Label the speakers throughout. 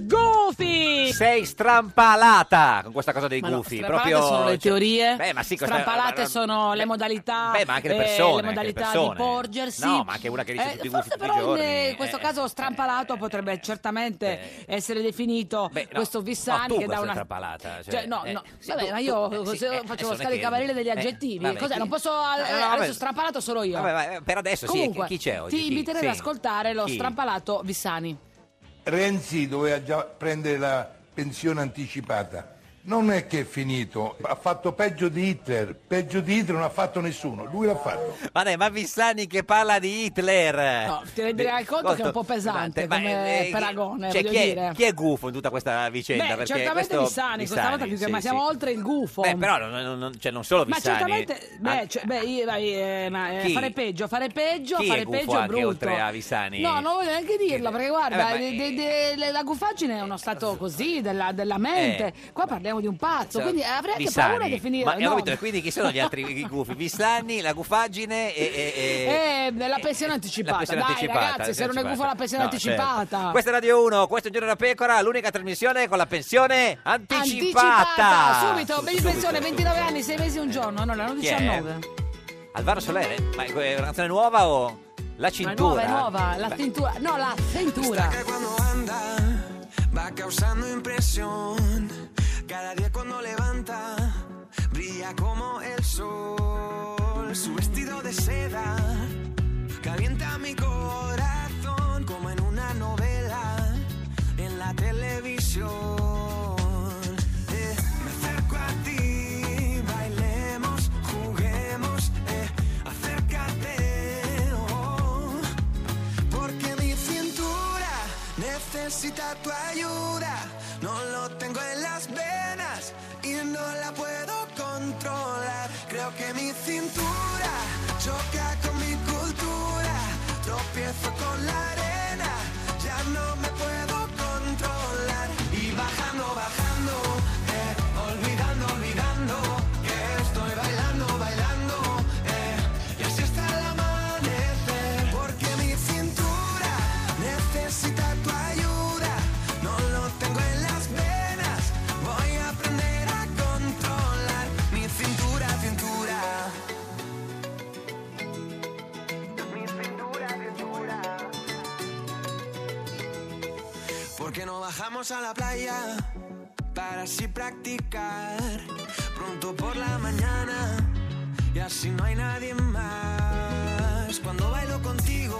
Speaker 1: Goofy!
Speaker 2: Sei strampalata con questa cosa dei
Speaker 1: Ma no,
Speaker 2: gufi.
Speaker 1: strampalate
Speaker 2: proprio
Speaker 1: sono le
Speaker 2: cioè-
Speaker 1: teorie,
Speaker 2: Beh, ma sì, questa-
Speaker 1: strampalate sono le modalità,
Speaker 2: beh, ma anche le
Speaker 1: eh,
Speaker 2: persone,
Speaker 1: le
Speaker 2: anche le
Speaker 1: modalità
Speaker 2: persone.
Speaker 1: di porgersi. Eh,
Speaker 2: No, ma anche una che dice tutti i gufi
Speaker 1: forse
Speaker 2: tutti i
Speaker 1: però in
Speaker 2: giorni,
Speaker 1: eh, questo
Speaker 2: eh,
Speaker 1: caso strampalato potrebbe certamente essere definito
Speaker 2: Beh, no,
Speaker 1: questo
Speaker 2: no,
Speaker 1: Vissani
Speaker 2: tu
Speaker 1: che dà
Speaker 2: questa
Speaker 1: una
Speaker 2: strampalata, cioè,
Speaker 1: Cioè, no,
Speaker 2: eh,
Speaker 1: no,
Speaker 2: sì,
Speaker 1: vabbè,
Speaker 2: tu-
Speaker 1: ma io
Speaker 2: tu- eh,
Speaker 1: se-
Speaker 2: sì, eh, adesso
Speaker 1: faccio
Speaker 2: non è
Speaker 1: cascare
Speaker 2: che-
Speaker 1: i cavalieri degli
Speaker 2: eh,
Speaker 1: aggettivi,
Speaker 2: vabbè,
Speaker 1: cos'è?
Speaker 2: chi-
Speaker 1: Non posso eh,
Speaker 2: No, no, vabbè.
Speaker 1: adesso strampalato solo io.
Speaker 2: Vabbè, vabbè, per adesso sì,
Speaker 1: Comunque,
Speaker 2: chi chi c'è oggi?
Speaker 1: Ti
Speaker 2: Chi?
Speaker 1: inviterei ad
Speaker 2: Sì.
Speaker 1: ascoltare lo
Speaker 2: Chi?
Speaker 1: strampalato Vissani.
Speaker 3: Renzi doveva già prendere la pensione anticipata. Non è che è finito, ha fatto peggio di Hitler, peggio di Hitler non ha fatto nessuno, lui l'ha fatto.
Speaker 2: Ma dai, ma Vissani che parla di Hitler.
Speaker 1: No, ti renderai
Speaker 2: Di-
Speaker 1: conto che è un po' pesante
Speaker 2: ma,
Speaker 1: come
Speaker 2: eh,
Speaker 1: paragone,
Speaker 2: cioè,
Speaker 1: voglio
Speaker 2: chi, è,
Speaker 1: dire.
Speaker 2: chi è gufo in tutta questa vicenda?
Speaker 1: Beh,
Speaker 2: Perché
Speaker 1: certamente
Speaker 2: questo-
Speaker 1: Vissani, questa volta più che
Speaker 2: sì,
Speaker 1: ma siamo
Speaker 2: sì.
Speaker 1: oltre il gufo.
Speaker 2: Beh, però non, non- non- cioè, non solo
Speaker 1: Ma
Speaker 2: Vissani. eh,
Speaker 1: certamente, beh, cioè, beh, io- vai, eh, ma, eh,
Speaker 2: Chi?
Speaker 1: fare peggio, fare peggio,
Speaker 2: Chi è
Speaker 1: fare
Speaker 2: gufo
Speaker 1: peggio è
Speaker 2: anche
Speaker 1: brutto.
Speaker 2: oltre a Vissani?
Speaker 1: No, non voglio neanche dirlo, perché guarda,
Speaker 2: Eh, ma-
Speaker 1: de- de- de- le- la gufaggine è uno stato così della, della mente. Qua parliamo di un pazzo, quindi avrei anche
Speaker 2: Eh. cioè, Esatto. Vissani.
Speaker 1: paura di finire.
Speaker 2: Ma, eh, ho
Speaker 1: no.
Speaker 2: capito, e quindi chi sono gli altri gufi? Vissani, la gufaggine e... e- e-
Speaker 1: Eh, la pensione anticipata.
Speaker 2: La pensione
Speaker 1: Dai,
Speaker 2: anticipata,
Speaker 1: ragazzi, se non è gufo la pensione
Speaker 2: No,
Speaker 1: anticipata.
Speaker 2: certo. Questa è Radio 1, questo è un giorno da pecora, l'unica trasmissione con la pensione anticipata.
Speaker 1: Anticipata, subito, ben in
Speaker 2: Subito.
Speaker 1: pensione, 29 anni, 6 mesi e un giorno, non erano
Speaker 2: Chi è?
Speaker 1: 19.
Speaker 2: Alvaro Solere, ma è una canzone nuova o la
Speaker 1: Ma è
Speaker 2: cintura?
Speaker 1: nuova, è nuova, la
Speaker 2: Beh,
Speaker 1: cintura, no, la cintura.
Speaker 4: que cuando anda va causando impresión. Cada día cuando levanta brilla como el sol. Su vestido de seda calienta mi corazón como en una novela en la televisión. Eh, me acerco a ti, bailemos, juguemos. eh, acércate. oh. Porque mi cintura necesita tu ayuda. No lo tengo en las venas y no la puedo controlar. Creo que mi cintura choca con mi cultura. Tropiezo con la arena, ya no me puedo controlar. Y bajando, bajando, eh, olvidando, olvidando que estoy bailando, bailando. eh, y así está el amanecer, porque mi cintura necesita tu ayuda. No lo tengo en las venas, voy a aprender a controlar mi cintura, cintura. Mi cintura, cintura. Porque no bajamos a la playa para así practicar pronto por la mañana y así no hay nadie más. Cuando bailo contigo,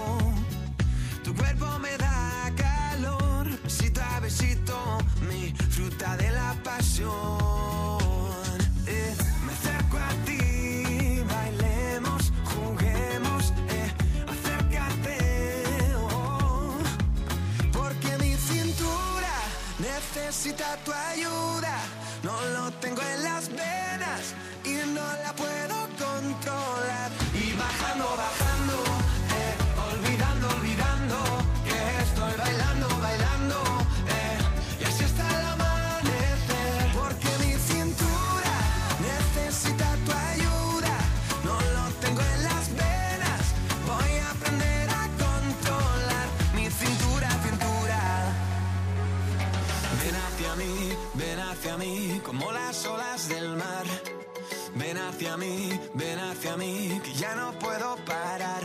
Speaker 4: tu cuerpo me da calor, besito a besito, mi fruta de la pasión. Eh, me acerco a ti, bailemos, juguemos, eh, acércate. oh. Porque mi cintura necesita tu ayuda. No lo tengo en las venas y no la puedo controlar. Y bajando, bajando, eh, olvidando, olvidando que estoy bailando, bailando. eh, y así está el amanecer. Porque mi cintura necesita tu ayuda. No lo tengo en las venas. Voy a aprender a controlar mi cintura, cintura. Ven hacia mí, ven hacia mí, como las olas del mar. Ven hacia mí, ven hacia mí, que ya no puedo parar.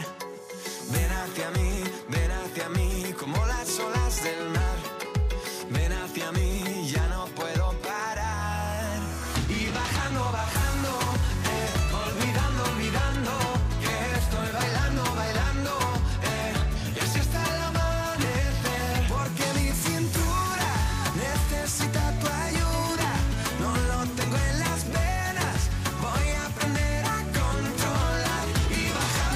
Speaker 4: Ven hacia mí, ven hacia mí, como las olas del mar. Ven hacia mí, ya no puedo parar. Y bajando, bajando, eh, olvidando, olvidando que estoy bailando, bailando. eh, y así está el amanecer, porque mi cintura necesita tu ayuda. No lo tengo en las venas, voy a aprender a controlar y eh, bajar. eh,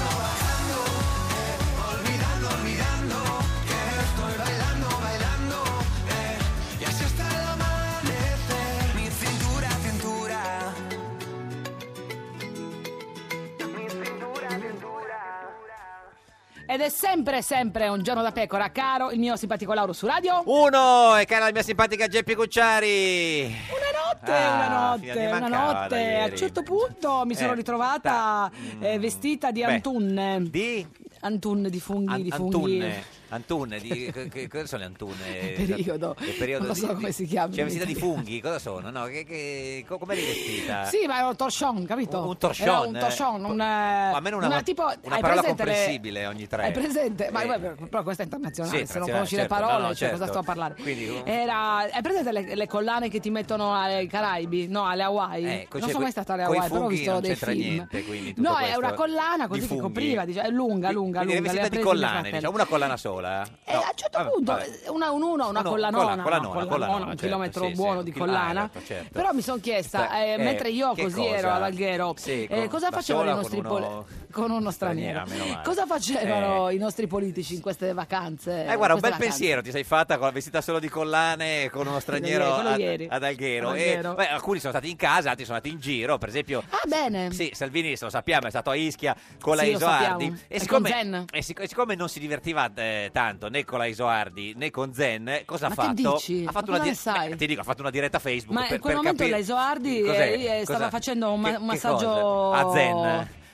Speaker 1: Ed è sempre, sempre un giorno da pecora, caro il mio simpatico Lauro su radio.
Speaker 2: Uno, Oh, e cara la mia simpatica Geppi Cucciari.
Speaker 1: notte,
Speaker 2: Ah,
Speaker 1: una
Speaker 2: fine,
Speaker 1: notte,
Speaker 2: mi
Speaker 1: una
Speaker 2: mancava
Speaker 1: notte.
Speaker 2: ieri.
Speaker 1: A un certo punto mi sono
Speaker 2: Eh,
Speaker 1: ritrovata eh, vestita di
Speaker 2: Beh,
Speaker 1: antunne.
Speaker 2: Di?
Speaker 1: Antunne, di funghi,
Speaker 2: An-
Speaker 1: di funghi.
Speaker 2: Antunne. Antunne, di, che- che- cosa sono le antunne?
Speaker 1: È periodo.
Speaker 2: È periodo
Speaker 1: Non lo
Speaker 2: di-
Speaker 1: so
Speaker 2: di-
Speaker 1: come si chiama
Speaker 2: Cioè,
Speaker 1: in
Speaker 2: vestita di
Speaker 1: italiano.
Speaker 2: funghi, cosa sono? No, che, che, co- come eri vestita?
Speaker 1: Sì, ma era un torchon, capito?
Speaker 2: Eh. Un- un torchon,
Speaker 1: Era un
Speaker 2: eh.
Speaker 1: torchon, un,
Speaker 2: a meno una-
Speaker 1: tipo,
Speaker 2: una
Speaker 1: hai
Speaker 2: parola
Speaker 1: presente le-
Speaker 2: comprensibile ogni tre.
Speaker 1: Hai presente? Ma
Speaker 2: Eh.
Speaker 1: vabbè, però questa è internazionale,
Speaker 2: Sì,
Speaker 1: se non
Speaker 2: internazionale,
Speaker 1: conosci le
Speaker 2: certo.
Speaker 1: parole,
Speaker 2: No, no,
Speaker 1: cioè, cosa
Speaker 2: certo.
Speaker 1: sto a parlare?
Speaker 2: Quindi, um,
Speaker 1: Era, hai presente le, le collane che ti mettono alle Caraibi? No, alle Hawaii?
Speaker 2: Eh, co- cioè,
Speaker 1: non sono
Speaker 2: coi-
Speaker 1: mai stata alle
Speaker 2: coi
Speaker 1: Hawaii, però ho
Speaker 2: funghi
Speaker 1: visto
Speaker 2: non
Speaker 1: dei
Speaker 2: c'entra
Speaker 1: film.
Speaker 2: niente, quindi tutto
Speaker 1: no, è
Speaker 2: questo
Speaker 1: una collana
Speaker 2: di
Speaker 1: così che
Speaker 2: funghi.
Speaker 1: copriva, diciamo, è lunga,
Speaker 2: Quindi
Speaker 1: lunga, lunga.
Speaker 2: eri vestita
Speaker 1: le ha
Speaker 2: di
Speaker 1: prese mio
Speaker 2: collane,
Speaker 1: fratello.
Speaker 2: diciamo, una collana sola.
Speaker 1: E a un certo punto, una un uno, una
Speaker 2: Uno-
Speaker 1: collanona,
Speaker 2: colla- collanona,
Speaker 1: una
Speaker 2: collanona,
Speaker 1: un
Speaker 2: certo,
Speaker 1: chilometro
Speaker 2: sì, sì,
Speaker 1: buono
Speaker 2: un
Speaker 1: di
Speaker 2: chilo- ah,
Speaker 1: collana.
Speaker 2: esatto, certo.
Speaker 1: Però mi sono chiesta, eh,
Speaker 2: Eh,
Speaker 1: mentre io
Speaker 2: che
Speaker 1: così
Speaker 2: cosa?
Speaker 1: ero all'alghero,
Speaker 2: Sì,
Speaker 1: eh,
Speaker 2: con-
Speaker 1: cosa
Speaker 2: da
Speaker 1: facevano
Speaker 2: sola
Speaker 1: i nostri
Speaker 2: con uno-
Speaker 1: poli- con uno straniero?
Speaker 2: straniero, meno male.
Speaker 1: cosa facevano
Speaker 2: Eh.
Speaker 1: i nostri politici in queste vacanze?
Speaker 2: Eh, guarda, un
Speaker 1: queste
Speaker 2: bel
Speaker 1: vacanze?
Speaker 2: pensiero ti sei fatta con, vestita solo di collane con uno straniero
Speaker 1: Quello
Speaker 2: ad,
Speaker 1: ieri.
Speaker 2: ad Alghero.
Speaker 1: Ad
Speaker 2: E,
Speaker 1: Alghero.
Speaker 2: beh, alcuni sono stati in casa, altri sono andati in giro. Per esempio,
Speaker 1: Ah, bene.
Speaker 2: Sì, Salvini lo sappiamo, è stato a Ischia con la
Speaker 1: Sì, lo
Speaker 2: Isoardi.
Speaker 1: sappiamo. E con Zen.
Speaker 2: e sic- e siccome non si divertiva eh, tanto né con la Isoardi né con Zen, eh, cosa
Speaker 1: Ma
Speaker 2: ha
Speaker 1: che
Speaker 2: fatto?
Speaker 1: dici?
Speaker 2: Ha fatto
Speaker 1: Ma
Speaker 2: una
Speaker 1: cosa ne
Speaker 2: dire-
Speaker 1: sai?
Speaker 2: Beh, ti dico, ha fatto una diretta Facebook.
Speaker 1: Ma
Speaker 2: per,
Speaker 1: in quel
Speaker 2: per
Speaker 1: momento
Speaker 2: capire-
Speaker 1: la Isoardi
Speaker 2: Cos'è?
Speaker 1: eh, eh, stava
Speaker 2: Cosa?
Speaker 1: facendo un ma-
Speaker 2: Che- che
Speaker 1: massaggio
Speaker 2: cosa? a Zen.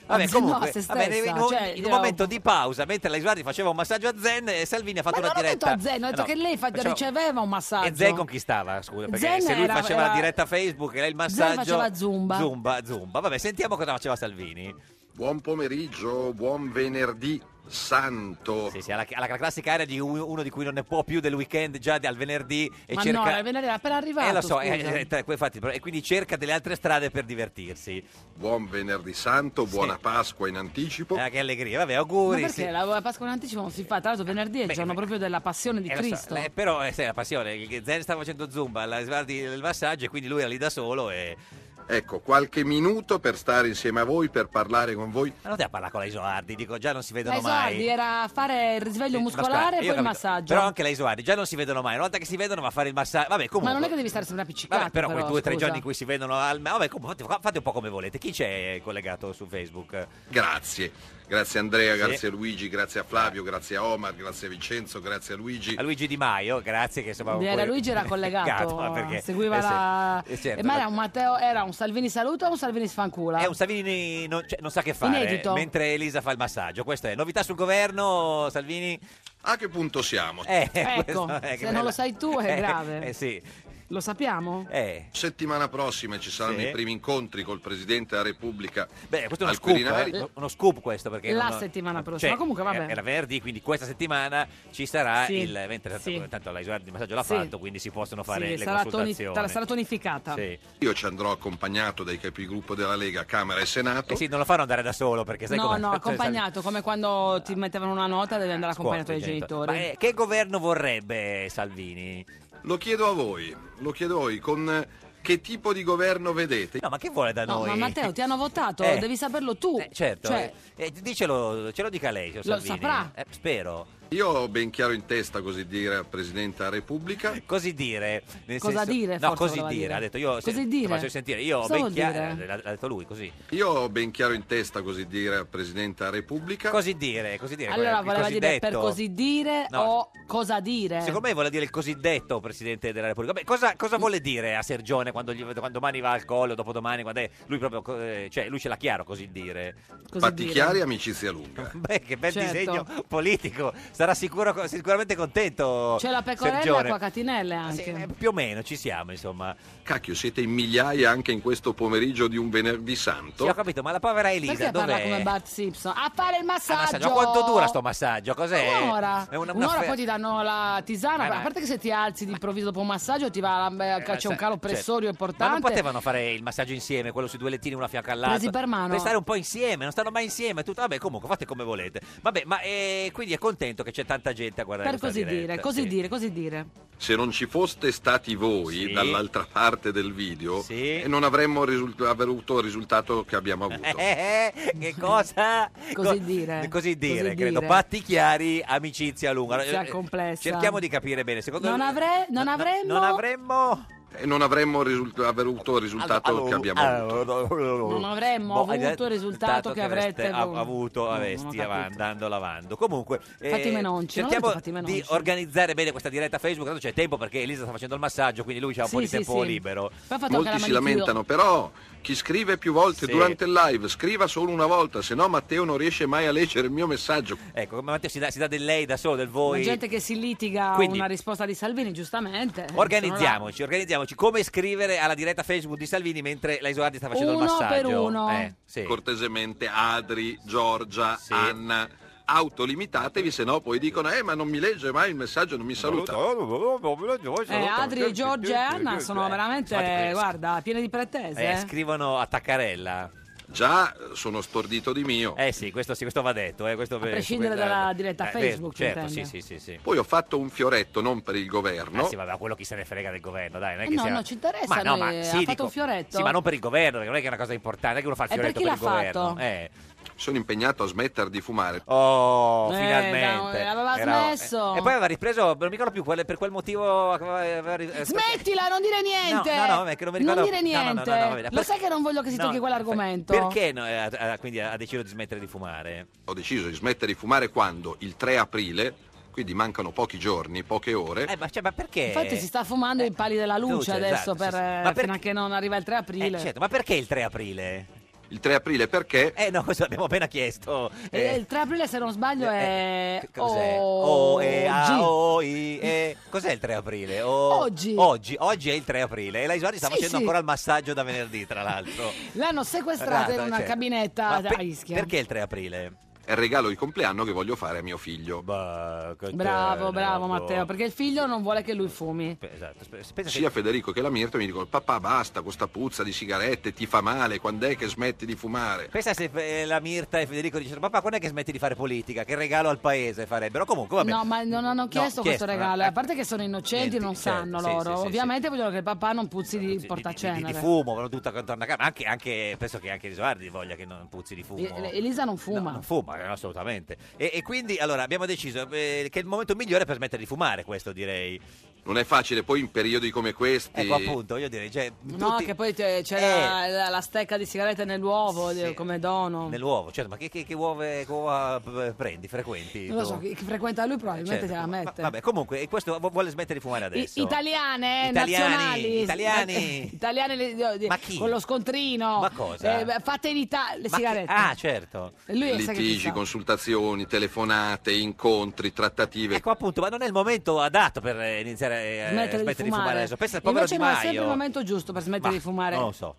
Speaker 2: Vabbè,
Speaker 1: a Zen,
Speaker 2: comunque,
Speaker 1: no, a se
Speaker 2: vabbè,
Speaker 1: stessa,
Speaker 2: in un,
Speaker 1: cioè,
Speaker 2: in un
Speaker 1: glielo-
Speaker 2: momento di pausa, mentre la Isoardi faceva un massaggio a Zen, eh, Salvini ha
Speaker 1: Ma
Speaker 2: fatto
Speaker 1: non
Speaker 2: una
Speaker 1: ho detto
Speaker 2: diretta. Eh,
Speaker 1: a Zen, ho detto
Speaker 2: No,
Speaker 1: che lei fa-
Speaker 2: faceva-
Speaker 1: riceveva un massaggio.
Speaker 2: e Zen conquistava, scusa, perché
Speaker 1: Zen
Speaker 2: se lui
Speaker 1: era-
Speaker 2: faceva
Speaker 1: era-
Speaker 2: la diretta Facebook e lei il
Speaker 1: Zen
Speaker 2: massaggio...
Speaker 1: faceva zumba.
Speaker 2: Zumba, zumba. Vabbè, sentiamo cosa faceva Salvini.
Speaker 5: Buon pomeriggio, buon venerdì santo.
Speaker 2: Sì, sì, alla, alla classica area di u- uno di cui non ne può più del weekend già dal venerdì e
Speaker 1: Ma
Speaker 2: cerca...
Speaker 1: no, il venerdì era appena arrivato.
Speaker 2: eh, lo so,
Speaker 1: scusa.
Speaker 2: eh, eh, tra- infatti, e quindi cerca delle altre strade per divertirsi.
Speaker 5: Buon venerdì santo, buona Pasqua in anticipo.
Speaker 2: Ah, che allegria, vabbè,
Speaker 1: Ma
Speaker 2: auguri.
Speaker 1: perché
Speaker 2: sì.
Speaker 1: la la Pasqua in anticipo non si fa? Tra l'altro venerdì è il
Speaker 2: Beh,
Speaker 1: giorno
Speaker 2: beh.
Speaker 1: proprio della passione di
Speaker 2: Eh, lo so,
Speaker 1: Cristo.
Speaker 2: eh, però eh, sai, la passione, il Zen stava facendo zumba, la guardi il massaggio e quindi lui era lì da solo e...
Speaker 5: Ecco, qualche minuto per stare insieme a voi, per parlare con voi.
Speaker 2: Ma non te la parla con la Isoardi, dico, già non si vedono
Speaker 1: Dai,
Speaker 2: mai.
Speaker 1: Sordi, era fare il risveglio
Speaker 2: Sì,
Speaker 1: muscolare
Speaker 2: mascolare,
Speaker 1: e
Speaker 2: io
Speaker 1: poi
Speaker 2: ho
Speaker 1: il
Speaker 2: capito.
Speaker 1: massaggio.
Speaker 2: Però anche la Isoardi, già non si vedono mai. Una volta che si vedono va a fare il massaggio. Vabbè,
Speaker 1: Ma
Speaker 2: comunque...
Speaker 1: non è che devi stare sempre appiccicato.
Speaker 2: Vabbè, però quei due o tre
Speaker 1: scusa.
Speaker 2: giorni in cui si vedono al... ma Vabbè, com- fate, fate un po' come volete. Chi c'è collegato su Facebook?
Speaker 5: Grazie. Grazie Andrea,
Speaker 2: Sì.
Speaker 5: grazie a Luigi, grazie a Flavio, grazie a Omar, grazie a Vincenzo, grazie a Luigi.
Speaker 2: A Luigi Di Maio, grazie che insomma... un
Speaker 1: Era
Speaker 2: po'-
Speaker 1: Eh, Luigi era collegato,
Speaker 2: ma perché-
Speaker 1: seguiva
Speaker 2: eh, sì,
Speaker 1: la...
Speaker 2: eh, certo,
Speaker 1: ma
Speaker 2: ma-
Speaker 1: era un Matteo, era un Salvini saluto o un Salvini sfancula?
Speaker 2: È un Salvini non, cioè, non sa che fare
Speaker 1: Inedito.
Speaker 2: mentre Elisa fa il massaggio. Questa è novità sul governo, Salvini.
Speaker 5: A che punto siamo?
Speaker 2: Eh,
Speaker 1: Ecco,
Speaker 2: questo- eh, che
Speaker 1: se non lo sai tu è
Speaker 2: Eh,
Speaker 1: grave.
Speaker 2: Eh, sì.
Speaker 1: Lo sappiamo?
Speaker 2: Eh.
Speaker 5: Settimana prossima ci saranno
Speaker 2: Sì.
Speaker 5: i primi incontri col Presidente della Repubblica.
Speaker 2: Beh, questo è uno
Speaker 5: al
Speaker 2: scoop,
Speaker 5: Quirinale.
Speaker 2: eh, uno scoop questo perché
Speaker 1: La
Speaker 2: non- cioè,
Speaker 1: settimana prossima, ma comunque vabbè.
Speaker 2: Era venerdì, quindi questa settimana ci sarà
Speaker 1: Sì,
Speaker 2: il mentre tanto-
Speaker 1: sì.
Speaker 2: tanto, la isolata di massaggio l'ha
Speaker 1: Sì.
Speaker 2: fatto, quindi si possono fare
Speaker 1: Sì,
Speaker 2: le
Speaker 1: sarà, toni-
Speaker 2: consultazioni.
Speaker 1: sarà tonificata.
Speaker 2: Sì.
Speaker 5: Io ci andrò accompagnato dai capigruppo della Lega, Camera e Senato.
Speaker 2: Eh sì, non lo fanno andare da solo perché sai
Speaker 1: No,
Speaker 2: come cioè,
Speaker 1: no, accompagnato, come quando ti mettevano una nota devi andare accompagnato dai genitori.
Speaker 2: Ma eh, che governo vorrebbe Salvini?
Speaker 5: Lo chiedo a voi, lo chiedo a voi, con eh, che tipo di governo vedete?
Speaker 2: No, ma che vuole da
Speaker 1: No,
Speaker 2: noi?
Speaker 1: ma Matteo, ti hanno votato,
Speaker 2: Eh.
Speaker 1: devi saperlo tu.
Speaker 2: Eh, certo,
Speaker 1: Cioè,
Speaker 2: eh, eh, dicelo, ce lo dica lei, signor
Speaker 1: Lo
Speaker 2: Salvini.
Speaker 1: saprà.
Speaker 2: Eh, spero.
Speaker 5: Io ho ben chiaro in testa, così dire, al Presidente della Repubblica.
Speaker 2: Eh, Così dire. nel
Speaker 1: Cosa
Speaker 2: senso-
Speaker 1: dire,
Speaker 2: No,
Speaker 1: forse
Speaker 2: così
Speaker 1: voleva
Speaker 2: dire.
Speaker 1: dire.
Speaker 2: Ha detto io.
Speaker 1: Così
Speaker 2: se-
Speaker 1: dire.
Speaker 2: lo faccio sentire. Io ho
Speaker 1: Cosa
Speaker 2: ben
Speaker 1: vuol
Speaker 2: chiaro.
Speaker 1: dire?
Speaker 2: L'ha l'ha detto lui, così.
Speaker 5: Io ho ben chiaro in testa, così dire, al Presidente della Repubblica.
Speaker 2: Così dire, così dire.
Speaker 1: allora
Speaker 2: il
Speaker 1: voleva dire per
Speaker 2: cosiddetto.
Speaker 1: così dire
Speaker 2: No,
Speaker 1: o cosa dire.
Speaker 2: Secondo me vuole dire il cosiddetto Presidente della Repubblica. Beh, cosa, cosa vuole dire a Sergione quando, gli- quando domani va al collo, dopodomani, quando è lui proprio, co- eh, cioè lui ce l'ha chiaro così dire.
Speaker 1: Così
Speaker 5: Fatti
Speaker 1: dire.
Speaker 5: chiari, amicizia lunga.
Speaker 2: Beh, che bel
Speaker 1: Certo.
Speaker 2: disegno politico, sarà sicuro- sicuramente contento
Speaker 1: C'è la pecorella
Speaker 2: Sergione.
Speaker 1: qua a catinelle anche.
Speaker 2: Sì, eh, più o meno ci siamo, insomma.
Speaker 5: Cacchio, siete in migliaia anche in questo pomeriggio di un venerdì santo.
Speaker 2: Sì, ho capito, ma la povera Elisa
Speaker 1: Perché
Speaker 2: dov'è?
Speaker 1: parla come Bart Simpson? A fare il
Speaker 2: Ah,
Speaker 1: massaggio.
Speaker 2: massaggio. Ma quanto dura sto massaggio? Cos'è?
Speaker 1: Un'ora.
Speaker 2: È una- una
Speaker 1: Un'ora
Speaker 2: fe-
Speaker 1: poi ti danno la tisana.
Speaker 2: Eh, ma-
Speaker 1: a parte che se ti alzi d'improvviso dopo un massaggio ti va la-
Speaker 2: Eh,
Speaker 1: c'è un
Speaker 2: sa-
Speaker 1: calo
Speaker 2: certo.
Speaker 1: pressorio importante.
Speaker 2: Ma non potevano fare il massaggio insieme, quello sui due lettini, uno a fianco all'altro.
Speaker 1: Presi per mano.
Speaker 2: stare un po' insieme, non stanno mai insieme. Tutto. Vabbè, comunque, fate come volete. Vabbè, ma eh, quindi è contento che c'è tanta gente a guardare
Speaker 1: Per
Speaker 2: questa
Speaker 1: così
Speaker 2: diretta,
Speaker 1: dire, così
Speaker 2: sì.
Speaker 1: dire, così dire.
Speaker 5: Se non ci foste stati voi
Speaker 2: Sì.
Speaker 5: dall'altra parte del video,
Speaker 2: Sì.
Speaker 5: eh, non avremmo risul- avuto il risultato che abbiamo avuto.
Speaker 2: Eh, eh, eh, che cosa?
Speaker 1: Così dire.
Speaker 2: Così dire,
Speaker 1: Così
Speaker 2: credo.
Speaker 1: dire.
Speaker 2: Patti chiari, amicizia lunga.
Speaker 1: Amicizia
Speaker 2: Eh,
Speaker 1: complessa.
Speaker 2: Cerchiamo di capire bene. Secondo
Speaker 1: Non avrei-
Speaker 2: No,
Speaker 1: non
Speaker 2: no,
Speaker 1: avremmo-
Speaker 2: Non avremmo...
Speaker 5: e non avremmo risul- avuto il risultato che abbiamo avuto.
Speaker 1: Non avremmo
Speaker 2: Boh,
Speaker 1: avuto il risultato
Speaker 2: tanto
Speaker 1: che avreste
Speaker 2: av-
Speaker 1: avuto.
Speaker 2: avuto
Speaker 1: No,
Speaker 2: avesti
Speaker 1: non ho capito.
Speaker 2: av- andando avanti. Comunque, eh,
Speaker 1: Fatti i menonci, non
Speaker 2: cerchiamo
Speaker 1: avete fatti i
Speaker 2: di
Speaker 1: menonci.
Speaker 2: organizzare bene questa diretta Facebook, tanto c'è tempo perché Elisa sta facendo il massaggio, quindi lui ha un
Speaker 1: Sì,
Speaker 2: po' di
Speaker 1: sì,
Speaker 2: tempo
Speaker 1: sì.
Speaker 2: libero.
Speaker 1: Poi ha fatto anche
Speaker 5: Molti
Speaker 1: la
Speaker 5: si
Speaker 1: manicure.
Speaker 5: lamentano, però chi scrive più volte
Speaker 2: Sì.
Speaker 5: durante il live, scriva solo una volta, se no Matteo non riesce mai a leggere il mio messaggio.
Speaker 2: Ecco, come Matteo si dà, si dà del lei da solo, del
Speaker 1: La
Speaker 2: voi.
Speaker 1: gente che si litiga a
Speaker 2: Quindi-
Speaker 1: una risposta di Salvini, giustamente.
Speaker 2: Organizziamoci, organizziamoci come scrivere alla diretta Facebook di Salvini mentre la Isolati sta facendo
Speaker 1: Uno
Speaker 2: il massaggio.
Speaker 1: per uno.
Speaker 2: Eh, sì.
Speaker 5: Cortesemente Adri, Giorgia, Anna, autolimitatevi, se no poi dicono, eh ma non mi legge mai il messaggio, non mi saluta.
Speaker 1: Eh, Adri, Giorgia e Anna sono veramente,
Speaker 2: Infatti,
Speaker 1: guarda, piene di pretese.
Speaker 2: Eh,
Speaker 1: eh.
Speaker 2: scrivono a Taccarella.
Speaker 5: Già sono stordito di mio.
Speaker 2: Eh sì, questo, sì, questo va detto. Eh, questo a
Speaker 1: prescindere dalla diretta Facebook, tu
Speaker 2: Certo, sì, sì,
Speaker 1: intendi.
Speaker 2: sì, sì.
Speaker 5: Poi ho fatto un fioretto non per il governo.
Speaker 2: Eh sì, vabbè, quello chi se ne frega del governo, dai. Non è
Speaker 1: Eh
Speaker 2: che
Speaker 1: no,
Speaker 2: sia-
Speaker 1: no, ci interessa,
Speaker 2: Ma no,
Speaker 1: lui
Speaker 2: ma
Speaker 1: ha
Speaker 2: sì,
Speaker 1: fatto
Speaker 2: dico-
Speaker 1: un fioretto.
Speaker 2: Sì, ma non per il governo, perché non è che è una cosa importante, non è che uno fa il
Speaker 1: E Eh, per
Speaker 2: fioretto
Speaker 1: chi
Speaker 2: per, il
Speaker 1: l'ha
Speaker 2: governo.
Speaker 1: fatto?
Speaker 2: Eh.
Speaker 5: Sono impegnato a smettere di fumare.
Speaker 2: Oh,
Speaker 1: Eh,
Speaker 2: finalmente. eh,
Speaker 1: no, l'aveva smesso.
Speaker 2: E poi aveva ripreso, non mi ricordo più quale- per quel motivo. aveva- aveva ri- eh,
Speaker 1: Smettila, non dire niente!
Speaker 2: No, no, no, è che non mi ricordo-
Speaker 1: dire
Speaker 2: no, no, no, no,
Speaker 1: niente!
Speaker 2: no, vabbè,
Speaker 1: Lo
Speaker 2: per-
Speaker 1: sai che non voglio che si
Speaker 2: no,
Speaker 1: tocchi quell'argomento?
Speaker 2: Perché no, eh, ha- ha- quindi ha deciso di smettere di fumare?
Speaker 5: Ho deciso di smettere di fumare quando? Il 3 aprile, quindi mancano pochi giorni, poche ore.
Speaker 2: Eh, ma, cioè, ma perché?
Speaker 1: Infatti si sta fumando i pali della luce,
Speaker 2: luce, esatto,
Speaker 1: adesso per,
Speaker 2: sì, sì. Ma
Speaker 1: eh,
Speaker 2: perché-
Speaker 1: fino a che non arriva il 3
Speaker 2: Eh,
Speaker 1: aprile.
Speaker 2: certo, ma perché il 3 aprile?
Speaker 5: Il 3 aprile perché?
Speaker 2: Eh no, questo l'abbiamo appena chiesto.
Speaker 1: E
Speaker 2: Eh,
Speaker 1: il 3 aprile, se non sbaglio, è...
Speaker 2: che cos'è?
Speaker 1: O-
Speaker 2: O, E,
Speaker 1: G.
Speaker 2: A, O, I, E. Cos'è il 3 aprile? O-
Speaker 1: Oggi.
Speaker 2: Oggi, oggi è il 3 aprile e la Isolani sta
Speaker 1: Sì,
Speaker 2: facendo
Speaker 1: sì.
Speaker 2: ancora il massaggio da venerdì, tra l'altro.
Speaker 1: L'hanno sequestrata in
Speaker 2: Esatto,
Speaker 1: una
Speaker 2: cioè,
Speaker 1: cabinetta
Speaker 2: ma
Speaker 1: a
Speaker 2: per-
Speaker 1: Ischia.
Speaker 2: Perché il 3 aprile?
Speaker 5: È il regalo di compleanno che voglio fare a mio figlio.
Speaker 2: Bah, che
Speaker 1: Bravo,
Speaker 2: tenero.
Speaker 1: bravo Matteo, perché il figlio non vuole che lui fumi.
Speaker 2: Pe- Esatto, spe- pensa
Speaker 5: Sia
Speaker 2: che...
Speaker 5: Federico che la Mirta mi dicono papà basta con sta puzza di sigarette, ti fa male, quando è che smetti di fumare?
Speaker 2: Pensa se eh, la Mirta e Federico dicessero papà quando è che smetti di fare politica? Che regalo al paese farebbero? Comunque vabbè.
Speaker 1: No, ma non hanno chiesto
Speaker 2: chiesto,
Speaker 1: questo regalo.
Speaker 2: no, eh,
Speaker 1: A parte che sono innocenti,
Speaker 2: niente,
Speaker 1: non
Speaker 2: certo,
Speaker 1: sanno
Speaker 2: sì,
Speaker 1: loro.
Speaker 2: sì, sì,
Speaker 1: Ovviamente vogliono che il papà non
Speaker 2: Sì,
Speaker 1: puzzi di
Speaker 2: di, di,
Speaker 1: portacenere.
Speaker 2: di fumo, però tutta contorno a casa. Ma Anche, anche, penso che anche Isolani voglia che non puzzi di fumo.
Speaker 1: E- Elisa non
Speaker 2: No,
Speaker 1: fuma.
Speaker 2: non fuma, eh, assolutamente. E, e quindi allora abbiamo deciso eh, che il momento migliore è per smettere di fumare, questo direi.
Speaker 5: Non è facile poi in periodi come questi.
Speaker 2: Ecco appunto, io direi. Cioè,
Speaker 1: No,
Speaker 2: tutti-
Speaker 1: che poi te- c'è
Speaker 2: Eh,
Speaker 1: la, la- la stecca di sigarette nell'uovo
Speaker 2: Sì.
Speaker 1: eh, come dono.
Speaker 2: Nell'uovo, certo, ma che, che, che uova, che uova, eh, prendi, frequenti?
Speaker 1: Non lo so,
Speaker 2: tu?
Speaker 1: chi chi frequenta lui probabilmente
Speaker 2: Certo,
Speaker 1: te la
Speaker 2: ma-
Speaker 1: mette.
Speaker 2: vabbè, comunque, e questo vu- vuole smettere di fumare
Speaker 1: I-
Speaker 2: adesso.
Speaker 1: italiane, eh,
Speaker 2: Italiani,
Speaker 1: nazionali, Eh,
Speaker 2: italiani.
Speaker 1: italiani le-
Speaker 2: Ma chi?
Speaker 1: con lo scontrino,
Speaker 2: Ma cosa?
Speaker 1: eh, fatte in Italia
Speaker 2: Ma
Speaker 1: le
Speaker 2: che-
Speaker 1: sigarette.
Speaker 2: ah, certo.
Speaker 1: E lui è sai che chi
Speaker 5: Litigi,
Speaker 1: sa.
Speaker 5: consultazioni, telefonate, incontri, trattative.
Speaker 2: Ecco appunto, ma non è il momento adatto per eh, iniziare eh, a
Speaker 1: smettere,
Speaker 2: smettere di fumare adesso. Pensa al povero
Speaker 1: Invece
Speaker 2: Di
Speaker 1: non è
Speaker 2: Maio.
Speaker 1: sempre il momento giusto per smettere
Speaker 2: Ma
Speaker 1: di fumare.
Speaker 2: Non lo so.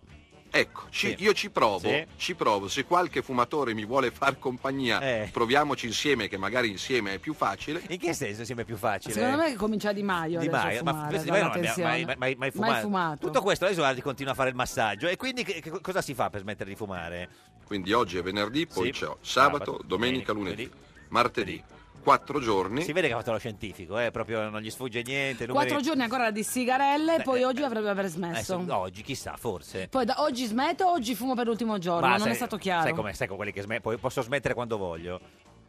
Speaker 5: Ecco, ci-
Speaker 2: Sì.
Speaker 5: io ci provo,
Speaker 2: Sì.
Speaker 5: ci provo. Se qualche fumatore mi vuole far compagnia,
Speaker 2: Eh.
Speaker 5: proviamoci insieme, che magari insieme è più facile.
Speaker 2: In che senso sembra più facile?
Speaker 1: Secondo me comincia Di Maio
Speaker 2: eh. Di
Speaker 1: adesso a
Speaker 2: Maio, ma
Speaker 1: fumare,
Speaker 2: questo Di Maio non
Speaker 1: dalla
Speaker 2: abbiamo mai, mai,
Speaker 1: tensione.
Speaker 2: mai- mai fumato.
Speaker 1: fumato.
Speaker 2: Tutto questo, adesso Aldi continua a fare il massaggio. E quindi che- che cosa si fa per smettere di fumare?
Speaker 5: Quindi oggi è venerdì, poi
Speaker 2: Sì.
Speaker 5: c'è sabato,
Speaker 2: Sabato,
Speaker 5: domenica,
Speaker 2: domenica,
Speaker 5: lunedì,
Speaker 2: lunedì,
Speaker 5: martedì. Quattro giorni.
Speaker 2: Si vede che ha fatto lo scientifico, eh, proprio non gli sfugge niente. numeri-
Speaker 1: Quattro giorni ancora di sigarelle, poi
Speaker 2: Eh,
Speaker 1: oggi avrebbe aver
Speaker 2: Adesso,
Speaker 1: smesso.
Speaker 2: oggi, chissà, forse.
Speaker 1: Poi da oggi smetto, oggi fumo per l'ultimo giorno,
Speaker 2: Ma
Speaker 1: non
Speaker 2: sai-
Speaker 1: è stato chiaro.
Speaker 2: Sai com'è, sai con quelli che sme- poi posso smettere quando voglio.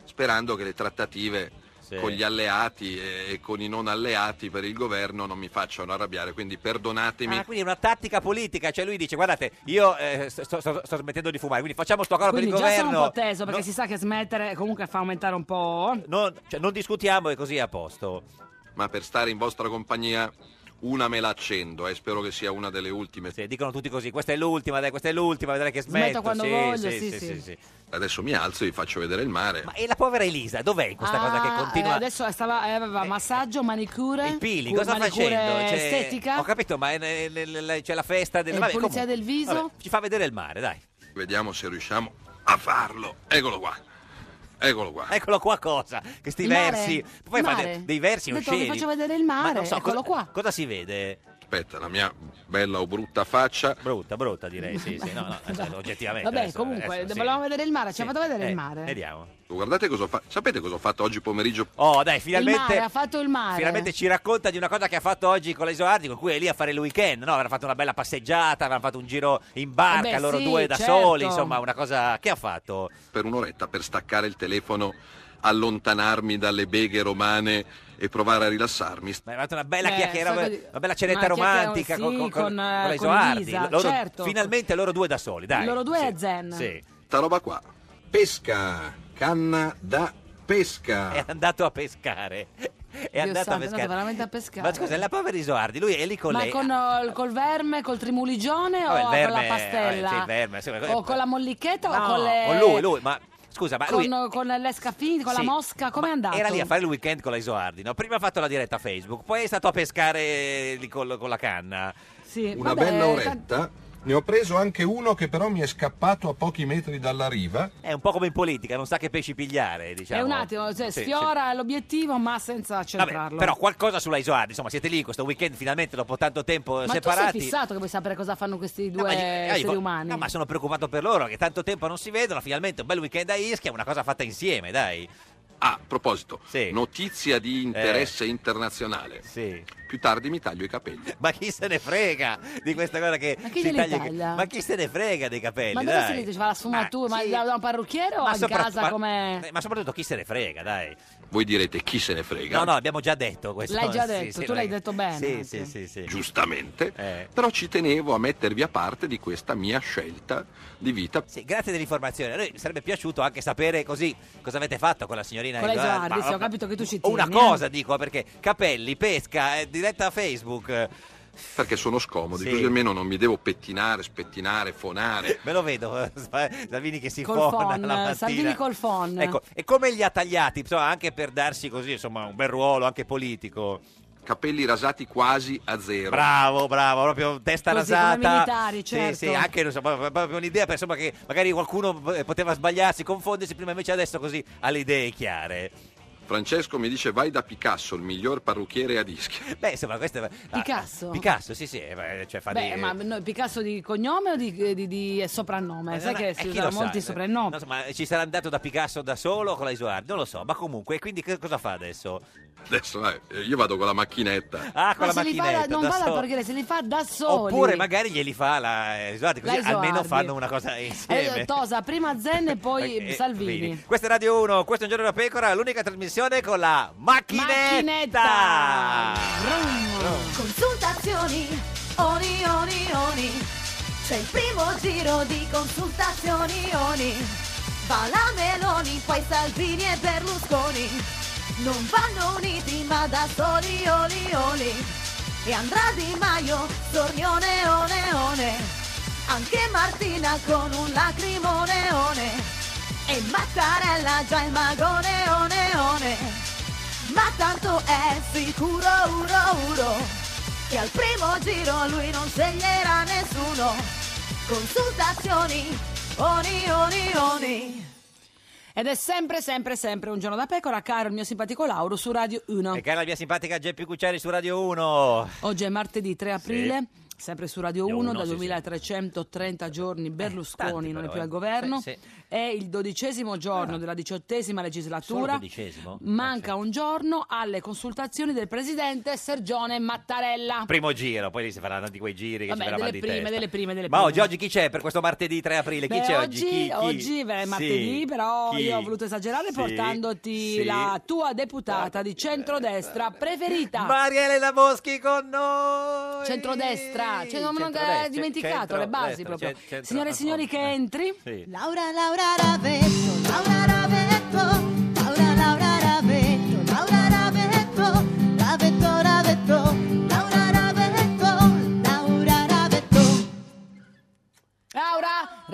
Speaker 5: sperando che le trattative
Speaker 2: Sì.
Speaker 5: con gli alleati e e con i non alleati per il governo non mi facciano arrabbiare, quindi perdonatemi.
Speaker 2: Ah, quindi è una tattica politica, cioè lui dice guardate, io eh, sto, sto- sto- sto smettendo di fumare, quindi facciamo sto caro
Speaker 1: Quindi
Speaker 2: per
Speaker 1: già
Speaker 2: il governo.
Speaker 1: sono un po' teso perché
Speaker 2: No-
Speaker 1: si sa che smettere comunque fa aumentare un po'.
Speaker 2: non, cioè, non discutiamo e così è a posto.
Speaker 5: Ma per stare in vostra compagnia una me la accendo e spero che sia una delle ultime.
Speaker 2: Sì, dicono tutti così, questa è l'ultima, dai, questa è l'ultima, vedrai che
Speaker 1: Smetto
Speaker 2: smetto.
Speaker 1: quando
Speaker 2: sì,
Speaker 1: voglio,
Speaker 2: sì,
Speaker 1: sì,
Speaker 2: sì,
Speaker 1: sì.
Speaker 2: sì, sì.
Speaker 5: Adesso mi alzo e vi faccio vedere il mare.
Speaker 2: Ma e la povera Elisa, dov'è in questa cosa che
Speaker 1: Ah,
Speaker 2: continua?
Speaker 1: eh, adesso stava, eh, aveva massaggio, manicure,
Speaker 2: il Pili,
Speaker 1: cur-
Speaker 2: cosa sta
Speaker 1: manicure
Speaker 2: facendo? Cioè,
Speaker 1: estetica.
Speaker 2: Ho capito, ma è ne- ne- ne- ne- c'è la festa del
Speaker 1: E
Speaker 2: mare.
Speaker 1: pulizia del viso?
Speaker 2: ci fa vedere il mare, dai.
Speaker 5: Vediamo se riusciamo a farlo. Eccolo qua. Eccolo qua.
Speaker 2: Eccolo qua cosa, che sti
Speaker 1: Il mare?
Speaker 2: versi. Poi
Speaker 1: Il
Speaker 2: fa
Speaker 1: mare?
Speaker 2: de- dei versi
Speaker 1: Ho detto,
Speaker 2: osceni.
Speaker 1: vi faccio vedere il mare,
Speaker 2: Ma non so,
Speaker 1: eccolo
Speaker 2: cosa,
Speaker 1: qua.
Speaker 2: Cosa si vede?
Speaker 5: Aspetta, la mia bella o brutta faccia.
Speaker 2: Brutta, brutta direi, sì, sì. No, no, cioè, oggettivamente.
Speaker 1: Vabbè,
Speaker 2: adesso-
Speaker 1: comunque,
Speaker 2: adesso sì.
Speaker 1: volevamo vedere il mare, ci ha
Speaker 2: Sì.
Speaker 1: fatto vedere
Speaker 2: Eh,
Speaker 1: il mare.
Speaker 2: Vediamo.
Speaker 5: Guardate cosa ho fatto. Sapete cosa ho fatto oggi pomeriggio?
Speaker 2: Oh, dai, finalmente.
Speaker 1: Il mare, ha fatto il mare.
Speaker 2: Finalmente ci racconta di una cosa che ha fatto oggi con la Isoardi, con cui è lì a fare il weekend. No, avranno fatto una bella passeggiata, avranno fatto un giro in barca,
Speaker 1: Eh beh,
Speaker 2: loro
Speaker 1: sì,
Speaker 2: due da
Speaker 1: certo.
Speaker 2: soli. Insomma, una cosa che ha fatto.
Speaker 5: per un'oretta per staccare il telefono, allontanarmi dalle beghe romane e provare a rilassarmi.
Speaker 2: Ma è stata una bella
Speaker 1: Eh,
Speaker 2: chiacchiera,
Speaker 1: è stato-
Speaker 2: una bella cenetta
Speaker 1: una chiacchiera,
Speaker 2: romantica
Speaker 1: sì,
Speaker 2: con, con,
Speaker 1: con, eh,
Speaker 2: con le
Speaker 1: con
Speaker 2: Isoardi.
Speaker 1: Elisa,
Speaker 2: Loro-
Speaker 1: certo.
Speaker 2: Finalmente loro due da soli, dai.
Speaker 1: Loro due è zen.
Speaker 2: Sì.
Speaker 5: Sta roba qua. Pesca, canna da pesca.
Speaker 2: È andato a pescare. È andato a
Speaker 1: santo, è andato
Speaker 2: pescare.
Speaker 1: veramente a pescare.
Speaker 2: Ma scusa, la povera Isoardi, lui è lì con
Speaker 1: Ma
Speaker 2: lei.
Speaker 1: con eh, col verme, col trimuligione
Speaker 2: Vabbè, il
Speaker 1: o con
Speaker 2: verme-
Speaker 1: la pastella?
Speaker 2: vabbè, sì, il verme, sì, ma-
Speaker 1: o con la mollichetta o
Speaker 2: No,
Speaker 1: con le...
Speaker 2: con lui, lui, ma scusa, ma lui
Speaker 1: Con, con le scaffini, con
Speaker 2: Sì,
Speaker 1: la mosca, com'è andato?
Speaker 2: era lì a fare il weekend con la Isoardi, no? Prima ha fatto la diretta Facebook, poi è stato a pescare lì col- con, la canna. eh,
Speaker 1: Sì,
Speaker 6: Una
Speaker 1: vabbè, eh,
Speaker 6: bella
Speaker 1: tan-
Speaker 6: oretta. Ne ho preso anche uno che però mi è scappato a pochi metri dalla riva.
Speaker 2: È un po' come in politica, non sa che pesci pigliare, diciamo.
Speaker 1: È un attimo, cioè,
Speaker 2: Sì, sì.
Speaker 1: sfiora l'obiettivo ma senza
Speaker 2: Vabbè,
Speaker 1: centrarlo.
Speaker 2: però qualcosa sulla Isoardi, insomma, siete lì questo weekend finalmente dopo tanto tempo
Speaker 1: ma tu sei
Speaker 2: separati.
Speaker 1: fissato che vuoi sapere cosa fanno questi
Speaker 2: No,
Speaker 1: due
Speaker 2: ma gli- eh, gli
Speaker 1: esseri
Speaker 2: vo-
Speaker 1: umani?
Speaker 2: no, ma sono preoccupato per loro che tanto tempo non si vedono. Finalmente un bel weekend a Ischia, una cosa fatta insieme, dai.
Speaker 5: Ah, a proposito,
Speaker 2: Sì. Eh.
Speaker 5: notizia di interesse internazionale.
Speaker 2: Sì.
Speaker 5: Più tardi mi taglio i capelli.
Speaker 2: Ma chi se ne frega di questa cosa che
Speaker 1: Ma chi
Speaker 2: si
Speaker 1: glieli
Speaker 2: taglia i ca-
Speaker 1: taglia?
Speaker 2: Ma chi se ne frega dei capelli?
Speaker 1: Ma dove
Speaker 2: Eh, dai.
Speaker 1: si vede? Ci fa la sfumatura? Ma,
Speaker 2: sì.
Speaker 1: da da un parrucchiere o
Speaker 2: Ma
Speaker 1: in
Speaker 2: sopra-
Speaker 1: casa
Speaker 2: ma-
Speaker 1: come...
Speaker 2: eh, Ma soprattutto chi se ne frega, dai.
Speaker 5: Voi direte chi se ne frega.
Speaker 2: No, no, abbiamo già detto questo.
Speaker 1: L'hai già
Speaker 2: Sì,
Speaker 1: detto,
Speaker 2: sì,
Speaker 1: tu l'hai detto bene
Speaker 2: Sì,
Speaker 1: anche.
Speaker 2: sì, sì, sì.
Speaker 5: Giustamente,
Speaker 2: Eh.
Speaker 5: però ci tenevo a mettervi a parte di questa mia scelta di vita.
Speaker 2: Sì, grazie dell'informazione. A noi sarebbe piaciuto anche sapere così cosa avete fatto con la signorina
Speaker 1: Con la
Speaker 2: Edoardi.
Speaker 1: Edoardi,
Speaker 2: Ma-
Speaker 1: sì, ho capito che tu ci
Speaker 2: o Una
Speaker 1: tieni, eh.
Speaker 2: cosa dico perché capelli, pesca, eh, diretta a Facebook. eh,
Speaker 5: Perché sono scomodi,
Speaker 2: Sì.
Speaker 5: così almeno non mi devo pettinare, spettinare, fonare.
Speaker 2: Me lo vedo, eh, Salvini che si
Speaker 1: Col
Speaker 2: fona
Speaker 1: phon,
Speaker 2: la mattina.
Speaker 1: Salvini col phon.
Speaker 2: Ecco, e come li ha tagliati? Insomma, anche per darsi così, insomma, un bel ruolo anche politico.
Speaker 5: Capelli rasati quasi a zero.
Speaker 2: Bravo, bravo, proprio testa
Speaker 1: Così,
Speaker 2: rasata.
Speaker 1: come militari, certo.
Speaker 2: Sì, sì, anche non so, proprio proprio un'idea, per- insomma, che magari qualcuno eh, poteva sbagliarsi, confondersi prima, invece adesso così Eh, ha le idee chiare.
Speaker 5: Francesco mi dice vai da Picasso, il miglior parrucchiere a dischi.
Speaker 2: Beh, insomma, questo è... ah,
Speaker 1: Picasso?
Speaker 2: Picasso, sì, sì, eh, beh, cioè fa
Speaker 1: Beh,
Speaker 2: di-
Speaker 1: ma noi, Picasso di cognome o di, di- di- è soprannome?
Speaker 2: Ma
Speaker 1: Sai
Speaker 2: non-
Speaker 1: che
Speaker 2: eh,
Speaker 1: si
Speaker 2: chi
Speaker 1: usano
Speaker 2: lo sa?
Speaker 1: molti soprannomi.
Speaker 2: Non so, ma ci sarà andato da Picasso da solo o con la Isoardi? Non lo so, ma comunque, quindi che cosa fa adesso?
Speaker 5: Adesso vai, io vado con la macchinetta.
Speaker 2: Ah, con la
Speaker 1: Ma se li fa
Speaker 2: macchinetta
Speaker 1: da- non
Speaker 2: da
Speaker 1: va dal
Speaker 2: solo.
Speaker 1: parrucchiere, se li fa da soli.
Speaker 2: Oppure magari glieli fa la Isoardi, così
Speaker 1: La Isoardi.
Speaker 2: almeno fanno una cosa
Speaker 1: Eh,
Speaker 2: insieme.
Speaker 1: Tosa, prima Zen e poi
Speaker 2: Eh, eh,
Speaker 1: Salvini.
Speaker 2: Questa è Radio 1, questo è un giorno da pecora, l'unica trasmissione con la macchinetta. Oh,
Speaker 1: Vroom.
Speaker 7: Consultazioni, oni, oni, oni. C'è il primo giro di consultazioni, oni. Va la Meloni, poi Salvini e Berlusconi. Non vanno uniti ma da soli, oni, oni. E andrà Di Maio, Tornione, one, one. Anche Martina con un lacrimone, one. E Mattarella già il magone, one, one. Ma tanto è sicuro, uro, uro Che al primo giro lui non sceglierà nessuno Consultazioni,
Speaker 1: Oh,
Speaker 7: oni, oni, oni
Speaker 1: Ed è sempre, sempre, sempre un giorno da pecora, caro il mio simpatico Lauro su Radio 1.
Speaker 2: E cara la mia simpatica Geppi Cucciari su Radio 1.
Speaker 1: Oggi è martedì 3 aprile, sempre su Radio
Speaker 2: Radio
Speaker 1: 1,
Speaker 2: Uno,
Speaker 1: da
Speaker 2: sì, sì.
Speaker 1: 2330 giorni Berlusconi
Speaker 2: tanti
Speaker 1: non è
Speaker 2: però,
Speaker 1: più
Speaker 2: eh.
Speaker 1: al governo.
Speaker 2: Sì, sì.
Speaker 1: È il dodicesimo giorno
Speaker 2: Ah.
Speaker 1: della diciottesima
Speaker 2: Solo
Speaker 1: legislatura.
Speaker 2: dodicesimo?
Speaker 1: Manca
Speaker 2: Ah, sì.
Speaker 1: un giorno alle consultazioni del presidente Sergione Mattarella.
Speaker 2: Primo giro, poi lì si faranno tanti quei giri che
Speaker 1: Vabbè,
Speaker 2: ci verrà
Speaker 1: delle
Speaker 2: mal di
Speaker 1: prime,
Speaker 2: testa.
Speaker 1: delle prime, delle
Speaker 2: Ma
Speaker 1: prime.
Speaker 2: oggi, oggi chi c'è per questo martedì 3 aprile? Chi
Speaker 1: Beh,
Speaker 2: c'è oggi? Chi- chi?
Speaker 1: oggi è martedì,
Speaker 2: Sì.
Speaker 1: però
Speaker 2: Chi?
Speaker 1: io ho voluto esagerare
Speaker 2: Sì.
Speaker 1: portandoti
Speaker 2: Sì. Eh,
Speaker 1: la tua deputata di centrodestra preferita.
Speaker 2: Maria Elena Boschi con noi.
Speaker 1: Centrodestra, cioè, non non-
Speaker 2: Centrodestra,
Speaker 1: eh, dimenticato le basi
Speaker 2: centrodestra,
Speaker 1: proprio.
Speaker 2: cent- centro-
Speaker 1: Signore e signori che entri,
Speaker 2: Sì.
Speaker 7: Laura, Laura Ravetto, Laura Ravetto Laura, Laura Ravetto, Laura Ravetto Ravetto, Ravetto, Laura Ravetto Laura Ravetto
Speaker 1: Laura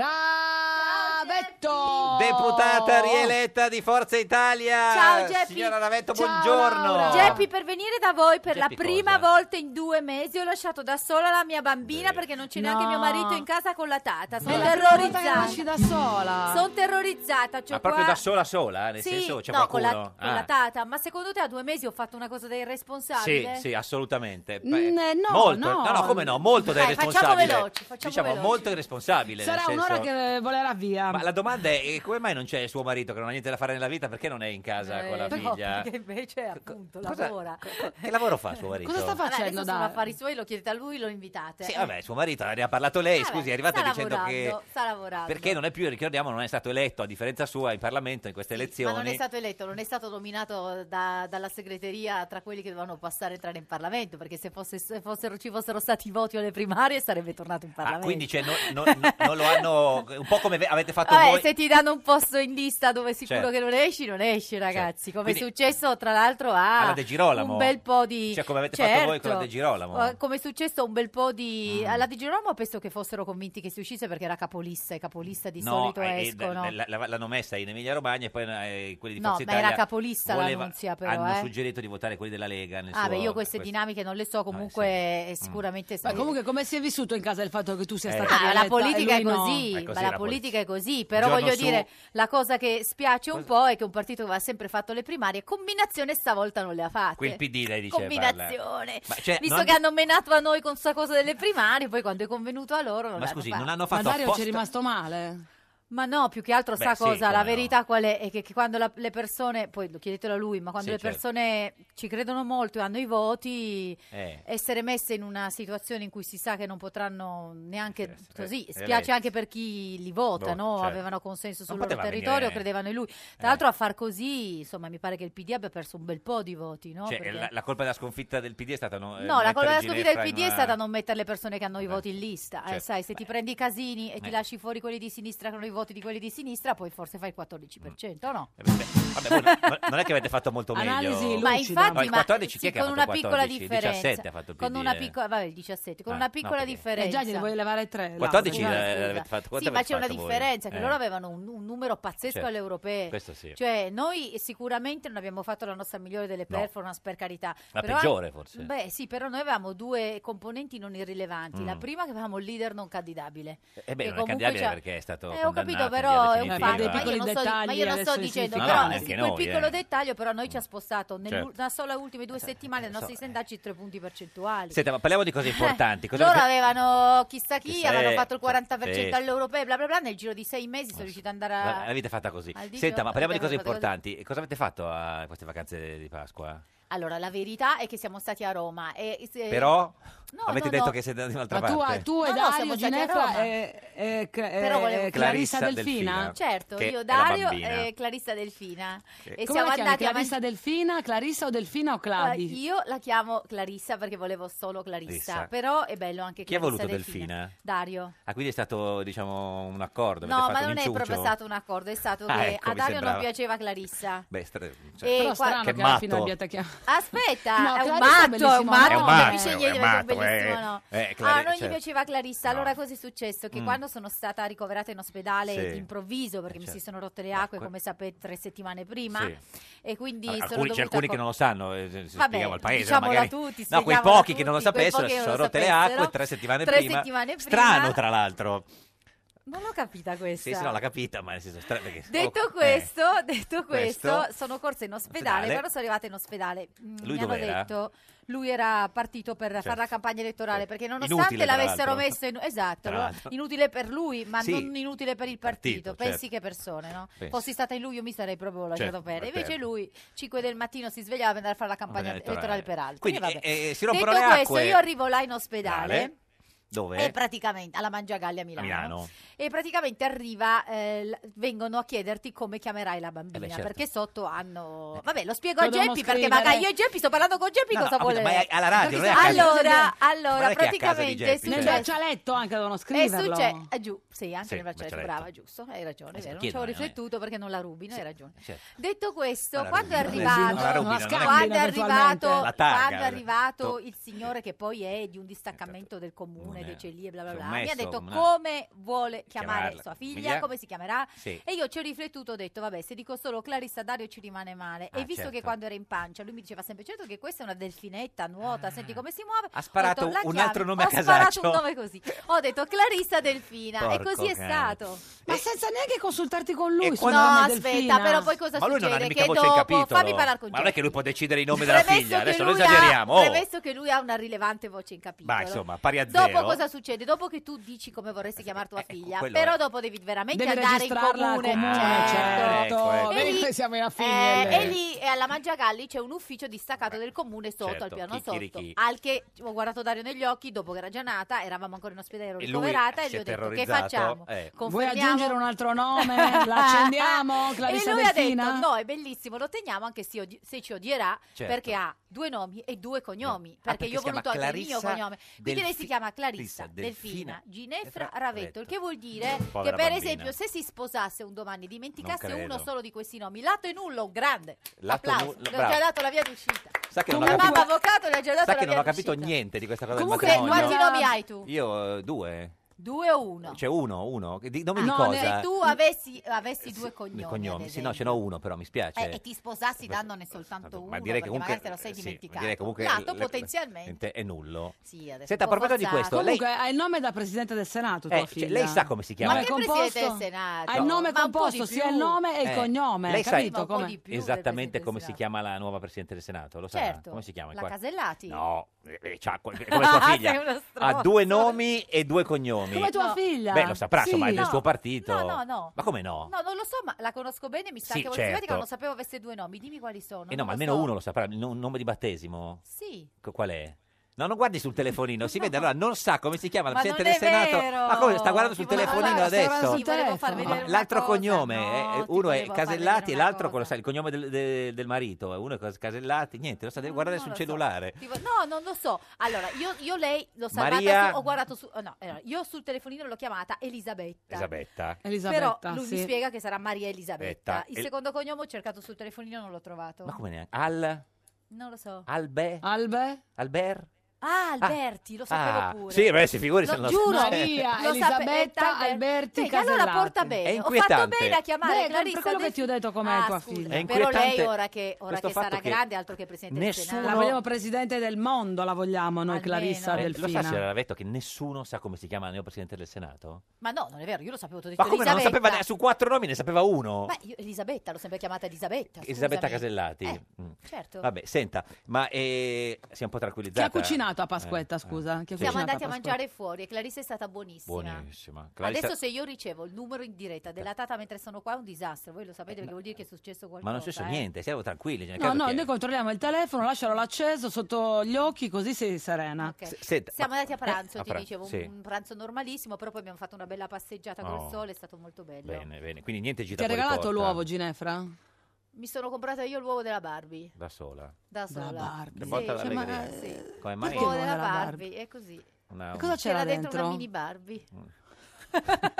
Speaker 8: Ah,
Speaker 1: Ravetto.
Speaker 2: Deputata rieletta di Forza Italia.
Speaker 8: Ciao, Geppi.
Speaker 2: Eh, Signora Ravetto,
Speaker 1: Ciao,
Speaker 2: buongiorno.
Speaker 1: Laura.
Speaker 8: Geppi, per venire da voi per
Speaker 2: Geppi,
Speaker 8: la prima
Speaker 2: cosa?
Speaker 8: volta in due mesi ho lasciato da sola la mia bambina
Speaker 2: Beh.
Speaker 8: perché non c'è
Speaker 1: No.
Speaker 8: neanche mio marito in casa con la tata.
Speaker 1: È
Speaker 8: Sono
Speaker 1: la prima volta che
Speaker 8: terrorizzata.
Speaker 1: nasci da sola.
Speaker 8: Sono terrorizzata. Cioè
Speaker 2: Ma proprio
Speaker 8: qua-
Speaker 2: da sola sola, eh, nel
Speaker 8: sì,
Speaker 2: senso c'è
Speaker 8: no, con
Speaker 2: qualcuno?
Speaker 8: la, con
Speaker 2: Ah.
Speaker 8: la tata. Ma secondo te a due mesi ho fatto una cosa da
Speaker 2: Sì,
Speaker 8: irresponsabile?
Speaker 2: sì, assolutamente.
Speaker 1: Mm, eh, no,
Speaker 2: molto,
Speaker 1: no.
Speaker 2: come no, molto da
Speaker 8: Dai, facciamo
Speaker 2: irresponsabile.
Speaker 8: veloci, facciamo
Speaker 2: diciamo
Speaker 8: veloci.
Speaker 2: molto irresponsabile.
Speaker 1: Sarà
Speaker 2: nel senso-
Speaker 1: un'ora che volerà via.
Speaker 2: Ma la domanda è eh, come mai non c'è il suo marito che non ha niente niente da fare nella vita, perché non è in casa con la
Speaker 8: Eh, no,
Speaker 2: figlia?
Speaker 8: perché invece cioè, appunto
Speaker 2: cosa-
Speaker 8: lavora.
Speaker 2: Che lavoro fa suo marito?
Speaker 8: Cosa sta facendo?
Speaker 1: da-
Speaker 8: Sono affari suoi, lo chiedete a lui, lo invitate.
Speaker 2: Sì,
Speaker 8: Eh,
Speaker 2: vabbè, suo marito ne ha parlato lei,
Speaker 8: vabbè,
Speaker 2: scusi, è arrivata
Speaker 8: sta
Speaker 2: dicendo
Speaker 8: lavorando,
Speaker 2: che...
Speaker 8: sta lavorando.
Speaker 2: Perché non è più, ricordiamo, non è stato eletto, a differenza sua, in Parlamento, in queste
Speaker 8: Ma
Speaker 2: elezioni.
Speaker 8: non è stato eletto, non è stato nominato da- dalla segreteria tra quelli che dovevano passare e entrare in Parlamento, perché se, fosse- se fossero- ci fossero stati i voti alle primarie sarebbe tornato in
Speaker 2: Ah,
Speaker 8: Parlamento.
Speaker 2: quindi cioè, no- no- no- non lo hanno... Un po' come ve- avete fatto
Speaker 8: Vabbè,
Speaker 2: voi...
Speaker 8: se ti danno un posto in lista dove è sicuro
Speaker 2: Certo.
Speaker 8: che non esci, non esci, ragazzi. Come
Speaker 2: Quindi-
Speaker 8: è successo, tra l'altro, a
Speaker 2: Alla De Girolamo.
Speaker 8: un bel po' di.
Speaker 2: Cioè, come avete fatto voi con la De Girolamo. Mm.
Speaker 8: Eh, Come è successo un bel po' di. Alla De Girolamo penso che fossero convinti che si uscisse perché era capolista e capolista di solito
Speaker 2: eh, eh,
Speaker 8: escono.
Speaker 2: l- l- l'hanno messa in Emilia Romagna e poi eh, quelli di
Speaker 8: No,
Speaker 2: Forza
Speaker 8: ma era
Speaker 2: Italia
Speaker 8: capolista la Nunzia, però,
Speaker 2: hanno
Speaker 8: eh.
Speaker 2: suggerito di votare quelli della Lega nel
Speaker 8: Ah,
Speaker 2: suo-
Speaker 8: beh, io queste
Speaker 2: questo-
Speaker 8: dinamiche non le
Speaker 2: Ah,
Speaker 8: so, comunque
Speaker 2: Mm.
Speaker 8: eh, sicuramente.
Speaker 1: Ma comunque come si è vissuto in casa il fatto che tu sia
Speaker 2: Eh.
Speaker 1: stata
Speaker 8: Ah,
Speaker 1: rieletta
Speaker 8: la
Speaker 1: e
Speaker 8: politica è
Speaker 1: lui no?
Speaker 8: così,
Speaker 2: È
Speaker 8: ma
Speaker 2: così
Speaker 8: la
Speaker 2: la
Speaker 8: politica è così, però
Speaker 2: Giorno
Speaker 8: voglio
Speaker 2: su-
Speaker 8: dire, la cosa che spiace un po' è che un partito che aveva sempre fatto le primarie, combinazione stavolta non le ha fatte.
Speaker 2: Qui il PD lei dice
Speaker 8: Combinazione.
Speaker 2: parla. Ma, cioè,
Speaker 8: Visto
Speaker 2: non-
Speaker 8: che hanno menato a noi con sta cosa delle primarie, poi quando è convenuto a loro non
Speaker 2: Ma
Speaker 8: l'hanno
Speaker 2: scusi,
Speaker 8: fatta.
Speaker 2: non hanno fatto
Speaker 1: Ma Dario
Speaker 2: apposta...
Speaker 1: ci è rimasto male?
Speaker 8: Ma no, più che altro
Speaker 2: Beh,
Speaker 8: sta
Speaker 2: sì,
Speaker 8: cosa,
Speaker 2: come
Speaker 8: la
Speaker 2: no.
Speaker 8: verità qual è? È che, che quando la- le persone, poi lo chiedetelo a lui, ma quando
Speaker 2: Sì,
Speaker 8: le
Speaker 2: certo.
Speaker 8: persone ci credono molto e hanno i voti,
Speaker 2: Eh.
Speaker 8: essere messe in una situazione in cui si sa che non potranno neanche così,
Speaker 2: eh, eletti.
Speaker 8: spiace anche per chi li vota,
Speaker 2: Vota,
Speaker 8: no?
Speaker 2: certo.
Speaker 8: avevano consenso sul
Speaker 2: Non
Speaker 8: loro
Speaker 2: poteva
Speaker 8: territorio,
Speaker 2: venire- Eh.
Speaker 8: credevano in lui. Tra l'altro a far così, insomma, mi pare che il PD abbia perso un bel po' di voti, no?
Speaker 2: Cioè,
Speaker 8: Perché-
Speaker 2: la, la colpa della sconfitta del PD è stata no, eh,
Speaker 8: No, la
Speaker 2: mettere
Speaker 8: colonna della
Speaker 2: Ginefra
Speaker 8: sconfitta del
Speaker 2: in
Speaker 8: PD è
Speaker 2: una-
Speaker 8: stata non mettere le persone che hanno i voti in lista. Eh,
Speaker 2: certo.
Speaker 8: sai, se ti prendi i casini e ti
Speaker 2: Eh.
Speaker 8: lasci fuori quelli di sinistra che hanno i voti di quelli di sinistra, poi forse fai il 14%, o no?
Speaker 2: Eh, beh, vabbè, voi non- ma- non è che avete fatto molto meglio.
Speaker 1: Analisi lucida.
Speaker 8: Ma infatti,
Speaker 2: No, il 14 chi
Speaker 8: ma,
Speaker 2: è
Speaker 8: sì,
Speaker 2: che ha fatto
Speaker 8: con una
Speaker 2: il
Speaker 8: piccola
Speaker 2: 14?
Speaker 8: differenza,
Speaker 2: 17 ha fatto il
Speaker 8: con
Speaker 2: PD,
Speaker 8: una
Speaker 2: eh.
Speaker 8: piccola, vabbè, il 17, con
Speaker 2: Ah,
Speaker 8: una
Speaker 2: no,
Speaker 8: piccola
Speaker 2: perché-
Speaker 1: Eh
Speaker 8: differenza.
Speaker 1: già, gliene vuoi levare tre.
Speaker 2: 14
Speaker 1: Laura.
Speaker 2: eh,
Speaker 8: Scusa.
Speaker 2: l'avete fatto- quanto
Speaker 8: sì, ma
Speaker 2: avete
Speaker 8: c'è una
Speaker 2: fatto voi?
Speaker 8: differenza che
Speaker 2: Eh.
Speaker 8: loro avevano un, un numero pazzesco
Speaker 2: Certo.
Speaker 8: alle europee.
Speaker 2: Questo sì.
Speaker 8: Cioè, noi sicuramente non abbiamo fatto la nostra migliore delle
Speaker 2: No.
Speaker 8: performance, per carità.
Speaker 2: La
Speaker 8: Però-
Speaker 2: peggiore, forse.
Speaker 8: Beh, sì, però noi avevamo due componenti non irrilevanti. La
Speaker 2: Mm.
Speaker 8: prima che avevamo il leader non candidabile.
Speaker 2: Eh beh, non
Speaker 8: che
Speaker 2: è
Speaker 8: comunque
Speaker 2: candidabile
Speaker 8: c'ha-
Speaker 2: perché è stato
Speaker 8: Eh, ho capito,
Speaker 2: condannato in
Speaker 8: però
Speaker 2: via
Speaker 8: è un
Speaker 2: definitiva.
Speaker 8: fatto.
Speaker 1: Dei
Speaker 8: Ma io
Speaker 1: piccoli
Speaker 8: non sto, ma io
Speaker 1: dettagli eh,
Speaker 8: non sto
Speaker 1: adesso
Speaker 8: dicendo,
Speaker 2: No,
Speaker 8: però
Speaker 1: significano.
Speaker 2: no, neanche
Speaker 8: su quel
Speaker 2: noi,
Speaker 8: piccolo
Speaker 2: eh.
Speaker 8: dettaglio, però noi ci ha spostato nella
Speaker 2: Certo. eh,
Speaker 8: sola ultime due settimane dei nostri sondaggi tre punti percentuali. Eh,
Speaker 2: Senta, ma parliamo di cose importanti. Cosa
Speaker 8: Loro
Speaker 2: avete-
Speaker 8: avevano chissà chi,
Speaker 2: Chissà,
Speaker 8: avevano
Speaker 2: eh,
Speaker 8: fatto il 40%
Speaker 2: sì.
Speaker 8: all'europeo, bla bla bla. Nel giro di sei mesi sono riuscito ad andare
Speaker 2: Ma eh.
Speaker 8: a.
Speaker 2: l'avete fatta così.
Speaker 8: Eh, al 18,
Speaker 2: Senta, ma parliamo di cose
Speaker 8: abbiamo fatto
Speaker 2: importanti. E Cosa avete fatto a queste vacanze di Pasqua?
Speaker 8: Allora, la verità è che siamo stati a Roma. E, se-
Speaker 2: Però
Speaker 8: Eh, No,
Speaker 2: avete
Speaker 8: no,
Speaker 2: detto
Speaker 8: no.
Speaker 2: che siete andati da un'altra
Speaker 1: Ma tu,
Speaker 2: parte.
Speaker 1: tu e
Speaker 8: No, no,
Speaker 1: Dario,
Speaker 8: siamo stati a
Speaker 1: Ginefra
Speaker 8: Roma.
Speaker 1: e, e, Cla-
Speaker 8: Però
Speaker 1: e-
Speaker 8: volevo-
Speaker 1: e Clarissa,
Speaker 2: Clarissa
Speaker 1: Delfina.
Speaker 2: Delfina.
Speaker 8: Certo,
Speaker 2: Che
Speaker 8: io
Speaker 2: era
Speaker 8: Dario
Speaker 2: bambina.
Speaker 8: e Clarissa Delfina.
Speaker 2: Che-
Speaker 8: E
Speaker 1: Come
Speaker 8: siamo
Speaker 1: la chiami?
Speaker 8: andati a
Speaker 1: Clarissa Delfina, Clarissa o Delfina o
Speaker 8: mangiare.
Speaker 1: Clavi?
Speaker 8: Io la chiamo Clarissa perché volevo solo Clarissa.
Speaker 2: Clarissa.
Speaker 8: Però è bello anche
Speaker 2: Chi ha
Speaker 8: Clarissa
Speaker 2: voluto
Speaker 8: Delfina.
Speaker 2: Delfina?
Speaker 8: Dario.
Speaker 2: Ah, quindi è stato, diciamo, un accordo.
Speaker 8: No,
Speaker 2: avete
Speaker 8: ma
Speaker 2: fatto
Speaker 8: non
Speaker 2: un
Speaker 8: è proprio
Speaker 2: inciucio?
Speaker 8: stato un accordo, è stato
Speaker 2: Ah,
Speaker 8: che
Speaker 2: ecco,
Speaker 8: a
Speaker 2: mi
Speaker 8: Dario
Speaker 2: sembrava.
Speaker 8: non piaceva Clarissa.
Speaker 2: Beh, stra- cioè,
Speaker 8: E
Speaker 1: Però
Speaker 8: Eh, qua-
Speaker 1: strano
Speaker 2: che
Speaker 1: che, alla fine
Speaker 2: matto.
Speaker 1: abbiate chiamato.
Speaker 8: Aspetta,
Speaker 1: No,
Speaker 8: è un
Speaker 1: Clarissa è
Speaker 8: matto, è un
Speaker 1: bellissima,
Speaker 8: matto,
Speaker 1: no? È un
Speaker 8: non
Speaker 1: matto,
Speaker 8: capisce
Speaker 2: è un
Speaker 8: niente perché è un
Speaker 2: matto, eh.
Speaker 8: bellissimo no.
Speaker 2: Eh, Clari-
Speaker 8: Ah, non
Speaker 2: cioè-
Speaker 8: gli piaceva Clarissa,
Speaker 2: No.
Speaker 8: allora cosa è successo? Che
Speaker 2: Mm.
Speaker 8: quando sono stata ricoverata in ospedale
Speaker 2: Sì.
Speaker 8: d'improvviso, perché
Speaker 2: Eh,
Speaker 8: mi si
Speaker 2: certo.
Speaker 8: sono rotte le
Speaker 2: Ma
Speaker 8: acque,
Speaker 2: que-
Speaker 8: come sapete, tre settimane prima,
Speaker 2: Sì.
Speaker 8: e quindi
Speaker 2: Allora,
Speaker 8: sono
Speaker 2: alcuni, c'è
Speaker 8: dovuta...
Speaker 2: alcuni
Speaker 8: co-
Speaker 2: che non lo sanno, eh, se- se
Speaker 8: Vabbè,
Speaker 2: spieghiamo al paese.
Speaker 8: diciamola
Speaker 2: magari.
Speaker 8: a tutti,
Speaker 2: no, quei
Speaker 8: spieghiamola
Speaker 2: pochi
Speaker 8: a
Speaker 2: che non lo
Speaker 8: tutti, quei
Speaker 2: sapessero
Speaker 8: pochi
Speaker 2: si
Speaker 8: che
Speaker 2: sono
Speaker 8: non lo
Speaker 2: rotte le acque
Speaker 8: sapessero.
Speaker 2: tre settimane
Speaker 8: Tre
Speaker 2: prima.
Speaker 8: settimane prima.
Speaker 2: Strano, tra l'altro.
Speaker 8: Non l'ho capita questa.
Speaker 2: Sì, se no l'ha capita, ma nel senso stra- perché-
Speaker 8: Esatto. Detto,
Speaker 2: oh, eh.
Speaker 8: questo, detto questo,
Speaker 2: Questo.
Speaker 8: sono corsa in
Speaker 2: Ospedale.
Speaker 8: ospedale, quando sono arrivata in ospedale mm,
Speaker 2: Lui
Speaker 8: mi hanno
Speaker 2: dov'era?
Speaker 8: detto lui era partito per
Speaker 2: Certo.
Speaker 8: fare la campagna elettorale
Speaker 2: Sì.
Speaker 8: perché
Speaker 2: Inutile,
Speaker 8: nonostante
Speaker 2: tra
Speaker 8: l'avessero
Speaker 2: l'altro.
Speaker 8: messo in, esatto,
Speaker 2: Tra
Speaker 8: lo-
Speaker 2: l'altro.
Speaker 8: inutile per lui, ma
Speaker 2: Sì.
Speaker 8: non inutile per il
Speaker 2: Partito,
Speaker 8: partito. Pensi
Speaker 2: certo.
Speaker 8: che persone, no?
Speaker 2: Pensi.
Speaker 8: Fossi stata in lui io mi sarei proprio lasciato
Speaker 2: Certo,
Speaker 8: perdere.
Speaker 2: per
Speaker 8: Invece
Speaker 2: terra.
Speaker 8: lui 5 del mattino si svegliava per andare a fare la campagna
Speaker 2: Elettorale.
Speaker 8: elettorale, per altri.
Speaker 2: Quindi,
Speaker 8: E vabbè.
Speaker 2: eh, eh, si
Speaker 8: Detto
Speaker 2: rompono le
Speaker 8: questo,
Speaker 2: acque.
Speaker 8: io arrivo là in ospedale.
Speaker 2: Dove?
Speaker 8: E praticamente alla Mangiagalli a
Speaker 2: a
Speaker 8: Milano.
Speaker 2: Milano.
Speaker 8: E praticamente arriva, eh, l- vengono a chiederti come chiamerai la bambina,
Speaker 2: Eh beh, certo. Eh.
Speaker 8: perché sotto hanno... Vabbè, lo spiego
Speaker 1: Dovremmo
Speaker 8: a Geppi, perché
Speaker 1: scrivere.
Speaker 8: magari io e Geppi sto parlando con Geppi,
Speaker 2: No, no,
Speaker 8: cosa
Speaker 2: ho
Speaker 8: vuole...
Speaker 2: capito, ma è alla radio, non è a casa.
Speaker 8: allora,
Speaker 2: Non
Speaker 8: allora,
Speaker 2: è che è a casa di
Speaker 8: praticamente è
Speaker 2: Geppi,
Speaker 1: Nel
Speaker 2: cioè.
Speaker 8: successo...
Speaker 1: braccialetto anche devono
Speaker 8: È
Speaker 1: scriverlo.
Speaker 8: successo... ah, giù, sì, anche
Speaker 2: Sì,
Speaker 8: nel braccialetto,
Speaker 2: braccialetto.
Speaker 8: brava, giusto, hai ragione,
Speaker 2: Eh,
Speaker 8: è vero, non
Speaker 2: perché
Speaker 8: ci avevo
Speaker 2: non è-
Speaker 8: riflettuto perché non la rubino, hai ragione. Eh,
Speaker 2: Certo.
Speaker 8: Detto questo,
Speaker 2: Ma la
Speaker 8: quando è
Speaker 2: rubino, non è-
Speaker 8: arrivato,
Speaker 2: non la rubino, non è-
Speaker 8: quando è arrivato,
Speaker 2: La targa,
Speaker 8: quando è arrivato
Speaker 2: to- Certo.
Speaker 8: il signore che poi è di un distaccamento del comune,
Speaker 2: Comune. Cioè,
Speaker 8: dei celie, bla bla
Speaker 2: Un
Speaker 8: bla, mi
Speaker 2: messo
Speaker 8: ha detto
Speaker 2: comunale.
Speaker 8: come vuole chiamare
Speaker 2: Chiamarla.
Speaker 8: sua
Speaker 2: Figlia.
Speaker 8: figlia, come si chiamerà.
Speaker 2: Sì.
Speaker 8: E io ci ho riflettuto, ho detto, vabbè, se dico solo Clarissa Dario ci rimane male.
Speaker 2: Ah,
Speaker 8: e visto
Speaker 2: certo.
Speaker 8: che quando era in pancia lui mi diceva sempre, certo che questa è una delfinetta, nuota, senti come si muove.
Speaker 2: Ah. Ha sparato
Speaker 8: Ho detto, "La
Speaker 2: un
Speaker 8: chiami".
Speaker 2: altro nome a
Speaker 8: Ho
Speaker 2: casaccio.
Speaker 8: sparato un nome così. Ho detto Clarissa Delfina
Speaker 2: Porco
Speaker 8: e così è
Speaker 2: cane.
Speaker 8: stato.
Speaker 1: Ma
Speaker 2: E-
Speaker 1: senza neanche consultarti con lui
Speaker 2: e
Speaker 1: sul
Speaker 2: quando-
Speaker 1: nome
Speaker 8: No,
Speaker 1: Delfina.
Speaker 8: aspetta, però poi cosa
Speaker 2: ma lui
Speaker 8: succede?
Speaker 2: non ha mica
Speaker 8: che
Speaker 2: voce in
Speaker 8: dopo,
Speaker 2: capitolo.
Speaker 8: fammi parlare con
Speaker 2: ma non è
Speaker 8: Geppi.
Speaker 2: che lui può decidere i nomi della
Speaker 8: Premesso
Speaker 2: figlia,
Speaker 8: che
Speaker 2: adesso non
Speaker 8: lui ha-
Speaker 2: esageriamo. oh.
Speaker 8: Premesso che lui ha una rilevanza voce in capitolo.
Speaker 2: Ma, insomma, pari a
Speaker 8: Dopo
Speaker 2: zero. Eh, ecco,
Speaker 8: cosa succede? Dopo che tu dici come vorresti chiamare tua figlia,
Speaker 2: quello
Speaker 8: però
Speaker 2: è.
Speaker 8: dopo devi veramente
Speaker 1: Devi
Speaker 8: andare in
Speaker 1: registrarla al
Speaker 8: comune.
Speaker 1: comune,
Speaker 8: certo.
Speaker 2: Ecco, ecco.
Speaker 1: Eh, Vedi
Speaker 8: E lì-
Speaker 1: che siamo in
Speaker 8: eh,
Speaker 1: affine.
Speaker 8: e lì eh, alla Mangiagalli c'è un ufficio distaccato del comune sotto,
Speaker 2: Certo,
Speaker 8: al piano
Speaker 2: chicchirichì.
Speaker 8: sotto. Al che ho guardato Dario negli occhi, dopo che era già nata, eravamo ancora in ospedale, ero
Speaker 2: E lui
Speaker 8: ricoverata e
Speaker 2: si
Speaker 8: gli
Speaker 2: è
Speaker 8: ho detto che
Speaker 2: terrorizzato,
Speaker 8: facciamo?
Speaker 2: eh.
Speaker 1: Vuoi
Speaker 8: Confermiamo?"
Speaker 1: aggiungere un altro nome? L'accendiamo, Clarissa
Speaker 8: e lui ha
Speaker 1: Delfina?
Speaker 8: detto: No, è bellissimo, lo teniamo anche se, odi- se ci odierà
Speaker 2: Certo.
Speaker 8: perché ha due nomi e due cognomi.
Speaker 2: Ah,
Speaker 8: Perché,
Speaker 2: perché
Speaker 8: io ho
Speaker 2: si chiama
Speaker 8: voluto anche il mio
Speaker 2: Clarissa
Speaker 8: cognome. Quindi lei
Speaker 2: Delfi-
Speaker 8: si chiama Clarissa,
Speaker 2: Clarissa Delfina
Speaker 8: Delfina, Ginefra
Speaker 2: Ravetto.
Speaker 8: Ravetto. Il che vuol dire che, per
Speaker 2: Povera bambina.
Speaker 8: esempio, se si sposasse un domani, dimenticasse
Speaker 2: Non credo.
Speaker 8: uno solo di questi nomi, lato e nullo, un grande
Speaker 2: Lato e
Speaker 8: applauso,
Speaker 2: nullo,
Speaker 8: le ho
Speaker 2: bravo.
Speaker 8: già dato la via d'uscita.
Speaker 2: Sa che non
Speaker 8: La
Speaker 2: ha
Speaker 8: mamma
Speaker 2: capito,
Speaker 8: avvocato le ha già dato
Speaker 2: sa
Speaker 8: la
Speaker 2: che non
Speaker 8: via
Speaker 2: ho capito
Speaker 8: d'uscita.
Speaker 2: niente di questa cosa
Speaker 1: Comunque,
Speaker 2: del
Speaker 8: Comunque,
Speaker 2: matrimonio.
Speaker 8: quanti nomi hai tu?
Speaker 2: Io eh, due.
Speaker 8: Due o uno?
Speaker 2: C'è uno, uno. Che Di, nome
Speaker 1: Ah,
Speaker 2: di
Speaker 1: no,
Speaker 2: cosa?
Speaker 8: Se tu avessi, avessi due
Speaker 2: Di
Speaker 8: cognomi,
Speaker 2: cognomi.
Speaker 8: ad
Speaker 2: Sì, no, ce
Speaker 8: esempio.
Speaker 2: n'ho uno, però mi spiace.
Speaker 8: Eh, e ti sposassi dandone soltanto uno,
Speaker 2: ma direi che
Speaker 8: perché
Speaker 2: comunque,
Speaker 8: magari te lo sei
Speaker 2: eh, sì, ma
Speaker 8: dimenticato.
Speaker 2: direi comunque Eh.
Speaker 8: Lato
Speaker 2: l- l-
Speaker 8: potenzialmente.
Speaker 2: è nullo.
Speaker 8: Sì, adesso
Speaker 2: Senta,
Speaker 8: un po'
Speaker 2: a proposito di
Speaker 8: forzato.
Speaker 2: questo, lei-
Speaker 1: Comunque, ha il nome da presidente del Senato. tua
Speaker 2: Eh, cioè,
Speaker 1: figlia.
Speaker 2: lei sa come si chiama?
Speaker 8: Ma
Speaker 1: Nome
Speaker 8: che
Speaker 1: composto?
Speaker 8: presidente del Senato?
Speaker 1: Ha il nome
Speaker 8: Ma un po'
Speaker 1: composto,
Speaker 8: di
Speaker 1: sia
Speaker 8: più.
Speaker 1: il nome e il
Speaker 2: Eh,
Speaker 1: cognome.
Speaker 2: lei
Speaker 1: Hai
Speaker 2: sa-
Speaker 1: capito?
Speaker 8: Ma un po'
Speaker 1: come?
Speaker 8: di più del Presidente
Speaker 2: Esattamente
Speaker 8: del
Speaker 2: come si
Speaker 8: Senato.
Speaker 2: chiama la nuova Presidente del Senato, lo sa?
Speaker 8: Certo.
Speaker 2: Come si chiama?
Speaker 8: La
Speaker 2: Qua-
Speaker 8: Casellati?
Speaker 2: No, eh, eh, c'ha- co- come sua
Speaker 8: Sei uno
Speaker 2: figlia.
Speaker 8: stronzo.
Speaker 2: Ha due nomi e due cognomi.
Speaker 1: Come tua
Speaker 8: No.
Speaker 1: figlia?
Speaker 2: Beh, lo saprà,
Speaker 1: Sì.
Speaker 2: insomma, è del
Speaker 8: No.
Speaker 2: suo partito.
Speaker 8: No, no, no.
Speaker 2: Ma come no?
Speaker 8: No, non lo so, ma la conosco bene, mi sa
Speaker 2: Sì,
Speaker 8: che vuol
Speaker 2: certo.
Speaker 8: simpatica, ma non sapevo avesse due nomi. Dimmi quali sono.
Speaker 2: Eh no, ma
Speaker 8: non lo
Speaker 2: almeno
Speaker 8: so.
Speaker 2: uno lo saprà, il no- nome di battesimo.
Speaker 8: Sì.
Speaker 2: Co- Qual è? No, non guardi sul telefonino, si vede, allora non sa come si chiama la
Speaker 8: Ma non
Speaker 2: Presidente
Speaker 8: è
Speaker 2: del Senato.
Speaker 8: vero.
Speaker 2: Ma come sta guardando
Speaker 8: Ti
Speaker 2: sul
Speaker 8: volevo
Speaker 2: telefonino
Speaker 8: far-
Speaker 1: guardare-
Speaker 2: adesso?
Speaker 1: stava
Speaker 8: Sì, volevo far
Speaker 1: telefono.
Speaker 8: vedere una
Speaker 2: L'altro
Speaker 8: cosa.
Speaker 2: cognome,
Speaker 8: No,
Speaker 2: eh,
Speaker 8: ti
Speaker 2: uno è
Speaker 8: volevo far
Speaker 2: Casellati e
Speaker 8: vedere una
Speaker 2: l'altro, quello
Speaker 8: cosa.
Speaker 2: sa, il cognome del, de- del marito, eh, uno è Cas- Casellati, niente, lo sa, deve guardare
Speaker 8: Non
Speaker 2: sul
Speaker 8: lo so.
Speaker 2: cellulare.
Speaker 8: Tipo- no, non lo so. Allora, io, io lei l'ho salvata,
Speaker 2: Maria-
Speaker 8: su- ho guardato su... oh, no, allora, io sul telefonino l'ho chiamata Elisabetta.
Speaker 2: Elisabetta.
Speaker 1: Elisabetta,
Speaker 8: Però lui
Speaker 1: sì.
Speaker 8: mi spiega che sarà Maria Elisabetta.
Speaker 2: Betta.
Speaker 8: Il
Speaker 2: E-
Speaker 8: secondo cognome ho cercato sul telefonino e non l'ho trovato.
Speaker 2: Ma come Ah. neanche? Al,
Speaker 8: Non lo so.
Speaker 2: Albe,
Speaker 1: Albe?
Speaker 2: Albert?
Speaker 8: Ah, Alberti, lo sapevo
Speaker 2: Ah,
Speaker 8: pure.
Speaker 2: sì, beh, si figuri se
Speaker 8: lo
Speaker 2: non lo
Speaker 8: giuro.
Speaker 1: Maria,
Speaker 8: Lo sape-
Speaker 1: Elisabetta,
Speaker 8: Albert-
Speaker 1: Alberti,
Speaker 8: Vedi, allora
Speaker 1: Casellati.
Speaker 8: porta bene.
Speaker 2: È
Speaker 8: Ho fatto
Speaker 2: inquietante.
Speaker 8: bene a chiamare
Speaker 1: Beh,
Speaker 8: Clarissa
Speaker 1: per quello che
Speaker 8: Delfi-
Speaker 1: ti ho detto com'è
Speaker 8: Ah,
Speaker 1: tua
Speaker 8: scusa,
Speaker 1: figlia.
Speaker 2: È
Speaker 8: Però lei
Speaker 2: inquietante
Speaker 8: ora che, ora
Speaker 2: questo
Speaker 8: che
Speaker 2: fatto
Speaker 8: sarà
Speaker 2: che
Speaker 8: grande, altro che presidente
Speaker 2: nessuno-
Speaker 8: del
Speaker 1: La
Speaker 8: Senato.
Speaker 1: vogliamo presidente del mondo, la vogliamo noi,
Speaker 8: Almeno.
Speaker 1: Clarissa
Speaker 8: Eh,
Speaker 2: Eh, lo sa,
Speaker 1: Delfina.
Speaker 2: signora detto che nessuno sa come si chiama il neo Presidente del Senato?
Speaker 8: Ma no, non è vero, io lo sapevo, ti ho detto
Speaker 2: Ma come no? non
Speaker 8: Elisabetta.
Speaker 2: sapeva, ne- su quattro nomi ne sapeva uno.
Speaker 8: Ma io, Elisabetta, l'ho sempre chiamata Elisabetta. scusami.
Speaker 2: Elisabetta Casellati.
Speaker 8: Eh,
Speaker 2: Mm.
Speaker 8: certo.
Speaker 2: Vabbè, senta, ma eh, si è un po'
Speaker 1: Chi
Speaker 2: tranquillizzata.
Speaker 1: ha cucinato a Pasquetta,
Speaker 2: Eh,
Speaker 1: scusa? Chi ha
Speaker 8: Siamo
Speaker 1: cucinato
Speaker 8: andati a
Speaker 1: Pasquetta?
Speaker 8: mangiare fuori e Clarissa è stata buonissima.
Speaker 2: Buonissima. Clarissa- Ecco.
Speaker 8: Adesso se io ricevo il numero in diretta della tata mentre sono qua è un disastro, voi lo sapete perché vuol dire che è successo qualcosa.
Speaker 2: Eh, Ma non è successo
Speaker 8: eh.
Speaker 2: niente, siamo tranquilli. cioè, nel
Speaker 1: No,
Speaker 2: caso
Speaker 1: no,
Speaker 2: che-
Speaker 1: noi controlliamo il telefono, lascialo l'acceso sotto gli occhi così sei serena.
Speaker 8: Ok.
Speaker 2: S- senta,
Speaker 8: Siamo
Speaker 2: ma- eh,
Speaker 8: andati a pranzo,
Speaker 2: a
Speaker 8: ti
Speaker 2: pranzo,
Speaker 8: dicevo,
Speaker 2: sì.
Speaker 8: un pranzo normalissimo, però poi abbiamo fatto una bella passeggiata col
Speaker 2: Oh.
Speaker 8: sole, è stato molto bello.
Speaker 2: Bene, bene, quindi niente
Speaker 1: Ti
Speaker 2: gita
Speaker 1: ha
Speaker 2: fuori
Speaker 1: regalato
Speaker 2: porta.
Speaker 1: l'uovo, Ginefra?
Speaker 8: Mi sono comprata io l'uovo della Barbie,
Speaker 2: Da sola.
Speaker 8: da
Speaker 1: Da
Speaker 8: sola.
Speaker 1: Barbie.
Speaker 2: Che porta
Speaker 8: Sì,
Speaker 1: Cioè, ma,
Speaker 2: l'allegria.
Speaker 1: eh,
Speaker 8: sì.
Speaker 2: Come mai?
Speaker 1: perché
Speaker 8: L'uovo
Speaker 1: vuole
Speaker 8: della
Speaker 1: la
Speaker 8: Barbie, è così.
Speaker 2: Una- Mm,
Speaker 1: E cosa c'era,
Speaker 8: C'era dentro
Speaker 1: dentro?
Speaker 8: una mini Barbie.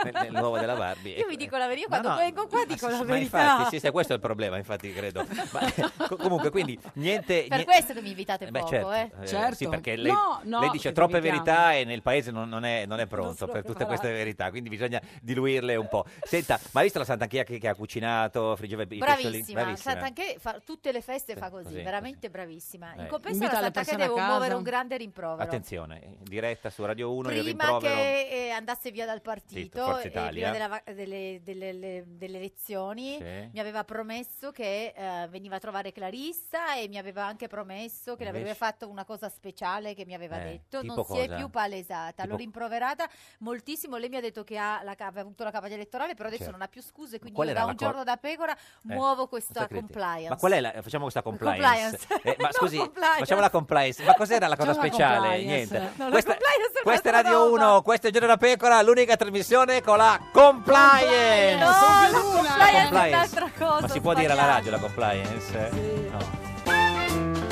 Speaker 2: nel- nell'uovo della Barbie.
Speaker 8: Io vi dico la verità, io quando vengo qua
Speaker 2: ecco. ma
Speaker 8: dico
Speaker 2: sì,
Speaker 8: la
Speaker 2: sì,
Speaker 8: verità.
Speaker 2: Ma infatti, sì, sì, questo è il problema, infatti, credo. Ma, co- comunque, quindi, niente...
Speaker 8: Per
Speaker 2: nie-
Speaker 8: questo che mi invitate
Speaker 2: Beh,
Speaker 8: poco,
Speaker 2: certo,
Speaker 8: eh.
Speaker 1: Certo.
Speaker 2: sì, perché lei,
Speaker 1: No, no,
Speaker 2: lei dice
Speaker 1: perché
Speaker 2: troppe
Speaker 1: evitiamo.
Speaker 2: verità e nel paese non, non è, non è
Speaker 8: Non
Speaker 2: pronto
Speaker 8: sono
Speaker 2: per tutte
Speaker 8: preparata.
Speaker 2: queste verità, quindi bisogna diluirle un po'. Senta, ma hai visto la Sant'Anchia che, che ha cucinato, friggeva i pesciolini?
Speaker 8: Bravissima, Sant'Anché fa tutte le feste fa così,
Speaker 2: così,
Speaker 8: veramente bravissima. In
Speaker 2: Eh.
Speaker 8: compenso
Speaker 1: Invita
Speaker 8: alla
Speaker 1: le
Speaker 8: Sant'Anché
Speaker 1: persone a
Speaker 8: devo
Speaker 1: casa.
Speaker 8: muovere un grande rimprovero.
Speaker 2: Attenzione, in diretta su Radio 1 il
Speaker 8: Prima
Speaker 2: rimprovero.
Speaker 8: che eh, andasse via dal
Speaker 2: Zitto,
Speaker 8: partito,
Speaker 2: Forza
Speaker 8: eh,
Speaker 2: Italia.
Speaker 8: prima della va- delle, delle- le- delle elezioni,
Speaker 2: Sì.
Speaker 8: mi aveva promesso che eh, veniva a trovare Clarissa e mi aveva anche promesso che le avrebbe
Speaker 2: Invece?
Speaker 8: fatto una cosa speciale che mi aveva
Speaker 2: Eh,
Speaker 8: detto.
Speaker 2: tipo
Speaker 8: Non si è
Speaker 2: cosa?
Speaker 8: più palesata.
Speaker 2: Tipo-
Speaker 8: L'ho rimproverata moltissimo. Lei mi ha detto che ha la ca- aveva avuto la cavaglia elettorale, però adesso
Speaker 2: Certo.
Speaker 8: non ha più scuse. Quindi
Speaker 2: qual
Speaker 8: io
Speaker 2: era
Speaker 8: da
Speaker 2: la
Speaker 8: un
Speaker 2: co-
Speaker 8: giorno da pecora
Speaker 2: Eh,
Speaker 8: muovo
Speaker 2: non
Speaker 8: questa
Speaker 2: so che dire.
Speaker 8: compliance.
Speaker 2: Ma qual è la, facciamo questa compliance?
Speaker 8: Compliance.
Speaker 2: Eh, ma
Speaker 8: No,
Speaker 2: scusi,
Speaker 8: compliance.
Speaker 2: facciamo la compliance. Ma cos'era la cosa
Speaker 1: Facciamo la
Speaker 2: speciale?
Speaker 1: compliance.
Speaker 2: Niente.
Speaker 8: No, la
Speaker 2: questa,
Speaker 8: compliance è
Speaker 2: questa è
Speaker 8: un'altra
Speaker 2: Radio
Speaker 8: roba.
Speaker 2: 1, questa è Giorno da Pecora, l'unica trasmissione con la compliance.
Speaker 8: No, la
Speaker 1: Compliance.
Speaker 8: compliance è
Speaker 2: Compliance.
Speaker 8: un'altra cosa.
Speaker 2: Ma si può dire alla
Speaker 8: sbagliata.
Speaker 2: radio la compliance? No.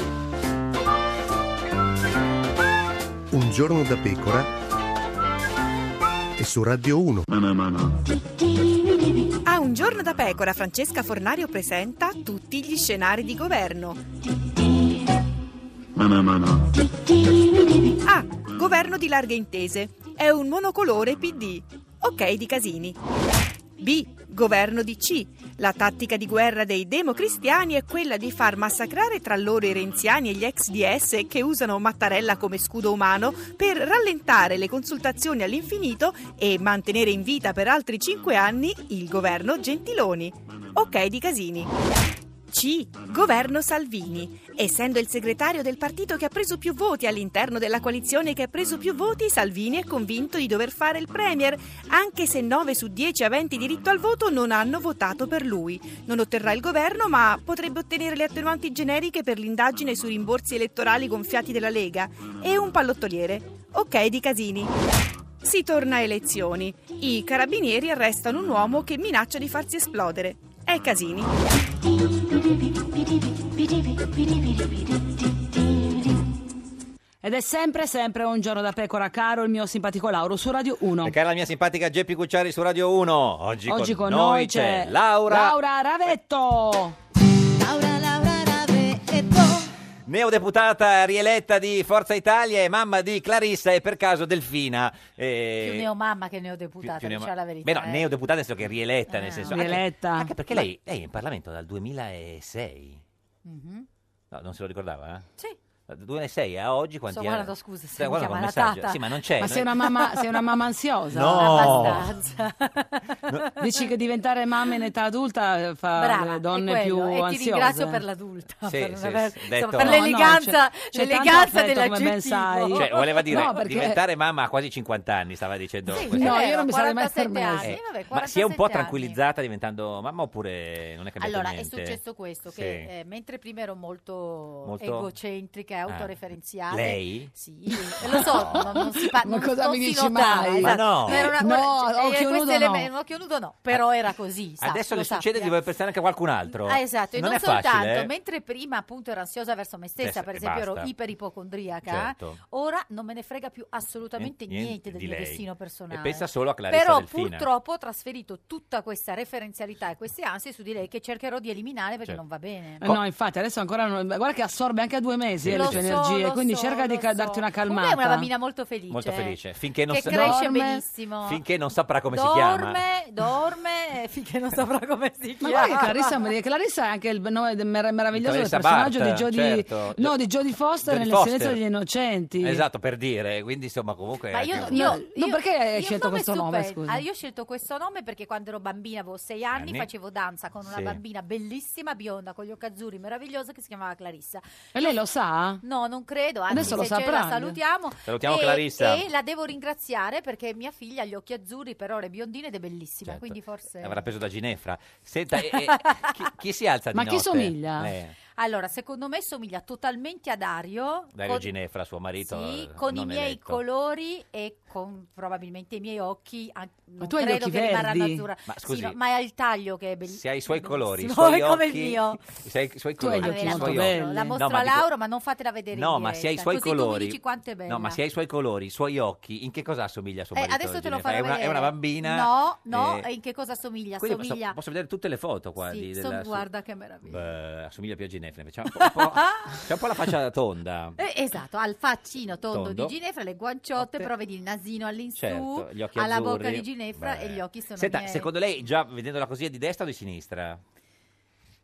Speaker 9: Un giorno da pecora e su Radio 1.
Speaker 10: A un giorno da pecora, Francesca Fornario presenta tutti gli scenari di governo. A. Ah, Governo di larghe intese. È un monocolore PD. Ok di Casini. B. Governo di C. La tattica di guerra dei democristiani è quella di far massacrare tra loro i renziani e gli ex DS che usano Mattarella come scudo umano per rallentare le consultazioni all'infinito e mantenere in vita per altri cinque anni il governo Gentiloni. Ok di Casini. C. Governo Salvini. Essendo il segretario del partito che ha preso più voti all'interno della coalizione che ha preso più voti, Salvini è convinto di dover fare il Premier, anche se 9 su 10 aventi diritto al voto non hanno votato per lui. Non otterrà il governo, ma potrebbe ottenere le attenuanti generiche per l'indagine sui rimborsi elettorali gonfiati della Lega e un pallottoliere. Ok di Casini. Si torna a elezioni. I carabinieri arrestano un uomo che minaccia di farsi esplodere. È Casini.
Speaker 11: Ed è sempre, sempre un giorno da pecora, caro il mio simpatico Lauro su Radio 1.
Speaker 2: E cara la mia simpatica Geppi Cucciari su Radio 1. Oggi,
Speaker 11: Oggi con noi c'è
Speaker 2: Laura,
Speaker 11: Laura Ravetto.
Speaker 2: neodeputata rieletta di Forza Italia e mamma di Clarissa e per caso Delfina. Eh,
Speaker 8: Più ne ho mamma che ne ho deputata,
Speaker 2: più ne ho-
Speaker 8: diciamo la verità.
Speaker 2: Beh, no,
Speaker 8: eh.
Speaker 2: neodeputata nel senso che rieletta, nel senso... anche-
Speaker 11: Rieletta.
Speaker 2: Anche, perché lei, lei è in Parlamento dal 2006.
Speaker 8: Mhm.
Speaker 2: No, non se lo ricordava? eh?
Speaker 8: Sì.
Speaker 2: Dal 2006 a eh, oggi quanti
Speaker 8: Sto
Speaker 2: anni?
Speaker 8: guardando, scusa, se
Speaker 2: Stai
Speaker 8: mi
Speaker 2: guardando
Speaker 8: chiama la
Speaker 2: un messaggio.
Speaker 8: tata.
Speaker 2: Sì, ma non c'è.
Speaker 1: Ma
Speaker 2: non-
Speaker 1: sei una mamma, sei una mamma ansiosa?
Speaker 2: No.
Speaker 8: Abbastanza.
Speaker 1: Dici che diventare mamma in età adulta eh, fa
Speaker 8: Brava,
Speaker 1: le
Speaker 8: è
Speaker 1: donne più
Speaker 8: quello. e
Speaker 1: ansiose.
Speaker 8: ti ringrazio per l'adulta,
Speaker 2: Sì,
Speaker 8: per,
Speaker 2: sì,
Speaker 8: aver-
Speaker 2: sì,
Speaker 8: insomma,
Speaker 2: detto-
Speaker 8: per
Speaker 2: No, no,
Speaker 8: l'eleganza,
Speaker 1: cioè, c'è tanto
Speaker 8: l'eleganza
Speaker 1: affetto, come ben sai.
Speaker 8: dell'aggettivo.
Speaker 2: Cioè, voleva dire
Speaker 1: No, perché-
Speaker 2: diventare mamma a quasi 50 anni, stava dicendo.
Speaker 8: Sì,
Speaker 2: questa-
Speaker 1: No, io non mi sarei mai
Speaker 8: 47
Speaker 1: permessa.
Speaker 8: Eh, anni,
Speaker 2: Eh,
Speaker 8: vabbè,
Speaker 2: ma si è un
Speaker 8: 47
Speaker 2: po'
Speaker 8: anni.
Speaker 2: tranquillizzata diventando mamma oppure non è cambiato
Speaker 8: Allora,
Speaker 2: niente?
Speaker 8: è successo questo,
Speaker 2: Sì.
Speaker 8: che eh, mentre prima ero molto,
Speaker 2: Molto?
Speaker 8: egocentrica e
Speaker 2: Ah.
Speaker 8: autoreferenziale.
Speaker 2: Lei?
Speaker 8: Sì, eh, lo so,
Speaker 2: No.
Speaker 8: non, non si parla.
Speaker 1: Ma cosa mi dici mai?
Speaker 2: Ma no.
Speaker 8: era una,
Speaker 1: No,
Speaker 8: cioè,
Speaker 1: occhio
Speaker 8: eh,
Speaker 1: nudo
Speaker 8: questi
Speaker 1: no.
Speaker 8: elementi- occhio nudo no, però era così. sa, eh.
Speaker 2: Adesso
Speaker 8: lo
Speaker 2: le succede
Speaker 8: sappia.
Speaker 2: di dover pensare anche a qualcun altro.
Speaker 8: Ah, esatto, e non,
Speaker 2: è
Speaker 8: soltanto,
Speaker 2: facile, eh?
Speaker 8: mentre prima appunto ero ansiosa verso me stessa,
Speaker 2: Adesso-
Speaker 8: per
Speaker 2: e
Speaker 8: esempio ero
Speaker 2: basta.
Speaker 8: iperipocondriaca,
Speaker 2: Certo.
Speaker 8: ora non me ne frega più
Speaker 2: Niente-
Speaker 8: assolutamente niente,
Speaker 2: niente
Speaker 8: del
Speaker 2: di
Speaker 8: mio
Speaker 2: lei.
Speaker 8: destino personale.
Speaker 2: E pensa solo a Clarissa
Speaker 8: Però
Speaker 2: Delfina.
Speaker 8: purtroppo ho trasferito tutta questa referenzialità e queste ansie su di lei che cercherò di eliminare perché
Speaker 1: Certo.
Speaker 8: non va bene.
Speaker 1: Eh No, infatti, adesso ancora non... guarda che assorbe anche a due mesi eh, le
Speaker 8: Lo
Speaker 1: tue
Speaker 8: so,
Speaker 1: energie,
Speaker 8: lo
Speaker 1: quindi
Speaker 8: so,
Speaker 1: cerca di
Speaker 8: lo
Speaker 1: ca-
Speaker 8: so.
Speaker 1: darti una
Speaker 8: Comunque
Speaker 1: calmata. Eh.
Speaker 8: è una bambina molto felice. eh.
Speaker 2: Molto felice. Finché non
Speaker 8: cioè,
Speaker 2: sa-
Speaker 8: che cresce
Speaker 2: Dorme.
Speaker 8: benissimo.
Speaker 2: Finché non saprà come si chiama.
Speaker 8: dorme, dorme, eh, finché non saprà come si
Speaker 1: Ma
Speaker 8: chiama.
Speaker 1: guarda che Clarissa, Clarissa è anche il nome del mer- meraviglioso del
Speaker 2: Clarissa
Speaker 1: personaggio
Speaker 2: Barta,
Speaker 1: di Jodie
Speaker 2: certo.
Speaker 1: no, di Jodie Foster
Speaker 2: Jodie
Speaker 1: nel
Speaker 2: Foster.
Speaker 1: silenzio degli innocenti.
Speaker 2: Esatto, per dire. Quindi, insomma, comunque...
Speaker 8: Ma io,
Speaker 2: anche-
Speaker 8: io-
Speaker 1: No,
Speaker 8: io-
Speaker 1: perché hai
Speaker 8: il
Speaker 1: scelto questo
Speaker 8: è
Speaker 1: nome,
Speaker 8: stupendo.
Speaker 1: scusa?
Speaker 8: Ah, io ho scelto questo nome perché quando ero bambina, avevo sei anni,
Speaker 1: Anni?
Speaker 8: facevo danza con una
Speaker 1: Sì.
Speaker 8: bambina bellissima, bionda, con gli occhi azzurri, meravigliosa, che si chiamava Clarissa.
Speaker 1: E lei lo sa?
Speaker 8: No, non credo, anzi
Speaker 1: Adesso lo
Speaker 8: se c'è,
Speaker 1: saprà.
Speaker 8: la salutiamo.
Speaker 2: Salutiamo
Speaker 8: e,
Speaker 2: Clarissa.
Speaker 8: E la devo ringraziare perché mia figlia ha gli occhi azzurri, però è biondina ed è bellissima, quindi forse...
Speaker 2: Certo. Avrà preso da Ginefra. Senta, e- e chi, chi si alza di
Speaker 8: Ma chi
Speaker 2: notte?
Speaker 8: somiglia?
Speaker 2: Eh,
Speaker 8: Allora, secondo me somiglia totalmente a Dario.
Speaker 2: Dario
Speaker 8: con-
Speaker 2: Ginefra, suo marito.
Speaker 8: Sì,
Speaker 2: eh,
Speaker 8: con i
Speaker 2: non
Speaker 8: miei
Speaker 2: eletto.
Speaker 8: colori e con probabilmente i miei occhi. an- non
Speaker 1: tu hai gli
Speaker 8: credo
Speaker 1: occhi
Speaker 8: che rimarranno
Speaker 1: verdi?
Speaker 8: azzurra.
Speaker 2: Ma
Speaker 8: Sì,
Speaker 2: scusi,
Speaker 8: no, ma è il taglio che è bellissimo.
Speaker 2: Se hai i suoi colori, i
Speaker 8: Bellissimo,
Speaker 2: suoi
Speaker 8: è
Speaker 2: occhi,
Speaker 8: come il mio.
Speaker 2: i suoi- i suoi
Speaker 1: Tu hai
Speaker 2: colori,
Speaker 1: gli occhi
Speaker 2: i
Speaker 1: molto
Speaker 2: suoi
Speaker 1: belli.
Speaker 2: occhi.
Speaker 8: La mostro
Speaker 2: No, ma
Speaker 8: a
Speaker 2: dico-
Speaker 8: Lauro, ma non fatela vedere.
Speaker 2: No,
Speaker 8: in
Speaker 2: ma se hai i
Speaker 8: diretta,
Speaker 2: suoi
Speaker 8: così
Speaker 2: colori.
Speaker 8: Tu mi dici quanto è bella.
Speaker 2: No, ma se hai i suoi colori, i suoi occhi, in che cosa assomiglia suo
Speaker 8: Eh,
Speaker 2: marito?
Speaker 8: adesso te lo
Speaker 2: Ginefra?
Speaker 8: farò
Speaker 2: è una,
Speaker 8: vedere.
Speaker 2: è una bambina.
Speaker 8: No, no,
Speaker 2: eh,
Speaker 8: e in che cosa assomiglia?
Speaker 2: quindi posso,
Speaker 8: Assomiglia.
Speaker 2: posso vedere tutte le foto qua
Speaker 8: Sì,
Speaker 2: di,
Speaker 8: son-
Speaker 2: della-
Speaker 8: guarda che meraviglia.
Speaker 2: Beh, assomiglia più a Ginefra. invece. C'ha un po', un po'- c'ha un po' la faccia tonda.
Speaker 8: Eh, esatto, al faccino tondo,
Speaker 2: Tondo.
Speaker 8: di Ginefra, le guanciotte, però vedi il nasino all'insù,
Speaker 2: Certo, gli occhi
Speaker 8: alla
Speaker 2: azzurri.
Speaker 8: bocca di Ginefra
Speaker 2: Beh.
Speaker 8: e gli occhi sono
Speaker 2: Senta,
Speaker 8: miei.
Speaker 2: secondo lei, già vedendola così, è di destra o di sinistra?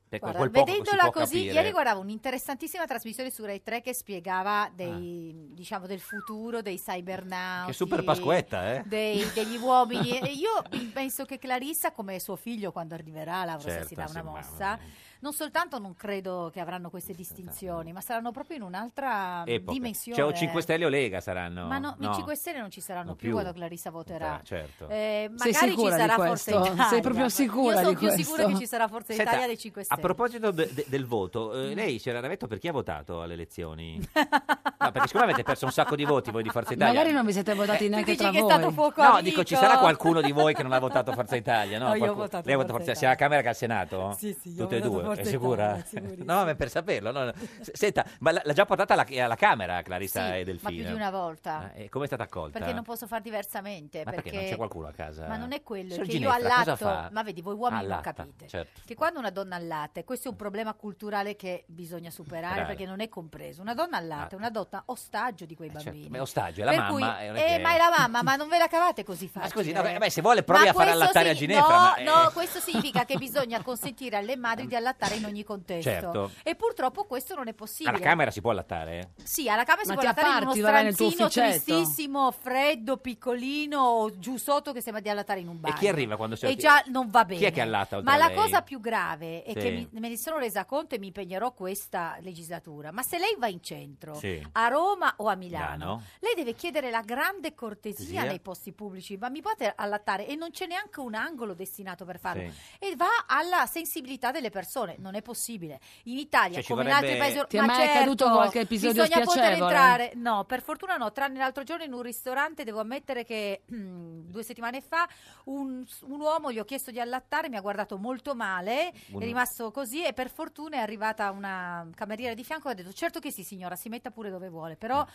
Speaker 2: Per
Speaker 8: Guarda,
Speaker 2: quel poco si
Speaker 8: vedendola
Speaker 2: può
Speaker 8: così,
Speaker 2: capire.
Speaker 8: ieri guardavo un'interessantissima trasmissione su Rai 3 che
Speaker 2: Ah.
Speaker 8: spiegava dei, diciamo, del futuro, dei cybernauti.
Speaker 2: Che super Pasquetta, eh?
Speaker 8: dei- degli uomini. E io penso che Clarissa, come suo figlio quando arriverà, Laura, se
Speaker 2: Certo,
Speaker 8: si dà una
Speaker 2: sì, ma-
Speaker 8: mossa, non soltanto non credo che avranno queste distinzioni, ma saranno proprio in un'altra mm,
Speaker 2: Epoca.
Speaker 8: dimensione.
Speaker 2: Cioè, o 5 Stelle o Lega saranno.
Speaker 8: Ma no, i 5 Stelle non ci saranno
Speaker 2: Non
Speaker 8: più,
Speaker 2: più.
Speaker 8: quando Clarissa voterà.
Speaker 2: Ah, certo.
Speaker 8: Eh,
Speaker 1: Sei
Speaker 8: magari ci
Speaker 1: sicura di
Speaker 8: sarà
Speaker 1: questo?
Speaker 8: Forza Italia.
Speaker 1: Sei proprio sicura
Speaker 8: Io sono
Speaker 1: di
Speaker 8: più sicura
Speaker 1: questo?
Speaker 8: che ci sarà Forza
Speaker 2: Senta,
Speaker 8: Italia dei 5
Speaker 2: A
Speaker 8: Stelle. Mm.
Speaker 2: proposito de- de- del voto, eh, lei c'era Ravetto per chi ha votato alle elezioni? No, perché siccome avete perso un sacco di voti voi di Forza Italia.
Speaker 1: Magari non vi siete votati neanche
Speaker 8: eh. dici
Speaker 1: tra
Speaker 8: che è
Speaker 1: voi.
Speaker 8: stato fuoco
Speaker 2: No, dico, ci sarà qualcuno di voi che non ha votato Forza Italia, no?
Speaker 8: No, io ho
Speaker 2: Qualcu-
Speaker 8: votato
Speaker 2: lei ha votato Forza
Speaker 8: Forza
Speaker 2: Italia, sia alla Camera che al Senato?
Speaker 8: Sì, sì, io ho
Speaker 2: Tutte e
Speaker 8: votato
Speaker 2: due,
Speaker 8: Forza
Speaker 2: è sicura?
Speaker 8: Italia, sicurissimo.
Speaker 2: no, ma per saperlo. no, no. S- Senta, ma l'ha l'ha già portata alla, alla Camera Clarissa e
Speaker 8: Ma
Speaker 2: Delfina?
Speaker 8: più di una volta.
Speaker 2: Ah, e come è stata accolta? Eh,
Speaker 8: Perché non posso far diversamente.
Speaker 2: Ma perché non c'è qualcuno a casa?
Speaker 8: Ma non è quello, è
Speaker 2: Signor
Speaker 8: che io
Speaker 2: Ginefra, cosa fa?
Speaker 8: allatto. Ma vedi, voi uomini non
Speaker 2: Allatta,
Speaker 8: capite.
Speaker 2: certo.
Speaker 8: Che quando una donna allatta, e questo è un problema culturale che bisogna superare
Speaker 2: Brava.
Speaker 8: perché non è compreso. Una donna allatta è una donna ostaggio di quei
Speaker 2: Ah. Certo,
Speaker 8: bambini.
Speaker 2: ma è ostaggio, è la
Speaker 8: Per
Speaker 2: mamma.
Speaker 8: cui-
Speaker 2: e non è
Speaker 8: eh,
Speaker 2: che-
Speaker 8: ma è la mamma, ma non ve la cavate così facile. eh?"
Speaker 2: Scusi, no, beh, se vuole provi
Speaker 8: Ma
Speaker 2: a far
Speaker 8: questo
Speaker 2: allattare a
Speaker 8: signi-
Speaker 2: Ginefra.
Speaker 8: No,
Speaker 2: ma, eh,
Speaker 8: no, questo significa che bisogna consentire alle madri di allattare in ogni contesto.
Speaker 2: Certo.
Speaker 8: E purtroppo questo non è possibile.
Speaker 2: Alla Camera si può allattare? eh?
Speaker 8: Sì, alla Camera si
Speaker 1: Ma
Speaker 8: può
Speaker 1: ti
Speaker 8: allattare in uno
Speaker 1: apparti, vai nel tuo
Speaker 8: stanzino
Speaker 1: ufficetto.
Speaker 8: tristissimo, freddo, piccolino, o giù sotto che sembra di allattare in un bagno.
Speaker 2: E chi arriva quando c'è?
Speaker 8: E già non va bene.
Speaker 2: Chi è che allatta oltre
Speaker 8: Ma
Speaker 2: a
Speaker 8: la
Speaker 2: lei?
Speaker 8: cosa più grave è
Speaker 2: Sì.
Speaker 8: che mi- me ne sono resa conto e mi impegnerò questa legislatura. Ma se lei va in centro,
Speaker 2: Sì.
Speaker 8: a Roma o a Milano,
Speaker 2: Milano.
Speaker 8: lei deve chiedere la grande cortesia
Speaker 2: Sì.
Speaker 8: nei posti pubblici. Ma mi potete allattare? E non c'è neanche un angolo destinato per farlo.
Speaker 2: Sì.
Speaker 8: E va alla sensibilità delle persone. Non è possibile. In Italia,
Speaker 2: Cioè, ci
Speaker 8: come in
Speaker 2: vorrebbe-
Speaker 8: altri paesi,
Speaker 1: Ti è
Speaker 8: ma
Speaker 1: mai
Speaker 8: certo,
Speaker 1: accaduto qualche episodio
Speaker 8: bisogna poter
Speaker 1: spiacevole?
Speaker 8: entrare. No, per fortuna no. Tranne l'altro giorno in un ristorante, devo ammettere che due settimane fa un, un uomo gli ho chiesto di allattare, mi ha guardato molto male,
Speaker 2: Un-
Speaker 8: è rimasto così e per fortuna è arrivata una cameriera di fianco e ha detto certo che sì signora, si metta pure dove vuole, però...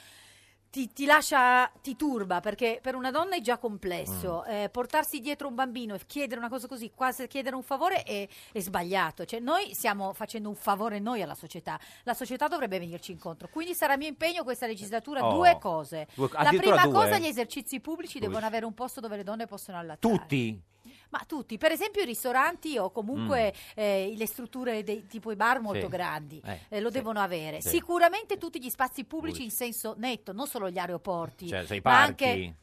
Speaker 8: Ti, ti lascia, ti turba perché per una donna è già complesso.
Speaker 2: Mm.
Speaker 8: Eh, portarsi dietro un bambino e chiedere una cosa così, quasi chiedere un favore è, è sbagliato. Cioè, noi stiamo facendo un favore noi alla società. La società dovrebbe venirci incontro. Quindi sarà mio impegno questa legislatura
Speaker 2: Oh.
Speaker 8: due cose.
Speaker 2: Due-
Speaker 8: La
Speaker 2: addirittura
Speaker 8: prima
Speaker 2: due?
Speaker 8: cosa, gli esercizi pubblici
Speaker 2: Due.
Speaker 8: devono avere un posto dove le donne possono allattare.
Speaker 2: Tutti?
Speaker 8: Ma tutti, per esempio i ristoranti o comunque eh, le strutture dei, tipo i bar molto
Speaker 2: Mm. Sì.
Speaker 8: grandi
Speaker 2: Eh,
Speaker 8: eh, lo
Speaker 2: sì.
Speaker 8: devono avere.
Speaker 2: Sì.
Speaker 8: Sicuramente tutti gli spazi pubblici in senso netto, non solo gli aeroporti,
Speaker 2: Cioè, sei
Speaker 8: ma
Speaker 2: parchi?
Speaker 8: anche...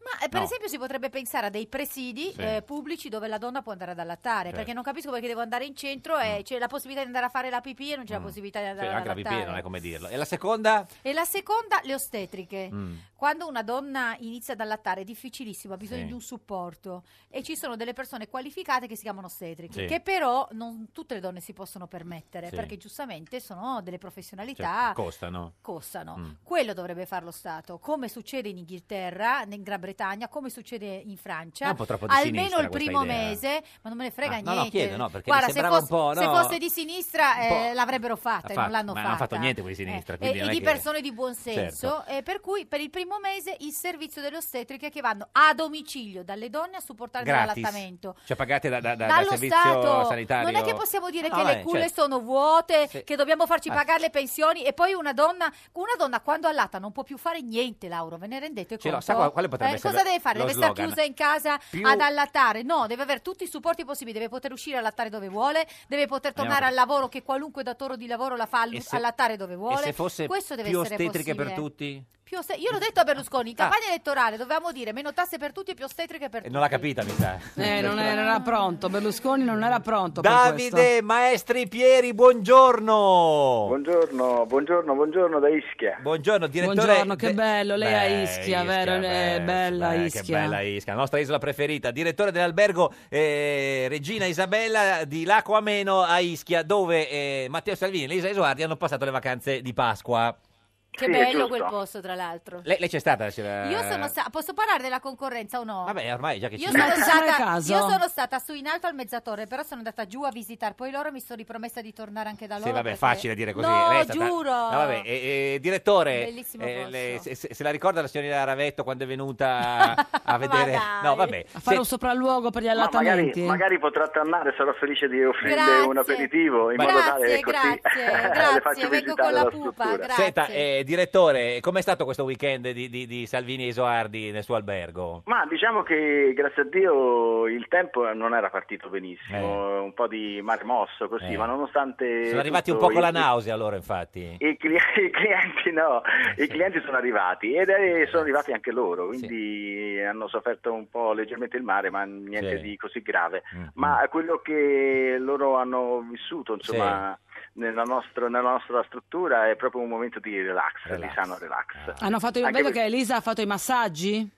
Speaker 8: Ma eh, per
Speaker 2: No.
Speaker 8: esempio si potrebbe pensare a dei presidi
Speaker 2: Sì.
Speaker 8: eh, pubblici dove la donna può andare ad allattare,
Speaker 2: Certo.
Speaker 8: perché non capisco perché devo andare in centro e c'è la possibilità di andare a fare la pipì e non c'è la
Speaker 2: Mm.
Speaker 8: possibilità di
Speaker 2: Cioè,
Speaker 8: andare ad
Speaker 2: anche la pipì,
Speaker 8: allattare.
Speaker 2: non è come dirlo. E la seconda?
Speaker 8: E la seconda, le ostetriche.
Speaker 2: Mm.
Speaker 8: Quando una donna inizia ad allattare è difficilissimo, ha bisogno
Speaker 2: Sì.
Speaker 8: di un supporto e ci sono delle persone qualificate che si chiamano ostetriche,
Speaker 2: Sì.
Speaker 8: che però non tutte le donne si possono permettere
Speaker 2: Sì.
Speaker 8: perché giustamente sono delle professionalità
Speaker 2: Cioè, costano.
Speaker 8: costano.
Speaker 2: Mm.
Speaker 8: Quello dovrebbe fare lo Stato, come succede in Inghilterra, in Gran Bretagna, come succede in Francia.
Speaker 2: È un po' troppo di
Speaker 8: Almeno
Speaker 2: sinistra
Speaker 8: il
Speaker 2: questa
Speaker 8: primo
Speaker 2: idea.
Speaker 8: mese, ma non me ne frega
Speaker 2: Ah, no, no,
Speaker 8: niente.
Speaker 2: chiedo, no, perché mi
Speaker 8: Guarda, se
Speaker 2: sembrava un
Speaker 8: fosse,
Speaker 2: po', no,
Speaker 8: se fosse di sinistra
Speaker 2: un po'
Speaker 8: eh, l'avrebbero fatta e
Speaker 2: Fatto,
Speaker 8: non l'hanno
Speaker 2: ma
Speaker 8: fatta.
Speaker 2: non ha fatto niente quelli di sinistra.
Speaker 8: Eh,
Speaker 2: quindi
Speaker 8: e
Speaker 2: non è
Speaker 8: di
Speaker 2: che-
Speaker 8: persone di buon senso,
Speaker 2: Certo.
Speaker 8: eh, per cui per il primo mese il servizio delle ostetriche che vanno a domicilio dalle donne a supportare
Speaker 2: Gratis.
Speaker 8: l'allattamento.
Speaker 2: Cioè pagate da, da- da- dal
Speaker 8: Dallo
Speaker 2: servizio
Speaker 8: Stato
Speaker 2: sanitario?
Speaker 8: non è che possiamo dire
Speaker 2: No,
Speaker 8: che
Speaker 2: no,
Speaker 8: le
Speaker 2: eh,
Speaker 8: culle
Speaker 2: certo.
Speaker 8: sono vuote,
Speaker 2: Sì.
Speaker 8: che dobbiamo farci
Speaker 2: Ah.
Speaker 8: pagare le pensioni e poi una donna, una donna quando allatta non può più fare niente, Lauro, ve ne rendete
Speaker 2: Ce l'ho,
Speaker 8: conto? Eh,
Speaker 2: sa qual- quale potrebbe essere
Speaker 8: cosa deve fare?
Speaker 2: lo
Speaker 8: Deve stare
Speaker 2: slogan?
Speaker 8: chiusa in casa
Speaker 2: Più-
Speaker 8: ad allattare? No, deve avere tutti i supporti possibili, deve poter uscire a allattare dove vuole, deve poter
Speaker 2: Andiamo
Speaker 8: tornare
Speaker 2: per-
Speaker 8: al lavoro che qualunque datore di lavoro la fa allu-
Speaker 2: E se-
Speaker 8: allattare dove vuole.
Speaker 2: E se fosse
Speaker 8: Questo deve
Speaker 2: più
Speaker 8: essere
Speaker 2: ostetriche per
Speaker 8: possibile.
Speaker 2: tutti? Ah.
Speaker 8: Più oste- Io l'ho detto a Berlusconi, in campagna elettorale dovevamo dire meno tasse per tutti e più ostetriche
Speaker 2: E
Speaker 8: per tutti.
Speaker 2: non l'ha capita, mi sa.
Speaker 11: Eh, non era, non
Speaker 12: certo.
Speaker 11: era pronto, Berlusconi non era pronto per
Speaker 2: Davide
Speaker 11: questo.
Speaker 2: Maestri Pieri, buongiorno.
Speaker 12: Buongiorno, buongiorno, buongiorno da Ischia.
Speaker 2: Buongiorno, direttore.
Speaker 11: Buongiorno,
Speaker 2: de-
Speaker 11: che bello, lei a
Speaker 2: Beh,
Speaker 11: Ischia, vero? Eh,
Speaker 2: beh,
Speaker 11: bella
Speaker 2: beh, Che
Speaker 11: Ischia.
Speaker 2: bella Ischia, la nostra isola preferita. Direttore dell'albergo eh, Regina Isabella di Laco Ameno a Ischia, dove eh, Matteo Salvini e Elisa Esuardi hanno passato le vacanze di Pasqua.
Speaker 8: Che
Speaker 2: Eh, Sì, è
Speaker 8: bello
Speaker 2: giusto.
Speaker 8: quel posto, tra l'altro.
Speaker 2: Lei, lei c'è stata? c'era-
Speaker 8: Io sono stata. Posso parlare della concorrenza o no?
Speaker 2: Eh. Vabbè, ormai già che
Speaker 8: Io
Speaker 2: ci
Speaker 8: sono,
Speaker 2: siamo.
Speaker 8: stata, io sono stata su in alto al mezzatore, però sono andata giù a visitare. Poi loro mi sono ripromessa di tornare anche da loro.
Speaker 2: Sì, vabbè,
Speaker 8: perché-
Speaker 2: facile dire così.
Speaker 8: No,
Speaker 2: lei è stata-
Speaker 8: giuro.
Speaker 2: No, vabbè, eh, eh, direttore,
Speaker 8: Bellissimo
Speaker 2: eh,
Speaker 8: posto.
Speaker 2: le- se, se- se la ricorda la signorina Ravetto quando è venuta a- a vedere...
Speaker 8: dai.
Speaker 2: no, vabbè.
Speaker 11: A fare
Speaker 2: Se-
Speaker 11: un sopralluogo per gli
Speaker 12: Ma magari,
Speaker 11: allattamenti.
Speaker 12: magari potrà tornare, sarò felice di offrirle
Speaker 11: Grazie.
Speaker 12: un aperitivo in
Speaker 2: Grazie,
Speaker 12: modo tale che
Speaker 8: grazie,
Speaker 12: così
Speaker 8: grazie,
Speaker 12: le faccio
Speaker 8: vengo con
Speaker 12: visitare
Speaker 8: la
Speaker 12: la
Speaker 8: pupa,
Speaker 12: struttura.
Speaker 8: grazie.
Speaker 2: Senta, eh, direttore, com'è stato questo weekend di, di- di Salvini e Isoardi nel suo albergo?
Speaker 12: Ma diciamo che grazie a Dio il tempo non era partito benissimo, un po' di mare mosso così,
Speaker 2: Eh.
Speaker 12: ma nonostante...
Speaker 2: Sono arrivati un
Speaker 12: tutto Eh,
Speaker 2: po' con la
Speaker 12: il-
Speaker 2: nausea loro, infatti.
Speaker 12: I, cli- i clienti no,
Speaker 2: Eh,
Speaker 12: i clienti sono arrivati ed eh, sono arrivati anche loro, quindi hanno sofferto un po' leggermente il mare, ma niente
Speaker 13: Sì.
Speaker 12: di così grave.
Speaker 2: Mm-hmm.
Speaker 12: Ma quello che loro hanno vissuto, insomma, nella, nostra, nella nostra struttura è proprio un momento di relax, di sano relax.
Speaker 2: Ah.
Speaker 11: Hanno fatto,
Speaker 12: Anche
Speaker 11: vedo
Speaker 12: per-
Speaker 11: che Elisa ha fatto i massaggi.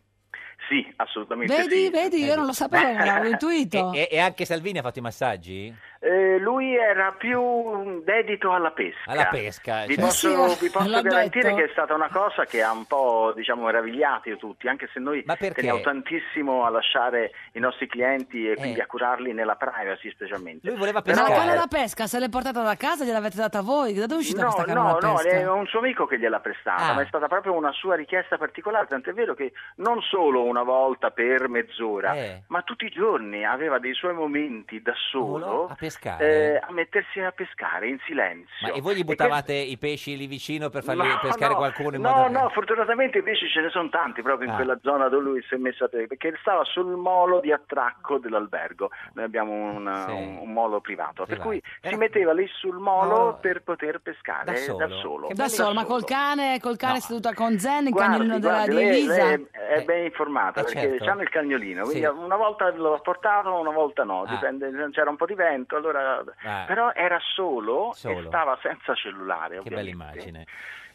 Speaker 12: Sì, assolutamente.
Speaker 11: Vedi,
Speaker 12: sì. eh.
Speaker 11: vedi, io non lo sapevo, non l'avevo intuito.
Speaker 2: E, e anche Salvini ha fatto i massaggi?
Speaker 12: Eh, lui era più dedito alla pesca.
Speaker 2: Alla pesca,
Speaker 12: Vi
Speaker 2: cioè.
Speaker 12: posso,
Speaker 2: Sì,
Speaker 12: vi posso
Speaker 2: l'ha
Speaker 12: garantire
Speaker 2: detto.
Speaker 12: che è stata una cosa che ha un po' diciamo, meravigliati tutti, anche se noi teniamo tantissimo a lasciare i nostri clienti e quindi a curarli nella privacy specialmente.
Speaker 2: Eh. Lui voleva
Speaker 11: Ma
Speaker 12: eh.
Speaker 11: la canna da pesca se l'è portata da casa, gliel'avete data voi? Da dove è uscita
Speaker 12: No,
Speaker 11: questa canna
Speaker 12: no,
Speaker 11: da
Speaker 12: no,
Speaker 11: pesca?
Speaker 12: è un suo amico che gliel'ha prestata,
Speaker 11: Ah.
Speaker 12: ma è stata proprio una sua richiesta particolare, tant'è vero che non solo una volta per mezz'ora,
Speaker 2: Eh.
Speaker 12: ma tutti i giorni aveva dei suoi momenti da solo
Speaker 2: a pescare?
Speaker 12: eh, a mettersi a pescare in silenzio.
Speaker 2: Ma e voi gli
Speaker 12: questo-
Speaker 2: buttavate i pesci lì vicino per farli
Speaker 12: No,
Speaker 2: pescare
Speaker 12: no,
Speaker 2: qualcuno in
Speaker 12: no,
Speaker 2: modo...
Speaker 12: no, fortunatamente invece ce ne sono tanti proprio in
Speaker 2: Ah.
Speaker 12: quella zona dove lui si è messo a te, perché stava sul molo di attracco dell'albergo. Noi abbiamo un,
Speaker 2: Sì.
Speaker 12: un- un molo privato, per
Speaker 2: Privato. Eh.
Speaker 12: cui si metteva lì sul molo per poter pescare eh,
Speaker 2: Da
Speaker 12: da
Speaker 2: solo?
Speaker 12: solo.
Speaker 2: Che
Speaker 1: Da solo, ma col cane, col cane seduto al conzen, il
Speaker 12: Guardi,
Speaker 1: cagnolino della
Speaker 12: guardi,
Speaker 1: di
Speaker 12: lei,
Speaker 1: Elisa.
Speaker 12: lei è è ben informata
Speaker 2: Eh,
Speaker 12: perché
Speaker 2: certo.
Speaker 12: c'hanno il cagnolino, quindi
Speaker 2: Sì.
Speaker 12: una volta lo portavano, una volta no,
Speaker 2: Ah.
Speaker 12: dipende, c'era un po' di vento, allora...
Speaker 2: Ah.
Speaker 12: però era solo,
Speaker 2: Solo.
Speaker 12: e stava senza cellulare.
Speaker 2: Che bella
Speaker 12: ovviamente.
Speaker 2: immagine.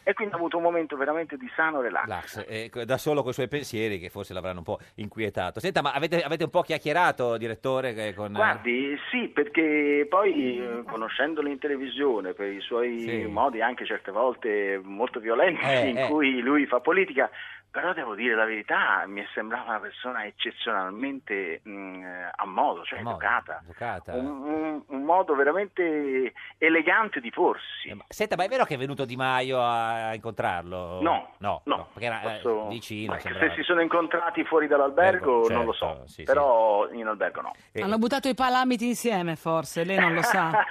Speaker 12: E quindi ha avuto un momento veramente di sano relax.
Speaker 2: Lax, eh, da solo con i suoi pensieri che forse l'avranno un po' inquietato. Senta, ma avete, avete un po' chiacchierato, direttore, eh, con...
Speaker 12: Guardi, sì, perché poi eh, conoscendolo in televisione per i suoi
Speaker 2: Sì.
Speaker 12: modi anche certe volte molto violenti
Speaker 2: Eh,
Speaker 12: in
Speaker 2: eh.
Speaker 12: cui lui fa politica, però devo dire la verità, mi è sembrata una persona eccezionalmente mh, a modo, cioè educata,
Speaker 2: Ducata?
Speaker 12: un, un- un modo veramente elegante di porsi.
Speaker 2: Senta, Eh, ma è vero che è venuto Di Maio a, a incontrarlo?
Speaker 12: No,
Speaker 2: no,
Speaker 12: no,
Speaker 2: perché era eh,
Speaker 12: Posso-
Speaker 2: vicino.
Speaker 12: ma
Speaker 2: sembrava.
Speaker 12: se si sono incontrati fuori dall'albergo
Speaker 2: Albergo,
Speaker 12: non lo
Speaker 2: certo,
Speaker 12: so,
Speaker 2: sì, sì.
Speaker 12: però in albergo no.
Speaker 2: Eh,
Speaker 1: Hanno buttato i palamiti insieme, forse, lei non lo sa.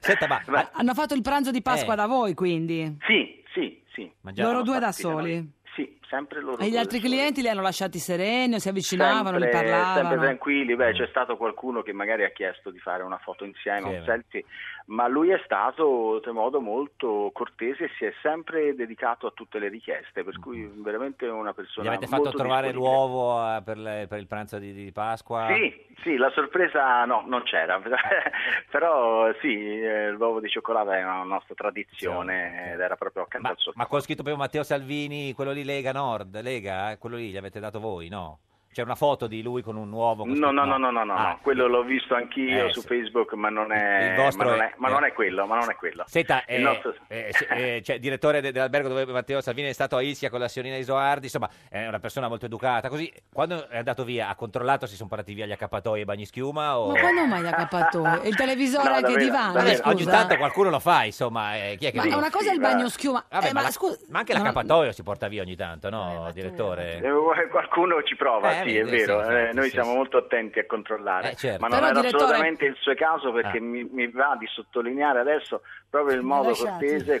Speaker 2: Senta, ma...
Speaker 12: Ma-
Speaker 1: Hanno fatto il pranzo di Pasqua
Speaker 12: Eh.
Speaker 1: da voi, quindi.
Speaker 12: Sì, sì, sì.
Speaker 1: Loro
Speaker 12: Siamo
Speaker 1: due da
Speaker 12: partiti da
Speaker 1: soli.
Speaker 12: noi. Sì, sempre loro
Speaker 1: E gli
Speaker 12: due
Speaker 1: altri
Speaker 12: da soli.
Speaker 1: clienti li hanno lasciati sereni, o si avvicinavano, li
Speaker 12: Sempre-
Speaker 1: parlavano.
Speaker 12: Sempre tranquilli,
Speaker 2: Mm.
Speaker 12: beh, c'è stato qualcuno che magari ha chiesto di fare una foto insieme,
Speaker 2: Insieme.
Speaker 12: un selfie, ma lui è stato in modo molto cortese e si è sempre dedicato a tutte le richieste, per cui veramente una persona
Speaker 2: Mm, Gli avete fatto
Speaker 12: molto
Speaker 2: trovare
Speaker 12: disponibile.
Speaker 2: l'uovo eh, per, le- per il pranzo di, di Pasqua?
Speaker 12: Sì, sì, la sorpresa no, non c'era, però sì, eh, l'uovo di cioccolata è una nostra tradizione ed era proprio accanto al suo
Speaker 2: Ma con scritto proprio Matteo Salvini, quello lì Lega Nord, Lega, eh, quello lì gli avete dato voi, no? C'è una foto di lui con un uovo. con
Speaker 12: No,
Speaker 2: scritto-
Speaker 12: no, no, no, no, no,
Speaker 2: Ah,
Speaker 12: no, quello l'ho visto anch'io
Speaker 2: Eh,
Speaker 12: su
Speaker 2: sì.
Speaker 12: Facebook, ma non è,
Speaker 2: Il vostro
Speaker 12: ma non
Speaker 2: è-
Speaker 12: è, ma
Speaker 2: eh.
Speaker 12: non è quello, ma non è quello.
Speaker 2: Senta,
Speaker 12: Il
Speaker 2: eh,
Speaker 12: nostro-
Speaker 2: eh, se- eh, cioè, direttore de- dell'albergo dove Matteo Salvini è stato a Ischia con la signorina Isoardi, insomma, è una persona molto educata. Così, quando è andato via, ha controllato se sono parati via gli accappatoi e i bagnischiuma? O...
Speaker 1: Ma quando mai gli accappatoi? E Il televisore
Speaker 2: No,
Speaker 1: anche i
Speaker 2: davvero,
Speaker 1: divani,
Speaker 2: davvero. Ogni
Speaker 1: scusa.
Speaker 2: tanto qualcuno lo fa, insomma, eh, chi è che
Speaker 1: Ma
Speaker 2: lo-
Speaker 1: una cosa è il bagno schiuma.
Speaker 2: Vabbè,
Speaker 1: Eh,
Speaker 2: ma,
Speaker 1: ma
Speaker 2: la-
Speaker 1: scusa-
Speaker 2: ma anche
Speaker 1: no,
Speaker 2: l'accappatoio si porta via ogni tanto, no, direttore?
Speaker 12: Eh, Qualcuno ci prova,
Speaker 2: Eh,
Speaker 12: sì,
Speaker 2: vedi,
Speaker 12: è
Speaker 2: sì,
Speaker 12: vero,
Speaker 2: esatto,
Speaker 12: eh, noi
Speaker 2: sì,
Speaker 12: siamo
Speaker 2: sì.
Speaker 12: molto attenti a controllare,
Speaker 2: Eh, certo.
Speaker 12: ma non
Speaker 2: Però,
Speaker 12: era
Speaker 2: direttore-
Speaker 12: assolutamente il suo caso perché
Speaker 2: Ah.
Speaker 12: mi, mi va di sottolineare adesso proprio il modo
Speaker 1: lasciati.
Speaker 12: cortese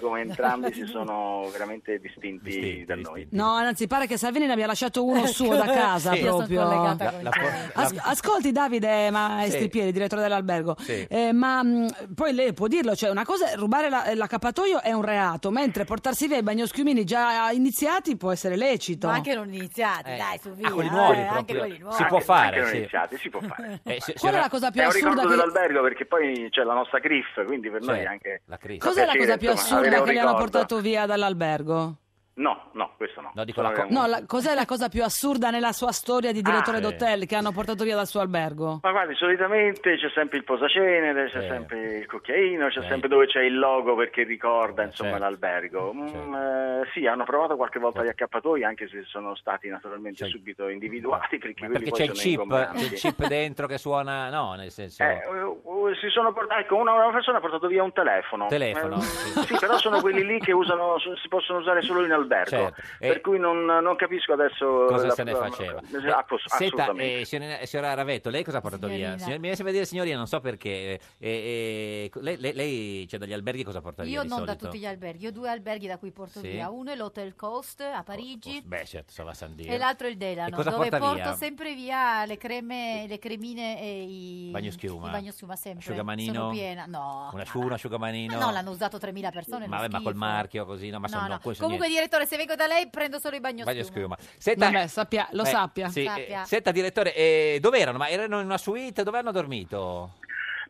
Speaker 12: come entrambi si sono veramente distinti, da noi.
Speaker 1: No, anzi, pare che Salvini ne abbia lasciato uno
Speaker 2: Ecco.
Speaker 1: suo da casa
Speaker 12: Eh, Sì. Io sono
Speaker 1: proprio. Ah,
Speaker 12: collegata La- con la-
Speaker 1: As- ascolti Davide ma
Speaker 12: Sì.
Speaker 1: Stripieri, direttore dell'albergo,
Speaker 12: Sì.
Speaker 1: Eh, ma mh, poi lei può dirlo, cioè una cosa è rubare la- l'accappatoio è un reato, mentre portarsi via i bagnoschiumini già iniziati può essere lecito.
Speaker 8: Ma anche non iniziati,
Speaker 1: Eh.
Speaker 8: dai, su via.
Speaker 1: Ah, quelli
Speaker 8: eh,
Speaker 1: nuovi
Speaker 8: anche
Speaker 1: proprio.
Speaker 8: quelli nuovi.
Speaker 2: Si può fare,
Speaker 12: Anche non
Speaker 2: sì.
Speaker 12: iniziati, si può fare.
Speaker 2: Eh, se-
Speaker 1: Qual è
Speaker 2: signora-
Speaker 1: la cosa più
Speaker 12: È un
Speaker 1: assurda
Speaker 12: ricordo
Speaker 1: che...
Speaker 12: dell'albergo perché poi c'è la nostra griff, quindi per noi
Speaker 2: Certo,
Speaker 12: anche...
Speaker 2: la griff.
Speaker 1: Cos'è la
Speaker 12: piacere,
Speaker 1: cosa più
Speaker 12: insomma, avere
Speaker 1: assurda
Speaker 12: un
Speaker 1: che gli hanno
Speaker 12: ricordo.
Speaker 1: portato via dall'albergo?
Speaker 12: No, no, questo no. Sono veramente-
Speaker 1: No, la- cos'è la cosa più assurda nella sua storia di direttore
Speaker 12: Ah, sì.
Speaker 1: d'hotel che hanno portato via dal suo albergo?
Speaker 12: Ma guardi, solitamente c'è sempre il posacenere, c'è
Speaker 1: Eh.
Speaker 12: sempre il cucchiaino, c'è
Speaker 1: Eh.
Speaker 12: sempre dove c'è il logo perché ricorda
Speaker 2: Eh,
Speaker 12: insomma
Speaker 2: certo.
Speaker 12: l'albergo. Mm, eh, sì, hanno provato qualche volta gli accappatoi, anche se sono stati naturalmente subito individuati perché, quelli
Speaker 2: Perché
Speaker 12: poi
Speaker 2: c'è il
Speaker 12: sono
Speaker 2: chip,
Speaker 12: ingombranti.
Speaker 2: c'è il chip dentro che suona, no, nel senso...
Speaker 12: Eh, eh, eh, si sono portati, ecco, una, una persona ha portato via un telefono.
Speaker 2: Telefono,
Speaker 12: Eh, sì, però sono quelli lì che usano, so- si possono usare solo in albergo.
Speaker 2: Certo. E-
Speaker 12: Per cui non, non capisco adesso
Speaker 2: Cosa
Speaker 12: la-
Speaker 2: se ne faceva?
Speaker 12: Eh, ass-
Speaker 2: Senta,
Speaker 12: assolutamente.
Speaker 2: eh, signorina- signora Ravetto, lei cosa ha portato via?
Speaker 8: Signorina.
Speaker 2: Signor- mi sembra di dire signorina, non so perché. eh, eh, eh, lei, lei- lei, cioè, dagli alberghi cosa porta via
Speaker 8: Io
Speaker 2: di
Speaker 8: non da
Speaker 2: solito?
Speaker 8: tutti gli alberghi, ho due alberghi da cui porto
Speaker 2: Sì.
Speaker 8: via. Uno è l'Hotel Coast a Parigi
Speaker 2: Beh, certo, so la San Dio.
Speaker 8: e l'altro è il
Speaker 2: E
Speaker 8: Delano,
Speaker 2: cosa
Speaker 8: dove
Speaker 2: porta
Speaker 8: porto
Speaker 2: via?
Speaker 8: sempre via le creme, le cremine e i
Speaker 2: Bagnoschiuma.
Speaker 8: i bagnoschiuma sempre.
Speaker 2: Asciugamanino?
Speaker 8: Sono piena. No.
Speaker 2: Un asciu- un
Speaker 8: Ma
Speaker 2: asciugamanino?
Speaker 8: no, l'hanno usato 3000 persone.
Speaker 2: Ma,
Speaker 8: uno
Speaker 2: vabbè, ma col
Speaker 8: schifo.
Speaker 2: marchio così, no, ma sono
Speaker 8: No, no.
Speaker 2: no, questo
Speaker 8: Comunque,
Speaker 2: niente.
Speaker 8: direttore, se vengo da lei prendo solo i bagnoschiuma.
Speaker 2: Bagno schiuma. Senta,
Speaker 1: Vabbè, sappia- lo
Speaker 2: eh,
Speaker 1: sappia.
Speaker 2: sì, eh,
Speaker 8: Sappia.
Speaker 2: senta, direttore, eh, dove erano? Ma erano in una suite? Dove hanno dormito?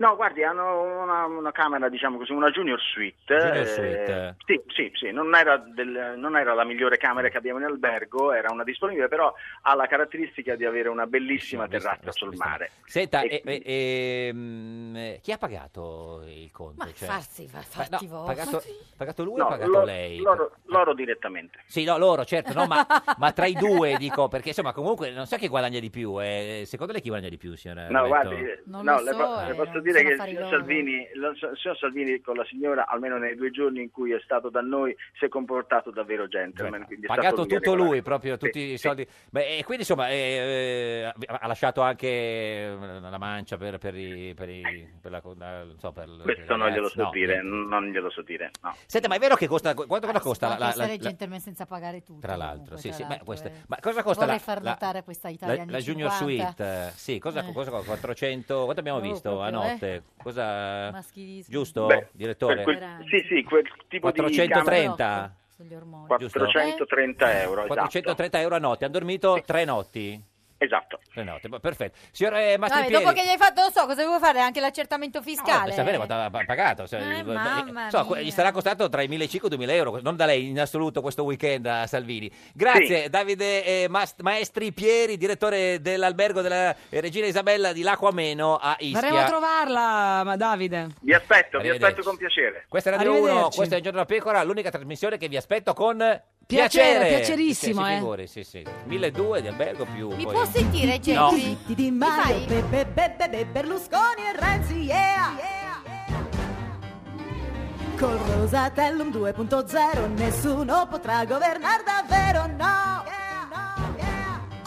Speaker 12: No, guardi, hanno una, una camera, diciamo così, una junior suite.
Speaker 2: Junior
Speaker 12: eh,
Speaker 2: suite.
Speaker 12: sì, sì, sì, non era, del- non era la migliore camera che abbiamo in albergo, era una disponibile, però ha la caratteristica di avere una bellissima terrazza sul mare.
Speaker 2: Senta,
Speaker 12: E-
Speaker 2: eh, eh, ehm, eh, chi ha pagato il conto?
Speaker 8: Ma
Speaker 2: Cioè,
Speaker 8: farsi, fa-
Speaker 2: pa-
Speaker 8: fatti
Speaker 2: no,
Speaker 8: voi.
Speaker 2: pagato, pagato lui o
Speaker 12: No,
Speaker 2: pagato
Speaker 12: lo-
Speaker 2: lei?
Speaker 12: Loro, loro direttamente.
Speaker 2: Sì, no, loro, certo, no, ma, ma tra i due dico, perché insomma, comunque non so chi guadagna di più. eh. Secondo lei chi guadagna di più, signora?
Speaker 12: No,
Speaker 2: Ravetto?
Speaker 12: guardi, eh, no, le, po- le posso dire che il
Speaker 8: affari
Speaker 12: signor
Speaker 8: loro.
Speaker 12: Salvini, lo- il signor Salvini con la signora, almeno nei due giorni in cui è stato da noi, si è comportato davvero gentleman. quindi è stato
Speaker 2: pagato
Speaker 12: lui a
Speaker 2: tutto
Speaker 12: regolare.
Speaker 2: lui, proprio tutti i soldi. Beh, e quindi insomma eh, eh, ha lasciato anche eh, la mancia per, per, i, per, i, per la... non so, per- per
Speaker 12: Questo
Speaker 2: i
Speaker 12: non glielo
Speaker 2: ragazzi.
Speaker 12: so
Speaker 2: No, eh,
Speaker 12: dire,
Speaker 2: niente.
Speaker 12: non glielo so dire, no.
Speaker 2: Senta, ma è vero che costa... Quanto,
Speaker 8: Ah,
Speaker 2: quanto costa la-
Speaker 8: Può
Speaker 2: la- la-
Speaker 8: essere
Speaker 2: la-
Speaker 8: gentleman senza pagare tutto.
Speaker 2: Tra l'altro, sì,
Speaker 8: tra
Speaker 2: sì,
Speaker 8: l'altro,
Speaker 2: beh, questa-
Speaker 8: eh.
Speaker 2: ma cosa costa
Speaker 8: Vorrei
Speaker 2: la,
Speaker 8: far
Speaker 2: la-
Speaker 8: notare questa Italia
Speaker 2: la-
Speaker 8: anni
Speaker 2: la Junior
Speaker 8: 50.
Speaker 2: Suite? eh, Sì, cosa,
Speaker 8: Eh.
Speaker 2: cosa- 400, quanto abbiamo
Speaker 8: Oh,
Speaker 2: visto a
Speaker 8: proprio, eh.
Speaker 2: notte? Cosa,
Speaker 8: Maschilismo.
Speaker 2: giusto,
Speaker 12: Beh,
Speaker 2: direttore?
Speaker 12: per quel- sì, sì, quel tipo di camera-
Speaker 2: 430? giusto?
Speaker 8: Eh?
Speaker 12: 430 euro, esatto.
Speaker 2: 430 euro a notte, hanno dormito tre notti?
Speaker 12: Esatto.
Speaker 2: Tre notti, ma- perfetto. Signore
Speaker 8: Vabbè,
Speaker 2: Mastropieri,
Speaker 8: dopo che gli hai fatto, lo so, cosa devo fare? Anche l'accertamento fiscale.
Speaker 2: per sapere quanto ha pa- pagato. cioè,
Speaker 8: Eh,
Speaker 2: il-
Speaker 8: mamma
Speaker 2: so, que-
Speaker 8: mia.
Speaker 2: gli sarà costato tra i 1.500 e i 2.000 euro, non da lei in assoluto questo weekend a Salvini. Grazie Davide eh, Mas- Maestri Pieri, direttore dell'albergo della eh, Regina Isabella di L'Aquameno a Ischia.
Speaker 1: Vorremmo trovarla, ma Davide.
Speaker 12: Vi aspetto,
Speaker 2: vi aspetto
Speaker 12: con piacere.
Speaker 2: Questa è Radio 1,
Speaker 1: Arrivederci.
Speaker 2: questa è Il Giorno della Pecora, l'unica trasmissione che vi aspetto con
Speaker 1: Piacere,
Speaker 2: piacere.
Speaker 1: piacerissimo,
Speaker 2: Sì, sì,
Speaker 1: eh.
Speaker 2: figuri, sì, sì. 1.200 di albergo più...
Speaker 8: Mi
Speaker 2: poi-
Speaker 8: può sentire,
Speaker 2: No.
Speaker 8: Jerry?
Speaker 7: Di Di Maio, Be- Be- Be- Be- Be- Berlusconi e Renzi, yeah! Col Rosatellum 2.0 nessuno potrà governare davvero, no!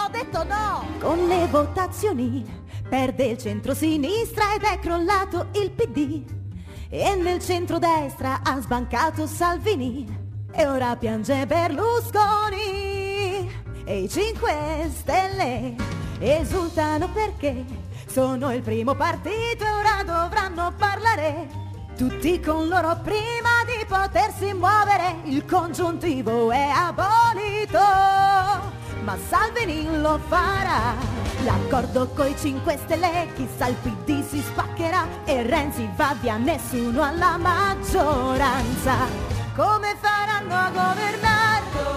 Speaker 7: Ho detto no! Con le votazioni perde il centro-sinistra ed è crollato il PD. E nel centro-destra ha sbancato Salvini. E ora piange Berlusconi. E i 5 Stelle esultano perché sono il primo partito e ora dovranno parlare. Tutti con loro prima di potersi muovere, il congiuntivo è abolito, ma Salvini lo farà. L'accordo coi 5 Stelle, chissà il PD si spaccherà e Renzi va via, nessuno alla maggioranza. Come faranno a governare? Come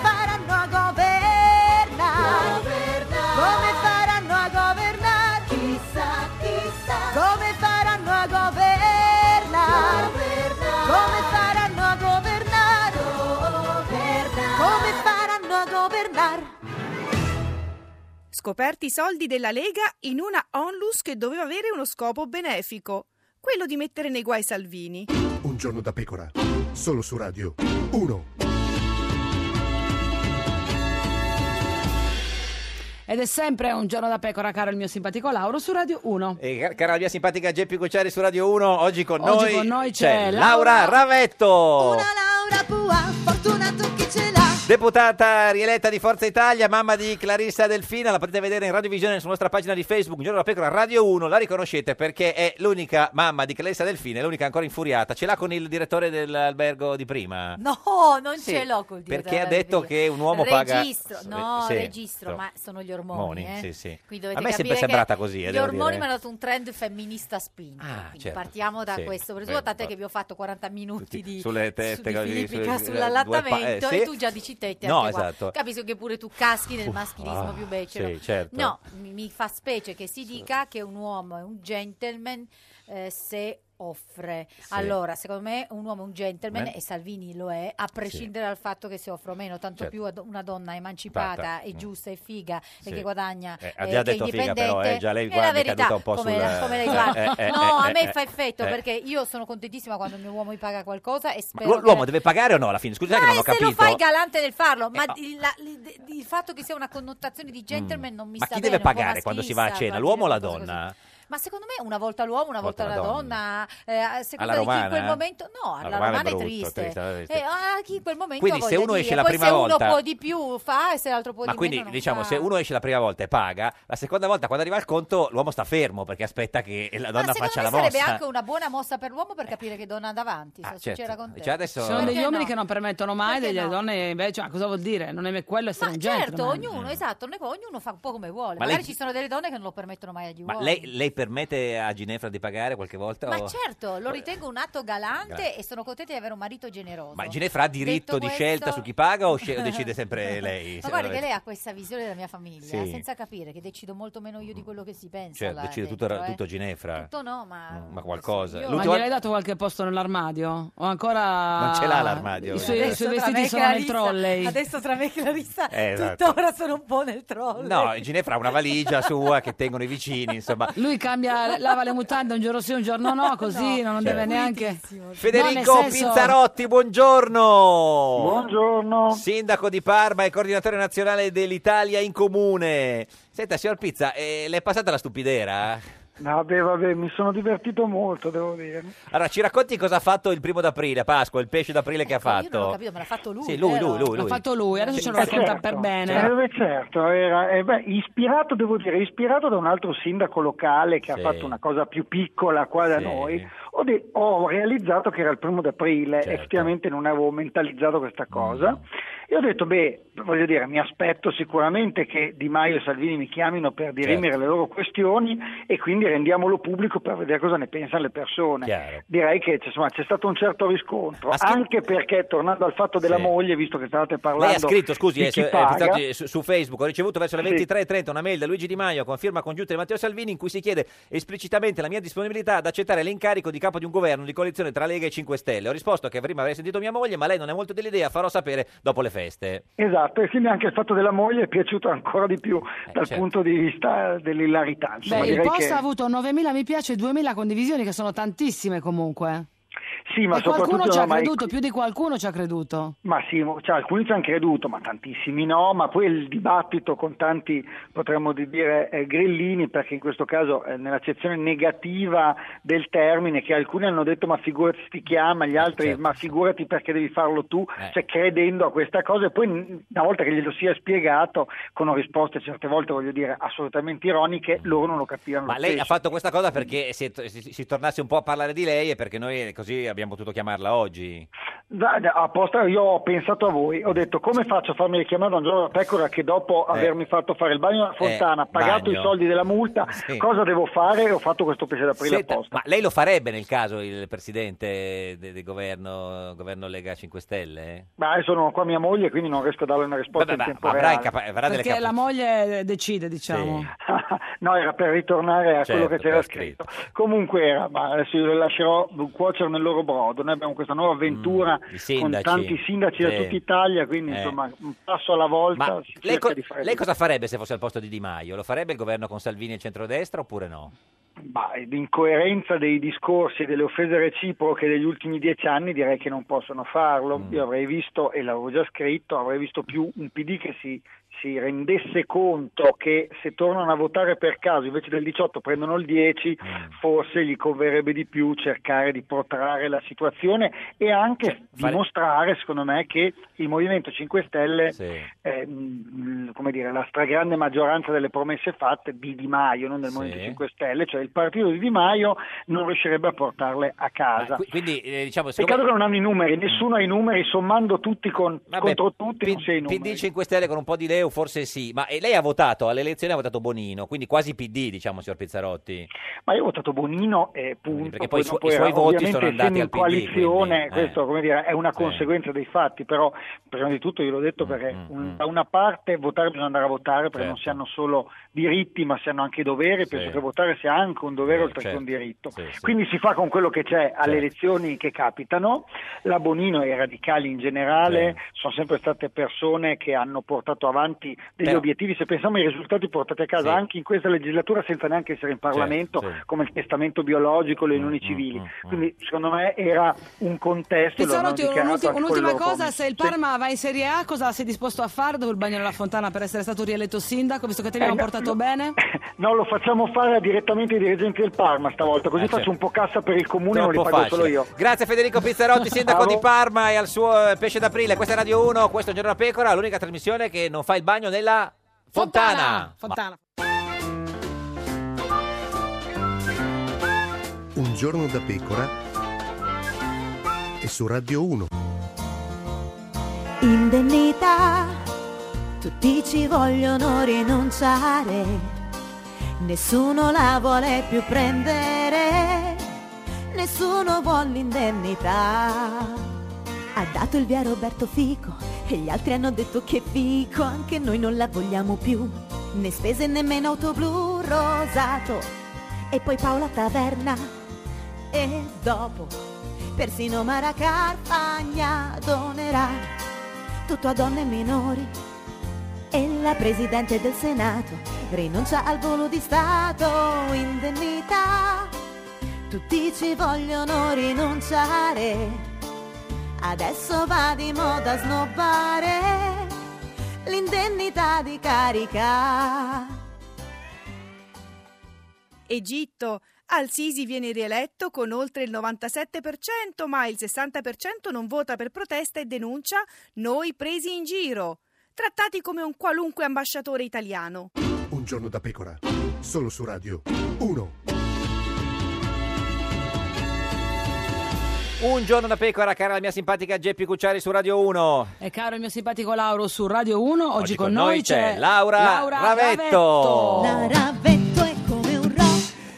Speaker 7: faranno a governare? Come faranno a governare? Chissà, chissà. Come faranno a governare? Come faranno a governare?
Speaker 10: Come faranno a governare? Scoperti i soldi della Lega in una onlus che doveva avere uno scopo benefico, quello di mettere nei guai Salvini.
Speaker 9: Un giorno da pecora, solo su Radio 1.
Speaker 1: Ed è sempre un giorno da pecora, caro il mio simpatico Lauro, su Radio 1.
Speaker 2: E car- cara la mia simpatica Geppi Cucciari su Radio 1, oggi con
Speaker 1: Oggi
Speaker 2: noi,
Speaker 1: con noi c'è
Speaker 2: Laura Ravetto, deputata rieletta di Forza Italia, mamma di Clarissa Delfina, la potete vedere in Radiovisione sulla nostra pagina di Facebook, Un Giorno della Pecora Radio 1, la riconoscete perché è l'unica mamma di Clarissa Delfina, è l'unica ancora infuriata, ce l'ha con il direttore dell'albergo di prima.
Speaker 8: No, non
Speaker 2: Sì,
Speaker 8: ce l'ho col dire
Speaker 2: perché
Speaker 8: la
Speaker 2: ha detto
Speaker 8: verità.
Speaker 2: che un uomo paga-
Speaker 8: registro, no,
Speaker 2: Sì,
Speaker 8: registro,
Speaker 2: no.
Speaker 8: ma sono gli ormoni.
Speaker 2: Ormoni,
Speaker 8: eh.
Speaker 2: sì, sì.
Speaker 8: Qui dovete
Speaker 2: A me è sempre
Speaker 8: capire
Speaker 2: sembrata
Speaker 8: che
Speaker 2: così, eh,
Speaker 8: Gli
Speaker 2: devo
Speaker 8: ormoni
Speaker 2: dire.
Speaker 8: mi hanno dato un trend femminista spinto. quindi
Speaker 2: certo.
Speaker 8: partiamo da
Speaker 2: Sì,
Speaker 8: questo
Speaker 2: beh,
Speaker 8: presupposto. Tant'è
Speaker 2: va-
Speaker 8: che vi ho fatto 40 minuti di,
Speaker 2: sulle teste,
Speaker 8: su- di
Speaker 2: così,
Speaker 8: filippica
Speaker 2: sulle- eh,
Speaker 8: sull'allattamento
Speaker 2: due pa- eh,
Speaker 8: e
Speaker 2: sì.
Speaker 8: tu già dici te, te
Speaker 2: No,
Speaker 8: anche qua.
Speaker 2: esatto.
Speaker 8: Capisco che pure tu caschi nel
Speaker 2: Uff,
Speaker 8: maschilismo
Speaker 2: ah,
Speaker 8: più becero.
Speaker 2: sì, certo.
Speaker 8: No, mi, mi fa specie che si dica che un uomo è un gentleman eh, se offre. Allora, secondo me un uomo è un gentleman
Speaker 2: Beh.
Speaker 8: e Salvini lo è, a prescindere dal fatto che si offre o meno, tanto
Speaker 2: Certo.
Speaker 8: più ad una donna emancipata
Speaker 2: Fatta.
Speaker 8: e
Speaker 2: Mm.
Speaker 8: giusta e figa
Speaker 2: Sì.
Speaker 8: e che guadagna
Speaker 2: Eh, ha
Speaker 8: eh,
Speaker 2: già
Speaker 8: che è
Speaker 2: detto figa, però,
Speaker 8: indipendente,
Speaker 2: eh, già lei
Speaker 8: è
Speaker 2: qua
Speaker 8: la
Speaker 2: mi è
Speaker 8: verità,
Speaker 2: caduta un po'
Speaker 8: come,
Speaker 2: sul-
Speaker 8: la- come lei
Speaker 2: eh,
Speaker 8: guarda.
Speaker 2: eh, eh,
Speaker 8: no,
Speaker 2: eh,
Speaker 8: a me
Speaker 2: eh,
Speaker 8: fa effetto
Speaker 2: eh.
Speaker 8: perché io sono contentissima quando il mio uomo mi paga qualcosa e spero
Speaker 2: L'u-
Speaker 8: che-
Speaker 2: L'uomo deve pagare o no alla fine? Scusate che non ho
Speaker 8: e se
Speaker 2: capito. Eh,
Speaker 8: lo fai galante nel farlo, ma
Speaker 2: no.
Speaker 8: il, la- il- il fatto che sia una connotazione di gentleman non mi
Speaker 2: Mm. Ma
Speaker 8: sta
Speaker 2: chi
Speaker 8: bene,
Speaker 2: deve
Speaker 8: un po'
Speaker 2: pagare quando si va a
Speaker 8: maschilista, cioè.
Speaker 2: cena? L'uomo
Speaker 8: guarda,
Speaker 2: o la
Speaker 8: cose così.
Speaker 2: donna?
Speaker 8: Ma secondo me una volta l'uomo, una volta, la donna, eh, a seconda
Speaker 2: Alla
Speaker 8: di chi in quel
Speaker 2: romana? eh?
Speaker 8: momento no,
Speaker 2: Alla
Speaker 8: alla,
Speaker 2: romana è
Speaker 8: romana, è
Speaker 2: brutto,
Speaker 8: triste.
Speaker 2: triste, triste.
Speaker 8: Eh, a chi in quel momento
Speaker 2: Quindi
Speaker 8: ha voglia
Speaker 2: se uno
Speaker 8: di-
Speaker 2: esce
Speaker 8: e
Speaker 2: la
Speaker 8: poi
Speaker 2: prima
Speaker 8: se
Speaker 2: volta-
Speaker 8: uno può di più fa e se l'altro può
Speaker 2: Ma
Speaker 8: di
Speaker 2: quindi
Speaker 8: meno non
Speaker 2: diciamo,
Speaker 8: fa.
Speaker 2: se uno esce la prima volta e paga, la seconda volta quando arriva il conto, l'uomo sta fermo perché aspetta che la
Speaker 8: Ma
Speaker 2: donna
Speaker 8: secondo
Speaker 2: faccia
Speaker 8: me
Speaker 2: la
Speaker 8: sarebbe
Speaker 2: mossa. Eh.
Speaker 8: anche una buona mossa per l'uomo per capire che donna ha davanti, sono
Speaker 2: certo.
Speaker 8: sincera con te.
Speaker 2: Cioè, adesso-
Speaker 1: Sono degli
Speaker 2: Perché
Speaker 1: uomini
Speaker 8: no?
Speaker 1: che non permettono mai,
Speaker 8: Perché
Speaker 1: delle
Speaker 8: no?
Speaker 1: donne invece, ma cosa vuol dire? Non è me- quello essere un gentleman.
Speaker 8: Certo, ognuno,
Speaker 2: Eh.
Speaker 8: esatto, noi- ognuno fa un po' come vuole.
Speaker 2: Mm. Ma
Speaker 8: Magari
Speaker 2: lei-
Speaker 8: ci sono delle donne che non lo permettono mai agli
Speaker 2: Ma
Speaker 8: uomini.
Speaker 2: lei, lei permette a Ginevra di pagare qualche volta?
Speaker 8: Ma
Speaker 2: o-
Speaker 8: certo, lo ritengo un atto galante
Speaker 2: Grazie.
Speaker 8: e sono contenta di avere un marito generoso.
Speaker 2: Ma Ginevra ha diritto
Speaker 8: Detto
Speaker 2: di
Speaker 8: questo-
Speaker 2: scelta su chi paga o, sce- o decide sempre lei?
Speaker 8: Ma guarda che lei ha questa visione della mia famiglia,
Speaker 2: Sì.
Speaker 8: senza capire che decido molto meno io di quello che si pensa.
Speaker 2: Cioè,
Speaker 8: là
Speaker 2: decide tutto,
Speaker 8: dentro, eh.
Speaker 2: tutto Ginevra.
Speaker 8: Tutto no, ma...
Speaker 2: Mm, Ma qualcosa.
Speaker 1: Ma
Speaker 2: L'ultima-
Speaker 1: gliel'hai dato qualche posto nell'armadio? O ancora...
Speaker 2: Non ce l'ha l'armadio.
Speaker 1: I suoi, i
Speaker 8: Adesso
Speaker 1: suoi
Speaker 8: tra me
Speaker 1: vestiti
Speaker 8: e
Speaker 1: sono nel
Speaker 8: Clarissa-
Speaker 1: trolley.
Speaker 8: Adesso tra me e Clarissa
Speaker 2: Eh, esatto.
Speaker 8: tuttora sono un po' nel troll.
Speaker 2: No, Ginevra ha una valigia sua che tengono i vicini, insomma.
Speaker 1: Lui cambia, lava le mutande un giorno sì, un giorno no, così non deve neanche...
Speaker 2: Federico
Speaker 1: No, nel senso-
Speaker 2: Pizzarotti, buongiorno.
Speaker 13: Buongiorno.
Speaker 2: Sindaco di Parma e coordinatore nazionale dell'Italia in comune. Senta, signor Pizza, eh, le è passata la stupidera?
Speaker 13: No, Vabbè, vabbè, mi sono divertito molto, devo dire.
Speaker 2: Allora, ci racconti cosa ha fatto il primo d'aprile, a Pasqua, il pesce d'aprile che ha
Speaker 8: Ecco, Io non ho
Speaker 2: fatto?
Speaker 8: capito, me l'ha fatto lui.
Speaker 2: Sì, lui,
Speaker 8: vero?
Speaker 2: lui, lui,
Speaker 1: L'ha fatto lui, adesso ce lo
Speaker 13: Eh,
Speaker 1: racconta
Speaker 13: certo.
Speaker 1: per bene.
Speaker 13: Eh, beh, certo, era, eh, beh, ispirato, devo dire, ispirato da un altro sindaco locale che
Speaker 14: Sì.
Speaker 13: ha fatto una cosa più piccola qua da
Speaker 14: Sì.
Speaker 13: noi, ho, de- ho realizzato che era il primo d'aprile,
Speaker 14: Certo.
Speaker 13: effettivamente non avevo mentalizzato questa cosa. E ho detto, beh, voglio dire, mi aspetto sicuramente che Di Maio e Salvini mi chiamino per dirimere
Speaker 14: Certo.
Speaker 13: le loro questioni e quindi rendiamolo pubblico per vedere cosa ne pensano le persone. Direi che insomma, c'è stato un certo riscontro, anche perché tornando al fatto della
Speaker 2: Sì.
Speaker 13: moglie, visto che stavate parlando
Speaker 2: Lei ha scritto, scusi,
Speaker 13: di
Speaker 2: eh,
Speaker 13: chi
Speaker 2: eh,
Speaker 13: paga,
Speaker 2: Pizzarotti, su, su Facebook, ho ricevuto verso le
Speaker 13: Sì.
Speaker 2: 23.30 una mail da Luigi Di Maio con firma congiunta di Matteo Salvini in cui si chiede esplicitamente la mia disponibilità ad accettare l'incarico di capo di un governo di coalizione tra Lega e 5 Stelle. Ho risposto che prima avrei sentito mia moglie, ma lei non è molto dell'idea, farò sapere dopo le feste.
Speaker 13: Esatto, e quindi anche il fatto della moglie è piaciuto ancora di più
Speaker 2: Eh,
Speaker 13: dal
Speaker 2: certo.
Speaker 13: punto di vista dell'ilarità. Insomma,
Speaker 1: Beh, il
Speaker 13: direi
Speaker 1: post
Speaker 13: che-
Speaker 1: ha avuto 9.000 mi piace e 2.000 condivisioni, che sono tantissime comunque.
Speaker 13: Sì, ma
Speaker 1: e qualcuno
Speaker 13: soprattutto
Speaker 1: ci ha
Speaker 13: no, ma è-
Speaker 1: creduto, più di qualcuno ci ha creduto.
Speaker 13: Ma sì, mo- cioè, alcuni ci hanno creduto, ma tantissimi no, ma poi il dibattito con tanti, potremmo di dire, eh, grillini, perché in questo caso eh, nell'accezione negativa del termine, che alcuni hanno detto ma figurati ti chiama,
Speaker 2: Eh,
Speaker 13: gli altri
Speaker 2: certo,
Speaker 13: ma figurati perché devi farlo tu, cioè credendo a questa cosa e poi n- una volta che glielo sia spiegato, con risposte certe volte, voglio dire, assolutamente ironiche, loro non lo capivano.
Speaker 2: Ma
Speaker 13: lo
Speaker 2: lei ha
Speaker 13: stesso.
Speaker 2: fatto questa cosa perché si, si- si tornasse un po' a parlare di lei e perché noi così abbiamo potuto chiamarla oggi.
Speaker 13: Da- da- Apposta io ho pensato a voi, ho detto come faccio a farmi richiamare da un giorno da pecora che dopo avermi fatto fare il bagno alla fontana,
Speaker 2: Eh,
Speaker 13: pagato
Speaker 2: bagno.
Speaker 13: i soldi della multa,
Speaker 2: Sì.
Speaker 13: cosa devo fare? Ho fatto questo pesce d'aprile
Speaker 2: Senta,
Speaker 13: apposta.
Speaker 2: ma lei lo farebbe nel caso il presidente de- del governo, governo Lega 5 Stelle?
Speaker 13: Ma adesso non ho qua mia moglie, quindi non riesco a darle una risposta
Speaker 2: Vabbè,
Speaker 13: in
Speaker 2: ma
Speaker 13: tempo
Speaker 2: avrà
Speaker 13: reale.
Speaker 2: i capa- avrà delle
Speaker 1: Perché la moglie decide, diciamo.
Speaker 13: No, era per ritornare a quello
Speaker 2: Certo,
Speaker 13: che c'era
Speaker 2: era
Speaker 13: scritto. Comunque era, ma adesso io le lascerò cuocere nel loro brodo. Noi abbiamo questa nuova avventura con
Speaker 2: Mm, sindaci.
Speaker 13: tanti sindaci da
Speaker 2: Sì.
Speaker 13: tutta Italia, quindi
Speaker 2: Eh.
Speaker 13: insomma un passo alla volta
Speaker 2: Ma
Speaker 13: si cerca
Speaker 2: lei, co-
Speaker 13: di fare
Speaker 2: lei
Speaker 13: di-
Speaker 2: cosa farebbe se fosse al posto di Di Maio? Lo farebbe il governo con Salvini e il centrodestra oppure no?
Speaker 13: Ma l'incoerenza dei discorsi e delle offese reciproche degli ultimi dieci anni direi che non possono farlo. Io avrei visto, e l'avevo già scritto, avrei visto più un PD che si, si rendesse conto che se tornano a votare per caso invece del 18 prendono il 10, forse gli converrebbe di più cercare di protrarre la situazione e anche
Speaker 2: fare-
Speaker 13: dimostrare, secondo me, che il Movimento 5 Stelle eh, mh, come dire, la stragrande maggioranza delle promesse fatte di Di Maio, non del Movimento 5 Stelle, cioè il partito di Di Maio non riuscirebbe a portarle a casa.
Speaker 2: Qui- Quindi eh, diciamo...
Speaker 13: Esatto. Peccato
Speaker 2: siccome-
Speaker 13: che non hanno i numeri, nessuno ha i numeri, sommando tutti con,
Speaker 2: Vabbè,
Speaker 13: contro tutti non si ha i numeri.
Speaker 2: PD 5 Stelle con un po' di Leo forse sì, ma eh, lei ha votato, alle elezioni ha votato Bonino, quindi quasi PD diciamo signor Pizzarotti.
Speaker 13: Ma io ho votato Bonino e punto.
Speaker 2: Perché poi i su-
Speaker 13: dopo
Speaker 2: i suoi
Speaker 13: era-
Speaker 2: voti
Speaker 13: ovviamente
Speaker 2: sono andati
Speaker 13: essendo
Speaker 2: al PD,
Speaker 13: in coalizione,
Speaker 2: quindi, eh.
Speaker 13: questo come dire, è una conseguenza dei fatti, però prima di tutto io l'ho
Speaker 2: Mm,
Speaker 13: detto perché un- da una parte votare bisogna andare a votare perché non
Speaker 2: Certo.
Speaker 13: si hanno solo diritti ma si hanno anche doveri, penso che votare sia anche un
Speaker 2: Eh,
Speaker 13: dovere oltre che un
Speaker 2: certo.
Speaker 13: diritto. Quindi si fa con quello che c'è alle elezioni che capitano. La Bonino e i radicali in generale sono sempre state persone che hanno portato avanti degli
Speaker 2: Però-
Speaker 13: obiettivi, se pensiamo ai risultati portati a casa
Speaker 2: Sì.
Speaker 13: anche in questa legislatura senza neanche essere in Parlamento,
Speaker 2: Certo, sì. Mm,
Speaker 13: come il testamento biologico, le unioni civili. Quindi secondo me era un contesto... e lo hanno
Speaker 1: Pizzarotti, un-
Speaker 13: dichiarato
Speaker 1: un'ulti-
Speaker 13: anche con
Speaker 1: un'ultima
Speaker 13: loro
Speaker 1: cosa,
Speaker 13: commenti.
Speaker 1: se il
Speaker 13: Sì.
Speaker 1: Parma va in Serie A, cosa sei disposto a fare dopo il bagno alla fontana per essere stato rieletto sindaco, visto che ti
Speaker 13: Eh,
Speaker 1: abbiamo
Speaker 13: no,
Speaker 1: portato
Speaker 13: no.
Speaker 1: bene?
Speaker 13: No, lo facciamo fare direttamente ai dirigenti del Parma stavolta, così
Speaker 2: Eh,
Speaker 13: faccio
Speaker 2: certo.
Speaker 13: un po' cassa per il comune e non li
Speaker 2: Troppo
Speaker 13: pago
Speaker 2: facile.
Speaker 13: solo io.
Speaker 2: Grazie Federico Pizzarotti, sindaco
Speaker 13: Bravo.
Speaker 2: di Parma e al suo eh, pesce d'aprile. Questa è Radio 1, questo è Giorno da Pecora, l'unica trasmissione che non fa il bagno nella fontana.
Speaker 1: Fontana.
Speaker 9: Un giorno da pecora e su Radio 1.
Speaker 7: Indennità, tutti ci vogliono rinunciare, nessuno la vuole più prendere, nessuno vuole l'indennità. Ha dato il via Roberto Fico e gli altri hanno detto che fico, anche noi non la vogliamo più, né spese nemmeno auto blu rosato. E poi Paola Taverna e dopo persino Maracarpagna donerà tutto a donne e minori e la Presidente del Senato rinuncia al volo di Stato, indennità. Tutti ci vogliono rinunciare, adesso va di moda snobbare l'indennità di carica.
Speaker 10: Egitto. Al-Sisi viene rieletto con oltre il 97%, ma il 60% non vota per protesta e denuncia noi presi in giro, trattati come un qualunque ambasciatore italiano.
Speaker 9: Un giorno da pecora, solo su Radio 1.
Speaker 2: Un giorno da pecora, cara la mia simpatica Geppi Cucciari su Radio 1.
Speaker 1: E Eh, caro il mio simpatico Lauro su Radio 1, oggi, con, noi c'è,
Speaker 2: Laura, Ravetto.
Speaker 7: La Ravetto è come un rock.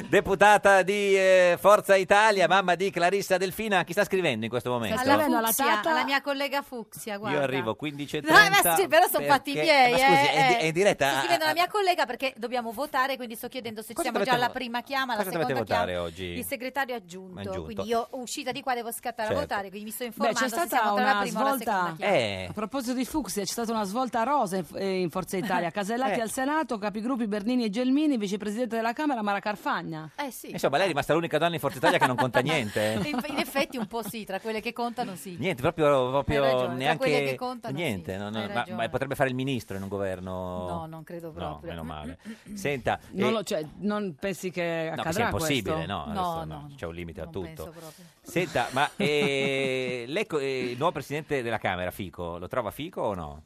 Speaker 2: Deputata di eh, Forza Italia, mamma di Clarissa Delfina, chi sta scrivendo in questo momento?
Speaker 8: Alla,
Speaker 1: scrivendo alla
Speaker 8: Fucsia,
Speaker 1: tata-
Speaker 8: alla mia collega Fuxia, guarda.
Speaker 2: Io arrivo 15.30.
Speaker 8: No, ma sì, però sono fatti
Speaker 2: perché-
Speaker 8: miei.
Speaker 2: Ma
Speaker 8: eh,
Speaker 2: scusi, è, di-
Speaker 8: eh.
Speaker 2: è in diretta.
Speaker 8: Sto scrivendo alla mia collega perché dobbiamo votare, quindi sto chiedendo se siamo già
Speaker 2: dovete
Speaker 8: alla
Speaker 2: vo-
Speaker 8: prima chiama, alla
Speaker 2: cosa dovete
Speaker 8: seconda
Speaker 2: votare
Speaker 8: chiama.
Speaker 2: oggi?
Speaker 8: Il segretario aggiunto,
Speaker 2: Aggiunto.
Speaker 8: quindi io uscita di qua devo scattare
Speaker 2: Certo.
Speaker 8: a votare, quindi mi sto
Speaker 1: Beh,
Speaker 8: informando
Speaker 1: c'è
Speaker 8: se siamo tra
Speaker 1: stata
Speaker 8: la
Speaker 1: una
Speaker 8: prima o la seconda
Speaker 1: svolta.
Speaker 8: chiama.
Speaker 2: Eh.
Speaker 1: A proposito di Fuxia, c'è stata una svolta rosa in, eh, in Forza Italia. Casellati
Speaker 2: Eh.
Speaker 1: al Senato, capigruppi Bernini e Gelmini, vicepresidente della Camera Mara Carfagna.
Speaker 8: Eh sì.
Speaker 2: Insomma, lei è rimasta l'unica donna in Forza Italia che non conta niente. eh.
Speaker 8: In, in effetti un po' sì, tra quelle che contano sì.
Speaker 2: Niente, proprio, proprio
Speaker 8: Hai ragione, tra
Speaker 2: neanche
Speaker 8: quelle che contano,
Speaker 2: niente,
Speaker 8: sì,
Speaker 2: no, no,
Speaker 8: hai
Speaker 2: ma,
Speaker 8: ragione.
Speaker 2: ma potrebbe fare il ministro in un governo.
Speaker 8: No, non
Speaker 2: No,
Speaker 8: credo proprio.
Speaker 2: meno male. Senta,
Speaker 1: Non,
Speaker 2: eh,
Speaker 1: lo- cioè, non pensi che
Speaker 2: no,
Speaker 1: accadrà
Speaker 2: che sia impossibile,
Speaker 1: questo?
Speaker 2: no,
Speaker 8: No,
Speaker 2: adesso no, c'è un limite a tutto.
Speaker 8: penso proprio.
Speaker 2: Senta, ma eh, lei co- eh, il nuovo presidente della Camera, Fico, lo trova Fico o no?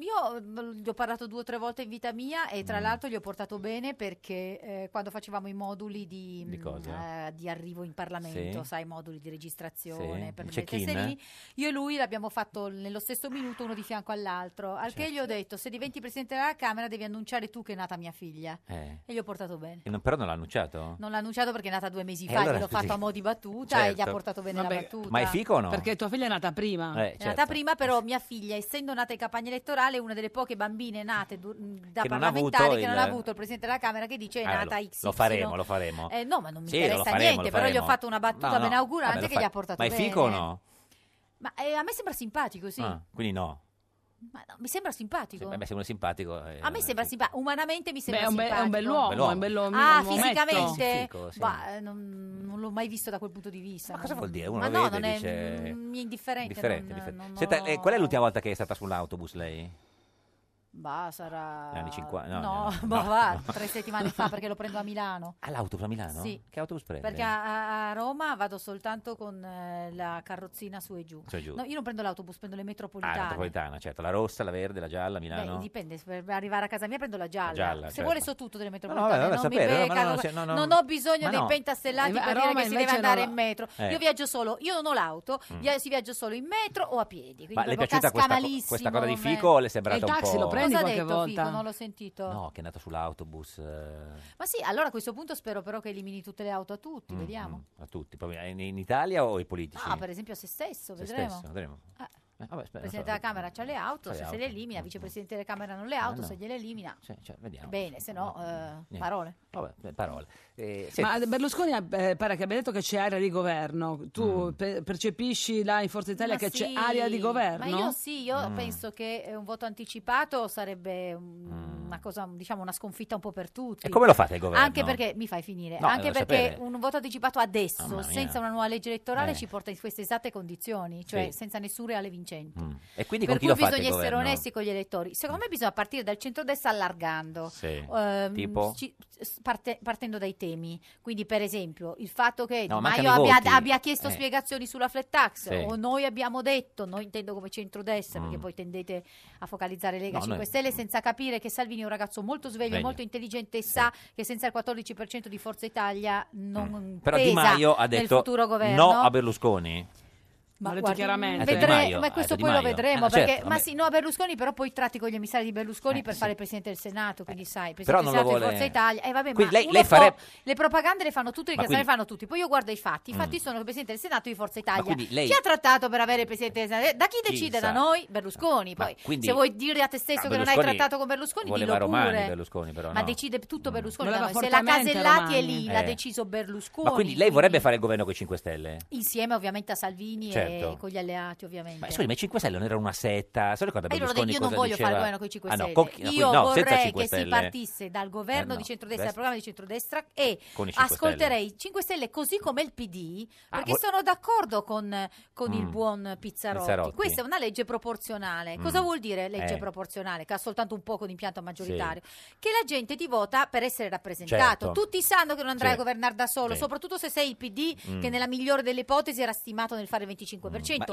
Speaker 8: Io eh, gli ho parlato due o tre volte in vita mia e
Speaker 2: Mm.
Speaker 8: tra l'altro gli ho portato bene perché eh, quando facevamo i moduli di,
Speaker 2: Di
Speaker 8: mh,
Speaker 2: cosa?
Speaker 8: eh, di arrivo in Parlamento,
Speaker 2: Sì.
Speaker 8: sai, i moduli di registrazione
Speaker 2: Sì,
Speaker 8: per
Speaker 2: il
Speaker 8: le
Speaker 2: check-in, eh?
Speaker 8: tesserine, io e lui l'abbiamo fatto nello stesso minuto uno di fianco all'altro, al che gli
Speaker 2: Certo.
Speaker 8: ho detto se diventi presidente della Camera devi annunciare tu che è nata mia figlia
Speaker 2: Eh,
Speaker 8: e gli ho portato bene.
Speaker 2: e non- però non l'ha annunciato?
Speaker 8: Non l'ha annunciato perché è nata due mesi
Speaker 2: Eh,
Speaker 8: fa,
Speaker 2: allora
Speaker 8: gliel'ho
Speaker 2: scusi.
Speaker 8: fatto a mo' di battuta e gli ha
Speaker 2: Certo.
Speaker 8: portato bene
Speaker 1: Vabbè,
Speaker 8: la battuta.
Speaker 2: Ma è Fico o no?
Speaker 1: Perché tua figlia è nata prima.
Speaker 2: Eh,
Speaker 8: È
Speaker 2: certo.
Speaker 8: nata prima, però mia figlia, essendo nata in campagna elettorale, è una delle poche bambine nate du- da
Speaker 2: Che non ha avuto
Speaker 8: parlamentari che non ha
Speaker 2: il-
Speaker 8: avuto il presidente della Camera che dice è
Speaker 2: Eh,
Speaker 8: nata
Speaker 2: lo,
Speaker 8: X.
Speaker 2: lo faremo, lo faremo.
Speaker 8: Eh, no, ma non mi
Speaker 2: Sì, lo
Speaker 8: interessa
Speaker 2: faremo,
Speaker 8: niente,
Speaker 2: lo
Speaker 8: però gli ho
Speaker 2: faremo.
Speaker 8: fatto una battuta
Speaker 2: No, no,
Speaker 8: benaugurante
Speaker 2: vabbè, lo
Speaker 8: che gli
Speaker 2: fa-
Speaker 8: ha portato
Speaker 2: Ma è
Speaker 8: bene.
Speaker 2: Fico o no?
Speaker 8: Ma eh, a me sembra simpatico, sì.
Speaker 2: Ah, quindi no.
Speaker 8: Ma no, mi sembra simpatico.
Speaker 2: Beh, sembra simpatico. eh.
Speaker 8: a me sembra simpatico, umanamente mi sembra
Speaker 1: Beh, è un be- è
Speaker 8: simpatico.
Speaker 1: un bell'uomo,
Speaker 2: Bell'uomo.
Speaker 1: è un bello
Speaker 8: Ah,
Speaker 1: uometto.
Speaker 8: fisicamente?
Speaker 2: Fico, sì.
Speaker 8: Bah, eh, non, non l'ho mai visto da quel punto di vista. Ma
Speaker 2: cosa vuol dire? Uno
Speaker 8: ma
Speaker 2: lo
Speaker 8: no,
Speaker 2: vede e
Speaker 8: non è,
Speaker 2: dice-
Speaker 8: mm, mi è indifferente.
Speaker 2: Differente,
Speaker 8: non-
Speaker 2: differente.
Speaker 8: non
Speaker 2: Senta,
Speaker 8: ho-
Speaker 2: eh, qual è l'ultima volta che è stata sull'autobus lei?
Speaker 8: Bah, sarà...
Speaker 2: Negli anni 50, no,
Speaker 8: No,
Speaker 2: no,
Speaker 8: bah,
Speaker 2: no.
Speaker 8: Boh, va, tre settimane fa perché lo prendo a Milano.
Speaker 2: All'autobus a Milano?
Speaker 8: Sì.
Speaker 2: Che autobus prende?
Speaker 8: Perché a, a Roma vado soltanto con eh, la carrozzina su e giù.
Speaker 2: Su e giù.
Speaker 8: No, io non prendo l'autobus, prendo le
Speaker 2: Ah,
Speaker 8: metropolitane.
Speaker 2: la metropolitana, certo. La rossa, la verde, la gialla,
Speaker 8: Beh,
Speaker 2: Milano.
Speaker 8: dipende, se per arrivare a casa mia prendo la gialla.
Speaker 2: gialla,
Speaker 8: Se
Speaker 2: certo.
Speaker 8: vuole so tutto delle
Speaker 2: No, no,
Speaker 8: metropolitane,
Speaker 2: vabbè, vabbè,
Speaker 8: non mi
Speaker 2: sapere, no,
Speaker 8: becca,
Speaker 2: ma no,
Speaker 8: non-
Speaker 2: se- no, no.
Speaker 8: non ho bisogno
Speaker 2: Ma
Speaker 8: dei
Speaker 2: no.
Speaker 8: pentastellati
Speaker 1: Eh, beh, a
Speaker 8: per dire
Speaker 1: Roma
Speaker 8: che si deve
Speaker 1: invece
Speaker 8: andare
Speaker 1: non-
Speaker 8: in metro.
Speaker 2: Eh.
Speaker 8: Io viaggio solo, io non ho l'auto,
Speaker 2: Mm.
Speaker 8: via- si viaggio solo in metro o a piedi. Quindi
Speaker 2: Ma le è
Speaker 8: proprio
Speaker 2: piaciuta
Speaker 8: casca
Speaker 2: questa, co-
Speaker 8: malissimo
Speaker 2: questa cosa di
Speaker 8: con me.
Speaker 2: Fico o le è sembrata
Speaker 1: il
Speaker 2: un
Speaker 1: taxi
Speaker 2: po'...
Speaker 1: lo prende? Prendi
Speaker 8: Cosa ha
Speaker 1: qualche
Speaker 8: detto
Speaker 1: volta.
Speaker 8: Fico? Non l'ho sentito.
Speaker 2: No, che è andato sull'autobus. eh,
Speaker 8: Ma sì, allora a questo punto spero però che elimini tutte le auto a tutti,
Speaker 2: mm,
Speaker 8: vediamo.
Speaker 2: mm, A tutti. proprio In, in Italia o i politici?
Speaker 8: Ah, per esempio a se stesso,
Speaker 2: Se
Speaker 8: vedremo.
Speaker 2: stesso, vedremo.
Speaker 8: Ah,
Speaker 2: Eh, vabbè, aspetta,
Speaker 8: Presidente
Speaker 2: non
Speaker 8: della
Speaker 2: so.
Speaker 8: Camera c'ha le auto,
Speaker 2: C'ha
Speaker 8: se,
Speaker 2: le
Speaker 8: se
Speaker 2: auto. Mm. Ah,
Speaker 8: le elimina, vicepresidente della Camera non le auto,
Speaker 2: no.
Speaker 8: se gliele elimina.
Speaker 2: Cioè, cioè, vediamo.
Speaker 8: Bene, se no, eh,
Speaker 2: Niente.
Speaker 8: parole.
Speaker 2: Vabbè, parole. Eh,
Speaker 1: Ma
Speaker 2: senta,
Speaker 1: Berlusconi eh, pare che abbia detto che c'è area di governo.
Speaker 2: Mm.
Speaker 1: Tu pe- percepisci là in Forza Italia
Speaker 8: Ma
Speaker 1: che c'è
Speaker 8: sì,
Speaker 1: area di governo?
Speaker 8: Ma io sì, io
Speaker 2: Mm.
Speaker 8: penso che eh, un voto anticipato sarebbe un- una cosa, diciamo, una sconfitta un po' per tutti.
Speaker 2: Mm. E come lo fate il governo?
Speaker 8: Anche perché, mi fai finire,
Speaker 2: No,
Speaker 8: anche
Speaker 2: devo
Speaker 8: perché
Speaker 2: sapere.
Speaker 8: un voto anticipato adesso,
Speaker 2: Mamma mia.
Speaker 8: senza una nuova legge elettorale,
Speaker 2: Eh.
Speaker 8: ci porta in queste esatte condizioni, cioè
Speaker 2: Sì.
Speaker 8: senza nessun reale vincente.
Speaker 2: Mm. E quindi
Speaker 8: per
Speaker 2: con chi lo fate
Speaker 8: cui
Speaker 2: il
Speaker 8: bisogna essere
Speaker 2: governo? Mm.
Speaker 8: onesti con gli elettori. Secondo me bisogna partire dal centrodestra allargando.
Speaker 2: Sì.
Speaker 8: Ehm,
Speaker 2: Tipo?
Speaker 8: ci- s- parte- partendo dai temi. Quindi, per esempio, il fatto che
Speaker 2: No,
Speaker 8: Di
Speaker 2: mancano
Speaker 8: Maio
Speaker 2: i
Speaker 8: abbia,
Speaker 2: voti.
Speaker 8: abbia chiesto
Speaker 2: Eh.
Speaker 8: spiegazioni sulla flat tax,
Speaker 2: Sì.
Speaker 8: o noi abbiamo detto, noi intendo come centrodestra,
Speaker 2: Mm.
Speaker 8: perché poi tendete a focalizzare Lega
Speaker 2: No,
Speaker 8: 5
Speaker 2: noi-
Speaker 8: Stelle senza capire che Salvini è un ragazzo molto sveglio,
Speaker 2: Sveglio.
Speaker 8: molto intelligente e sa che senza il 14% di Forza Italia non
Speaker 2: Mm. Però Di
Speaker 8: pesa
Speaker 2: Maio ha
Speaker 8: nel
Speaker 2: detto
Speaker 8: futuro governo.
Speaker 2: no a Berlusconi. Ah,
Speaker 8: Ma
Speaker 1: detto
Speaker 8: guardi,
Speaker 1: chiaramente.
Speaker 8: vedre-
Speaker 2: Ha detto Di Maio,
Speaker 8: ma
Speaker 2: ha detto
Speaker 8: questo
Speaker 2: Di
Speaker 8: poi lo
Speaker 2: Maio.
Speaker 8: vedremo.
Speaker 2: Eh,
Speaker 8: perché,
Speaker 2: certo,
Speaker 8: ma
Speaker 2: vabbè.
Speaker 8: sì, no, Berlusconi, però poi tratti con gli emissari di Berlusconi
Speaker 2: Eh,
Speaker 8: per
Speaker 2: sì. Eh.
Speaker 8: fare presidente del Senato. Quindi, sai,
Speaker 2: però
Speaker 8: presidente
Speaker 2: non
Speaker 8: del
Speaker 2: lo
Speaker 8: Senato di
Speaker 2: vuole-
Speaker 8: Forza Italia. Eh, vabbè,
Speaker 2: Quindi
Speaker 8: ma
Speaker 2: lei-
Speaker 8: uno
Speaker 2: lei
Speaker 8: può-
Speaker 2: fare-
Speaker 8: le propagande le fanno tutti, i
Speaker 2: Ma
Speaker 8: cazzate le
Speaker 2: quindi-
Speaker 8: fanno tutti. Poi io guardo i fatti. I fatti
Speaker 2: Mm.
Speaker 8: sono il presidente del Senato di Forza Italia.
Speaker 2: quindi lei-
Speaker 8: Chi ha trattato per avere il presidente del Senato? Da chi
Speaker 2: Chi
Speaker 8: decide?
Speaker 2: sa?
Speaker 8: Da noi? Berlusconi.
Speaker 2: Ma
Speaker 8: Poi,
Speaker 2: quindi-
Speaker 8: se vuoi dire a te stesso
Speaker 2: Ma
Speaker 8: che non hai
Speaker 2: Berlusconi
Speaker 8: trattato con Berlusconi,
Speaker 2: voleva
Speaker 8: dillo
Speaker 2: Romani,
Speaker 8: pure.
Speaker 2: Berlusconi, però,
Speaker 8: ma
Speaker 2: no?
Speaker 8: decide tutto Berlusconi.
Speaker 1: Voleva
Speaker 8: da noi. Se la
Speaker 1: fortemente
Speaker 8: Casellati è
Speaker 1: Romani.
Speaker 8: lì, l'ha
Speaker 2: Eh.
Speaker 8: deciso Berlusconi.
Speaker 2: Ma quindi lei vorrebbe fare il governo con i 5 Stelle?
Speaker 8: Insieme ovviamente a Salvini
Speaker 2: Certo, Esatto.
Speaker 8: con gli alleati ovviamente.
Speaker 2: Ma scusi, ma i 5 Stelle non era una setta? Se ricorda
Speaker 8: Ma io non ho
Speaker 2: Berlusconi
Speaker 8: detto- io non
Speaker 2: cosa
Speaker 8: voglio
Speaker 2: diceva?
Speaker 8: fare il governo con i 5
Speaker 2: Ah,
Speaker 8: Stelle.
Speaker 2: no, con chi- no,
Speaker 8: io
Speaker 2: quindi no, senza
Speaker 8: vorrei
Speaker 2: 5
Speaker 8: che si
Speaker 2: Stelle.
Speaker 8: partisse dal governo
Speaker 2: Eh, no.
Speaker 8: di
Speaker 2: Adesso-
Speaker 8: centrodestra, dal programma di centrodestra e
Speaker 2: Con i 5
Speaker 8: ascolterei 5 Stelle così come il PD,
Speaker 2: Ah,
Speaker 8: perché
Speaker 2: vo-
Speaker 8: sono d'accordo con, con il
Speaker 2: Mm.
Speaker 8: buon Pizzarotti.
Speaker 2: Pizzarotti.
Speaker 8: Questa è una legge proporzionale.
Speaker 2: Mm.
Speaker 8: Cosa vuol dire legge
Speaker 2: Eh.
Speaker 8: proporzionale? Che ha soltanto un poco di impianto maggioritario. Che la gente ti vota per essere rappresentato.
Speaker 2: Certo.
Speaker 8: Tutti sanno che non andrai
Speaker 2: Sì.
Speaker 8: a governare da solo,
Speaker 2: Sì.
Speaker 8: soprattutto se sei il PD,
Speaker 2: Mm.
Speaker 8: che nella migliore delle ipotesi era stimato nel fare il 25%,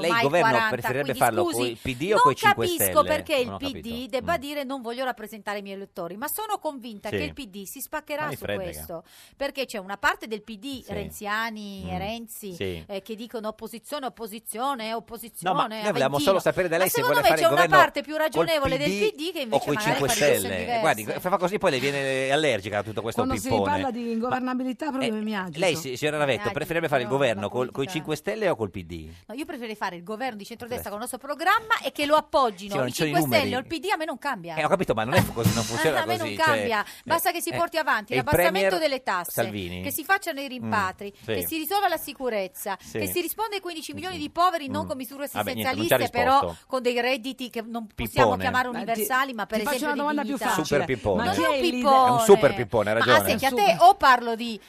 Speaker 2: Ma lei il
Speaker 8: mai il
Speaker 2: governo
Speaker 8: 40%.
Speaker 2: preferirebbe
Speaker 8: Quindi,
Speaker 2: farlo
Speaker 8: scusi,
Speaker 2: coi PD o
Speaker 8: non
Speaker 2: coi 5
Speaker 8: capisco
Speaker 2: Stelle?
Speaker 8: perché il
Speaker 2: Non ho
Speaker 8: PD
Speaker 2: capito.
Speaker 8: debba
Speaker 2: Mm.
Speaker 8: dire non voglio rappresentare i miei elettori, ma sono convinta
Speaker 2: Sì.
Speaker 8: che il PD si
Speaker 2: Ma
Speaker 8: spaccherà
Speaker 2: mi
Speaker 8: su
Speaker 2: frega.
Speaker 8: questo, perché c'è una parte del PD,
Speaker 2: Sì.
Speaker 8: Renziani
Speaker 2: Mm.
Speaker 8: e Renzi,
Speaker 2: Sì.
Speaker 8: eh, che dicono opposizione, opposizione,
Speaker 2: No,
Speaker 8: opposizione,
Speaker 2: ma noi volevamo
Speaker 8: Aventino.
Speaker 2: solo sapere da
Speaker 8: Ma
Speaker 2: lei se
Speaker 8: secondo
Speaker 2: vuole
Speaker 8: me
Speaker 2: fare il
Speaker 8: c'è una
Speaker 2: governo
Speaker 8: parte più ragionevole
Speaker 2: col
Speaker 8: del
Speaker 2: PD
Speaker 8: PD che
Speaker 2: o
Speaker 8: invece
Speaker 2: con i
Speaker 8: magari
Speaker 2: 5
Speaker 8: fa delle cose
Speaker 2: Stelle. Eh,
Speaker 8: diverse.
Speaker 2: Guardi, fa così poi lei viene allergica a tutto questo
Speaker 1: Quando si
Speaker 2: pippone.
Speaker 1: parla di ingovernabilità proprio mi agito.
Speaker 2: Eh, Lei, si- signora Ravetto, preferirebbe fare il governo col, con i 5 Stelle o col PD?
Speaker 8: No, io preferirei fare il governo di centrodestra con il nostro programma e che lo appoggino
Speaker 2: Sì, ma non
Speaker 8: i
Speaker 2: ci sono i
Speaker 8: 5 Stelle o
Speaker 2: numeri.
Speaker 8: il PD a me non cambia.
Speaker 2: Eh, ho capito, ma non è così, non funziona
Speaker 8: a me non
Speaker 2: così. cioè,
Speaker 8: cambia, basta che si
Speaker 2: eh,
Speaker 8: porti avanti
Speaker 2: e il
Speaker 8: l'abbassamento
Speaker 2: Premier
Speaker 8: delle tasse,
Speaker 2: Salvini?
Speaker 8: che si facciano i rimpatri,
Speaker 2: Mm, sì.
Speaker 8: che si risolva la sicurezza,
Speaker 2: Sì. Mm,
Speaker 8: che si risponde ai 15 milioni di poveri non con misure
Speaker 2: Vabbè, niente, non ci ha
Speaker 8: assistenzialiste, però
Speaker 2: risposto.
Speaker 8: con dei redditi che non possiamo
Speaker 2: Pippone.
Speaker 8: chiamare
Speaker 1: Ma ti-
Speaker 8: universali, ma per
Speaker 1: ti faccio
Speaker 8: esempio
Speaker 1: una
Speaker 8: di
Speaker 1: domanda più
Speaker 8: dignità.
Speaker 1: facile.
Speaker 2: Super pippone.
Speaker 8: Ma
Speaker 2: Ma
Speaker 8: non
Speaker 2: chi
Speaker 8: è
Speaker 2: è
Speaker 8: un
Speaker 2: il
Speaker 8: pippone.
Speaker 2: leader? È un super pippone, ha
Speaker 8: Ma
Speaker 2: ragione.
Speaker 8: ah, senti, a te o parlo di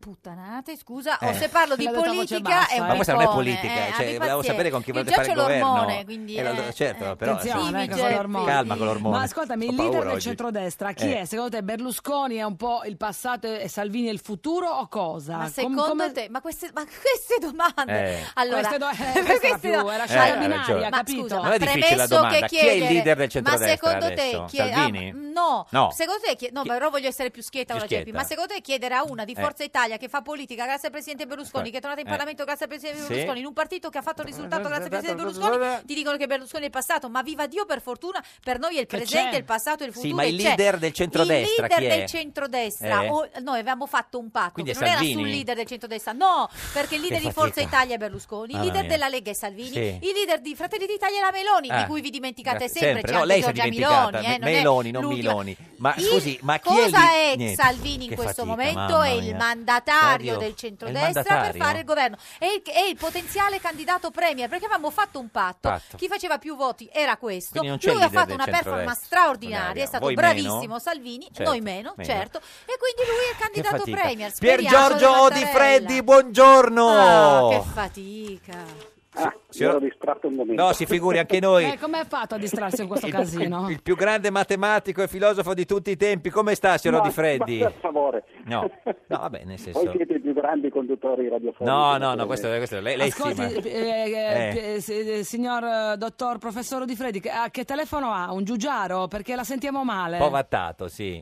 Speaker 8: puttanate, scusa, o
Speaker 2: Eh.
Speaker 8: se parlo di
Speaker 1: L'ha detto a voce
Speaker 8: politica
Speaker 1: bassa,
Speaker 8: è un
Speaker 1: eh.
Speaker 2: Ma questa non è
Speaker 8: pippone,
Speaker 2: politica,
Speaker 8: eh,
Speaker 2: cioè,
Speaker 8: abbi
Speaker 2: volevo
Speaker 8: pazienza.
Speaker 2: sapere con chi
Speaker 8: Io
Speaker 2: volete
Speaker 8: già
Speaker 2: fare il
Speaker 8: c'ho
Speaker 2: governo.
Speaker 8: l'ormone, quindi,
Speaker 2: Eh, lo-
Speaker 8: eh,
Speaker 2: certo, però,
Speaker 1: Attenzione,
Speaker 2: sì.
Speaker 1: eh, che con l'ormone.
Speaker 2: Calma con l'ormone.
Speaker 1: Ma ascoltami,
Speaker 2: Ho
Speaker 1: il leader
Speaker 2: paura
Speaker 1: del
Speaker 2: oggi.
Speaker 1: centrodestra chi
Speaker 2: Eh.
Speaker 1: è? Secondo te Berlusconi è un po' il passato e Salvini è il futuro o cosa?
Speaker 8: Ma
Speaker 1: Com-
Speaker 8: secondo
Speaker 1: come-
Speaker 8: te, ma queste, ma queste domande,
Speaker 2: Eh.
Speaker 8: allora,
Speaker 1: Queste do- eh, questa era
Speaker 8: queste
Speaker 1: più-
Speaker 8: do-
Speaker 1: era
Speaker 2: scelta
Speaker 8: allora,
Speaker 2: binaria,
Speaker 8: ma
Speaker 1: capito?
Speaker 8: scusa,
Speaker 2: Non
Speaker 8: ma
Speaker 2: è difficile la
Speaker 8: premesso
Speaker 2: domanda.
Speaker 8: che
Speaker 2: Chi è il
Speaker 8: chiedere-
Speaker 2: leader del
Speaker 8: Ma
Speaker 2: centrodestra
Speaker 8: secondo
Speaker 2: adesso?
Speaker 8: te, chied-
Speaker 2: Salvini?
Speaker 8: ah, no.
Speaker 2: No.
Speaker 8: secondo te, chie- no,
Speaker 2: Chi-
Speaker 8: però voglio essere più schietta
Speaker 2: Più
Speaker 8: con la GEPI,
Speaker 2: schietta.
Speaker 8: ma secondo te chiedere a una di
Speaker 2: Eh.
Speaker 8: Forza Italia che fa politica grazie al Presidente Berlusconi,
Speaker 2: Eh.
Speaker 8: che è tornata in
Speaker 2: Eh.
Speaker 8: Parlamento grazie al Presidente
Speaker 2: Sì.
Speaker 8: Berlusconi, in un partito che ha fatto il risultato grazie al Presidente Berlusconi, ti dicono che Berlusconi è il passato, ma viva Dio per fortuna, per noi è il
Speaker 2: Che
Speaker 8: presente,
Speaker 2: c'è?
Speaker 8: il passato e il
Speaker 2: Sì,
Speaker 8: futuro.
Speaker 2: ma
Speaker 8: e
Speaker 2: il
Speaker 8: c'è.
Speaker 2: leader del centrodestra
Speaker 8: Il leader
Speaker 2: chi è?
Speaker 8: del centrodestra,
Speaker 2: Eh?
Speaker 8: o- noi avevamo fatto un patto,
Speaker 2: Quindi
Speaker 8: che
Speaker 2: è
Speaker 8: non era sul
Speaker 2: Salvini?
Speaker 8: leader del centrodestra, no, perché il
Speaker 2: Che
Speaker 8: leader di
Speaker 2: fatica.
Speaker 8: Forza Italia è Berlusconi, il
Speaker 2: Mamma
Speaker 8: leader
Speaker 2: mia.
Speaker 8: della Lega è Salvini,
Speaker 2: Sì.
Speaker 8: il leader di Fratelli d'Italia è la Meloni,
Speaker 2: Ah,
Speaker 8: di cui vi dimenticate
Speaker 2: grazie,
Speaker 8: sempre, c'è
Speaker 2: no,
Speaker 8: anche
Speaker 2: lei si è
Speaker 8: Giorgia
Speaker 2: dimenticata,
Speaker 8: Meloni, eh,
Speaker 2: Me-
Speaker 8: non è
Speaker 2: Meloni, non
Speaker 8: l'ultima.
Speaker 2: Miloni. Ma
Speaker 8: Il-
Speaker 2: scusi, ma chi
Speaker 8: cosa
Speaker 2: è,
Speaker 8: è,
Speaker 2: il... niente.
Speaker 8: Salvini in
Speaker 2: Che fatica,
Speaker 8: questo momento?
Speaker 2: mamma
Speaker 8: È il
Speaker 2: mia.
Speaker 8: mandatario
Speaker 2: Oddio, è
Speaker 8: del
Speaker 2: il
Speaker 8: centrodestra per
Speaker 2: mandatario?
Speaker 8: fare il governo. È il, è il potenziale candidato premier, perché avevamo fatto un patto.
Speaker 2: Patto.
Speaker 8: Chi faceva più voti era questo.
Speaker 2: Quindi non
Speaker 8: Lui
Speaker 2: c'è il
Speaker 8: ha
Speaker 2: leader
Speaker 8: fatto
Speaker 2: del
Speaker 8: una performance
Speaker 2: centrodestra.
Speaker 8: straordinaria, è stato
Speaker 2: Voi
Speaker 8: bravissimo
Speaker 2: meno?
Speaker 8: Salvini,
Speaker 2: Certo,
Speaker 8: noi meno,
Speaker 2: meno.
Speaker 8: certo. E quindi lui è il
Speaker 2: Che
Speaker 8: candidato
Speaker 2: fatica. Pier
Speaker 8: premier. Speriamo
Speaker 2: Giorgio
Speaker 8: della
Speaker 2: Di Freddi, buongiorno.
Speaker 8: Ah, che fatica.
Speaker 14: Ah,
Speaker 2: Signora-
Speaker 14: mi ero distratto un momento.
Speaker 2: No, si figuri anche noi. Eh,
Speaker 1: Eh, come ha fatto a distrarsi in questo casino?
Speaker 2: Il più grande matematico e filosofo di tutti i tempi. Come sta, signor
Speaker 14: Ma-
Speaker 2: Di Freddi?
Speaker 14: ma per favore.
Speaker 2: No, no, vabbè, nel
Speaker 14: Voi
Speaker 2: senso...
Speaker 14: siete i più grandi conduttori radiofonici.
Speaker 2: No, no, no, questo, questo lei, lei sì,
Speaker 1: Ascolti,
Speaker 2: ma...
Speaker 1: eh, eh,
Speaker 2: Eh.
Speaker 1: eh, si- eh, signor eh, dottor professor Di Freddi, che, ah, che telefono ha? Un giugiaro? Perché la sentiamo male.
Speaker 2: Un po' vattato, sì.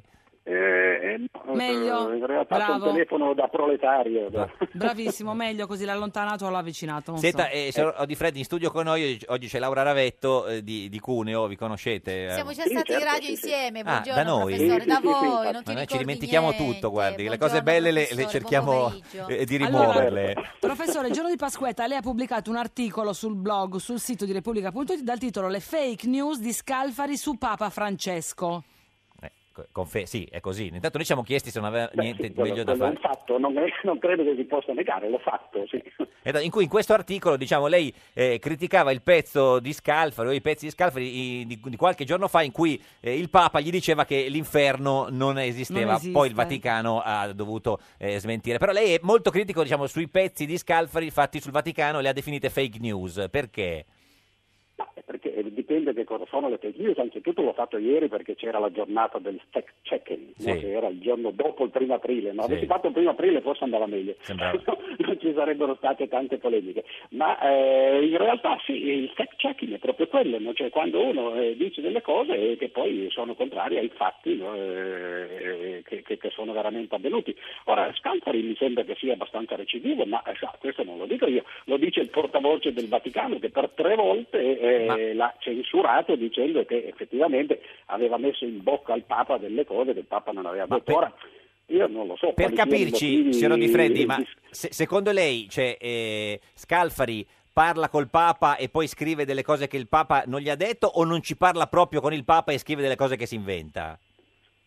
Speaker 1: Meglio.
Speaker 14: Eh, In realtà c'è un
Speaker 1: Bravo.
Speaker 14: telefono da proletario. da-
Speaker 1: Bravissimo, meglio così l'ha allontanato o l'ha avvicinato. Non
Speaker 2: Senta,
Speaker 1: so.
Speaker 2: eh, signor Di Freddi, in studio con noi oggi- oggi c'è Laura Ravetto eh, di, di Cuneo, vi conoscete? eh?
Speaker 8: Siamo già
Speaker 14: Sì,
Speaker 8: stati in
Speaker 14: certo,
Speaker 8: radio
Speaker 14: sì, sì.
Speaker 8: insieme,
Speaker 2: Ah,
Speaker 8: buongiorno
Speaker 2: da noi?
Speaker 8: professore,
Speaker 2: Sì,
Speaker 8: da
Speaker 2: sì, sì,
Speaker 8: voi,
Speaker 2: Ma
Speaker 8: non ti
Speaker 14: infatti.
Speaker 2: noi ci
Speaker 8: ricordi
Speaker 2: dimentichiamo
Speaker 8: niente.
Speaker 2: tutto, guardi, le
Speaker 8: Buongiorno,
Speaker 2: cose belle le, le
Speaker 8: professore,
Speaker 2: cerchiamo
Speaker 8: buon pomeriggio.
Speaker 2: eh, di
Speaker 1: Allora-
Speaker 2: rimuoverle.
Speaker 1: Professore, il giorno di Pasquetta lei ha pubblicato un articolo sul blog, sul sito di Repubblica.it dal titolo Le fake news di Scalfari su Papa Francesco.
Speaker 2: Eh, co- confe- sì, è così. Intanto noi ci siamo chiesti se non aveva
Speaker 14: Beh,
Speaker 2: niente
Speaker 14: sì,
Speaker 2: di
Speaker 14: quello-
Speaker 2: meglio da
Speaker 14: quello è
Speaker 2: fare.
Speaker 14: un fatto, non, non credo che si possa negare, l'ho fatto, sì.
Speaker 2: Eh, da- In cui in questo articolo, diciamo, lei eh, criticava il pezzo di Scalfari o i pezzi di Scalfari i- di, di qualche giorno fa in cui eh, il Papa gli diceva che l'inferno non esisteva.
Speaker 1: Non esiste.
Speaker 2: Poi il Vaticano ha dovuto eh, smentire. Però lei è molto critico, diciamo, sui pezzi di Scalfari fatti sul Vaticano, le ha definite fake news. Perché?
Speaker 14: Perché eh, dipende che cosa sono le fake news. Anzitutto l'ho fatto ieri perché c'era la giornata del fact checking, no?
Speaker 2: Sì.
Speaker 14: che era il giorno dopo il primo aprile. No?
Speaker 2: Sì.
Speaker 14: Avessi fatto il primo aprile forse andava meglio.
Speaker 2: Sembrava.
Speaker 14: non ci sarebbero state tante polemiche. Ma eh, in realtà sì, il fact checking è proprio quello, no? cioè quando uno eh, dice delle cose eh, che poi sono contrarie ai fatti no? Eh, che, che- che sono veramente avvenuti. Ora Scalfari mi sembra che sia abbastanza recidivo, ma eh, sa, questo non lo dico io, lo dice il portavoce del Vaticano che per tre volte eh,
Speaker 2: Ma-
Speaker 14: l'ha censurato dicendo che effettivamente aveva messo in bocca al Papa delle cose che il Papa non aveva detto. Ora, io non lo so.
Speaker 2: Per
Speaker 14: quali siano i
Speaker 2: capirci,
Speaker 14: motivi
Speaker 2: signor Di Freddi,
Speaker 14: di-
Speaker 2: ma se- secondo lei cioè, eh, Scalfari parla col Papa e poi scrive delle cose che il Papa non gli ha detto o non ci parla proprio con il Papa e scrive delle cose che si inventa?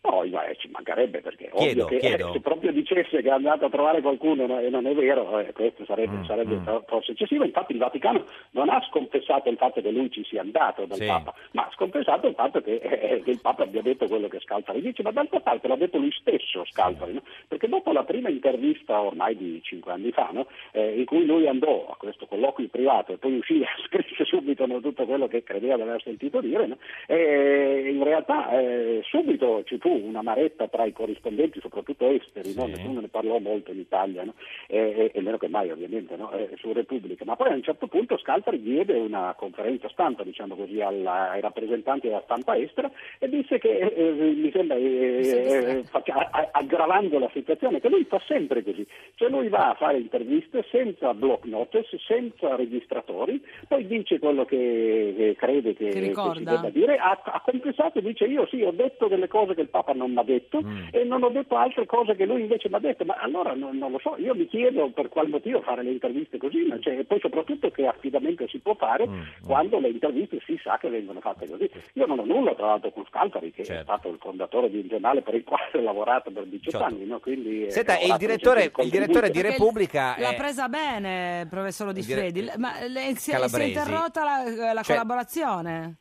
Speaker 14: No, ma eh, ci mancherebbe perché
Speaker 2: Chiedo,
Speaker 14: ovvio che eh,
Speaker 2: chiedo.
Speaker 14: se proprio dicesse che è andato a trovare qualcuno no, e non è vero, eh, questo sarebbe,
Speaker 2: Mm,
Speaker 14: sarebbe tro- forse eccessivo. Infatti il Vaticano non ha scompensato il fatto che lui ci sia andato dal
Speaker 2: Sì.
Speaker 14: Papa, ma ha scompensato il fatto che, eh, che il Papa abbia detto quello che Scalfari dice, ma d'altra parte l'ha detto lui stesso Scalfari, no? perché dopo la prima intervista ormai di cinque anni fa, no, eh, in cui lui andò a questo colloquio privato e poi uscì e scrisse subito no, tutto quello che credeva di aver sentito dire, no, e in realtà eh, subito ci fu una maretta tra i corrispondenti, soprattutto esteri, no?
Speaker 15: Sì.
Speaker 14: nessuno ne parlò molto in Italia, no? e, e- e meno che mai ovviamente no? Eh, su Repubblica, ma poi a un certo punto Scalfari diede una conferenza stampa diciamo così, alla- ai rappresentanti della stampa estera e disse che eh, mi sembra eh, eh, faccia- a- aggravando la situazione, che lui fa sempre così, cioè lui va a fare interviste senza block notice, senza registratori, poi dice quello che, che eh, crede che,
Speaker 1: Che
Speaker 14: che si
Speaker 1: ricorda.
Speaker 14: debba dire, ha, ha confessato e dice io sì, ho detto delle cose che il Papa non mi ha detto
Speaker 2: Mm.
Speaker 14: e non ho detto altre cose che lui invece mi ha detto, ma allora non, non lo so, io mi chiedo per qual motivo fare le interviste così, ma cioè, e poi soprattutto che affidamento si può fare
Speaker 2: Mm,
Speaker 14: quando le interviste si sa che vengono fatte così. Io non ho nulla tra l'altro con Scalfari che è stato il fondatore di un giornale per il quale ho lavorato per 18
Speaker 2: Certo.
Speaker 14: anni, no? quindi eh,
Speaker 2: Senta,
Speaker 14: ho
Speaker 2: e il
Speaker 14: dato
Speaker 2: direttore-
Speaker 14: sempre
Speaker 2: il direttore di
Speaker 14: contributo.
Speaker 2: Repubblica
Speaker 1: L'ha
Speaker 2: Eh.
Speaker 1: presa bene, professor Di
Speaker 2: Il dire-
Speaker 1: Freddi, ma eh, le- si, è- si è
Speaker 2: Calabresi.
Speaker 1: interrotta la, eh, la
Speaker 2: Cioè-
Speaker 1: collaborazione?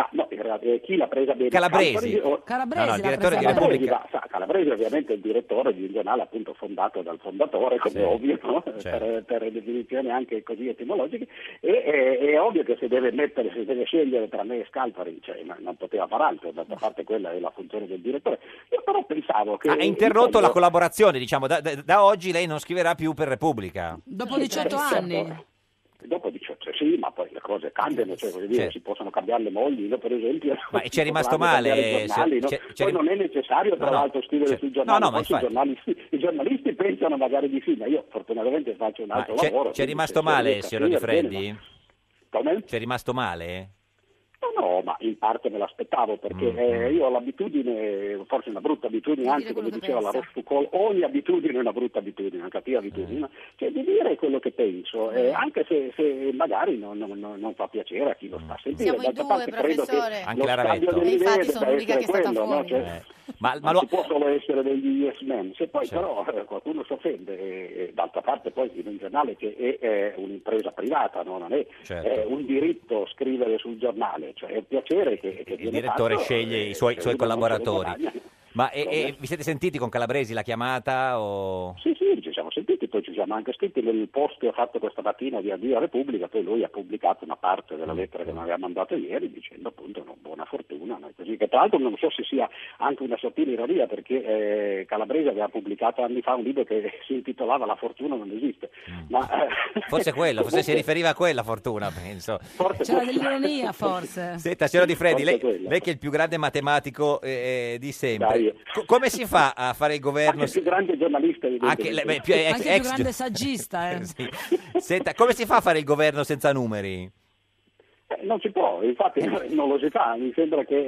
Speaker 14: Ah, no, in realtà, eh, chi l'ha presa bene?
Speaker 2: Calabresi.
Speaker 14: Scalfari o-
Speaker 1: Calabresi
Speaker 2: No, no, il
Speaker 1: l'ha
Speaker 2: direttore
Speaker 1: presa
Speaker 2: di
Speaker 1: bene.
Speaker 2: Repubblica.
Speaker 14: Calabresi, va- sa, Calabresi ovviamente è il direttore di un giornale appunto fondato dal fondatore, come
Speaker 2: Ah, Sì,
Speaker 14: ovvio, no?
Speaker 2: certo.
Speaker 14: per, per definizioni anche così etimologiche, e e- è ovvio che se deve mettere, se deve scegliere tra me e Scalfari, cioè, ma- non poteva far altro, d'altra parte quella è la funzione del direttore. Io però pensavo che...
Speaker 2: Ha interrotto la
Speaker 14: collaborazione
Speaker 2: collaborazione, diciamo, da, da- da oggi lei non scriverà più per Repubblica.
Speaker 1: Dopo
Speaker 14: Sì,
Speaker 1: 18
Speaker 14: certo.
Speaker 1: anni?
Speaker 14: Dopo 18 sì, ma poi le cose cambiano, cioè, voglio dire,
Speaker 2: Certo.
Speaker 14: si possono cambiare le mogli, io per esempio.
Speaker 2: Ma ci è rimasto
Speaker 14: potranno
Speaker 2: male,
Speaker 14: cambiare i giornali,
Speaker 2: se-
Speaker 14: no?
Speaker 2: c'è- c'è
Speaker 14: Poi
Speaker 2: rim-
Speaker 14: non è necessario, tra
Speaker 2: No, no,
Speaker 14: l'altro, scrivere
Speaker 2: certo.
Speaker 14: sui giornali,
Speaker 2: No, no, ma
Speaker 14: forse i,
Speaker 2: infatti.
Speaker 14: giornalisti, i giornalisti pensano magari di sì, ma io fortunatamente faccio un
Speaker 2: Ma
Speaker 14: altro
Speaker 2: c'è,
Speaker 14: lavoro.
Speaker 2: c'è
Speaker 14: quindi
Speaker 2: rimasto
Speaker 14: se- se
Speaker 2: male,
Speaker 14: riesco a
Speaker 2: signora Di
Speaker 14: scrivere bene,
Speaker 2: Freddi?
Speaker 14: Come?
Speaker 2: C'è rimasto male?
Speaker 14: No, no, ma in parte me l'aspettavo perché eh, io ho l'abitudine, forse una brutta abitudine, anche come diceva la Rochefoucauld, ogni abitudine è una brutta abitudine, una
Speaker 16: Eh.
Speaker 14: cattiva abitudine, no? cioè di dire quello che penso, eh, anche se, se magari non, non- non- non fa piacere a chi lo sta a sentire.
Speaker 16: Mm. Siamo in
Speaker 14: D'altra
Speaker 16: due,
Speaker 14: parte credo che
Speaker 16: professore.
Speaker 2: Anche
Speaker 14: lo
Speaker 2: la
Speaker 14: stadio
Speaker 2: Ravetto.
Speaker 14: delle
Speaker 16: E infatti
Speaker 14: idee
Speaker 16: sono
Speaker 14: debba
Speaker 16: l'unica che
Speaker 14: essere
Speaker 16: è stata
Speaker 14: quello, no?
Speaker 16: fuori.
Speaker 14: Cioè,
Speaker 16: Eh.
Speaker 2: Ma, ma
Speaker 14: non
Speaker 2: lo-
Speaker 14: si può solo essere degli yes men, se poi
Speaker 2: Certo.
Speaker 14: però eh, qualcuno si offende, e- e d'altra parte poi in un giornale che è, è un'impresa privata, no? non è,
Speaker 2: Certo.
Speaker 14: è un diritto scrivere sul giornale, cioè è un piacere che, che
Speaker 2: il direttore sceglie
Speaker 14: eh,
Speaker 2: i suoi, i suoi collaboratori. Mm. Ma e- e
Speaker 14: Come?
Speaker 2: vi siete sentiti con Calabresi la chiamata? O...
Speaker 14: Sì, sì, ci siamo sentiti, poi ci siamo anche scritti nel post che ho fatto questa mattina di Addio a Repubblica, poi lui ha pubblicato una parte
Speaker 2: Mm,
Speaker 14: della lettera che mi aveva mandato ieri dicendo appunto no, buona fortuna, no? così che tra l'altro non so se sia anche una sottile ironia perché eh, Calabrese aveva pubblicato anni fa un libro che si intitolava La fortuna non esiste, ma eh,
Speaker 2: Mm. Forse quella, forse si
Speaker 14: comunque-
Speaker 2: riferiva a quella fortuna, penso.
Speaker 1: C'era dell'ironia forse?
Speaker 2: Senta, signora Di Freddi,
Speaker 14: forse
Speaker 2: lei,
Speaker 14: quella.
Speaker 2: lei che è il più grande matematico eh, di sempre, co- come si fa a fare il governo?
Speaker 14: anche il più grande giornalista
Speaker 2: Anche le- beh, più ex-
Speaker 1: Anche il
Speaker 2: ex-
Speaker 1: più grande saggista, eh.
Speaker 2: Senta, come si fa a fare il governo senza numeri?
Speaker 14: Eh, Non si può, infatti non lo si fa, mi sembra che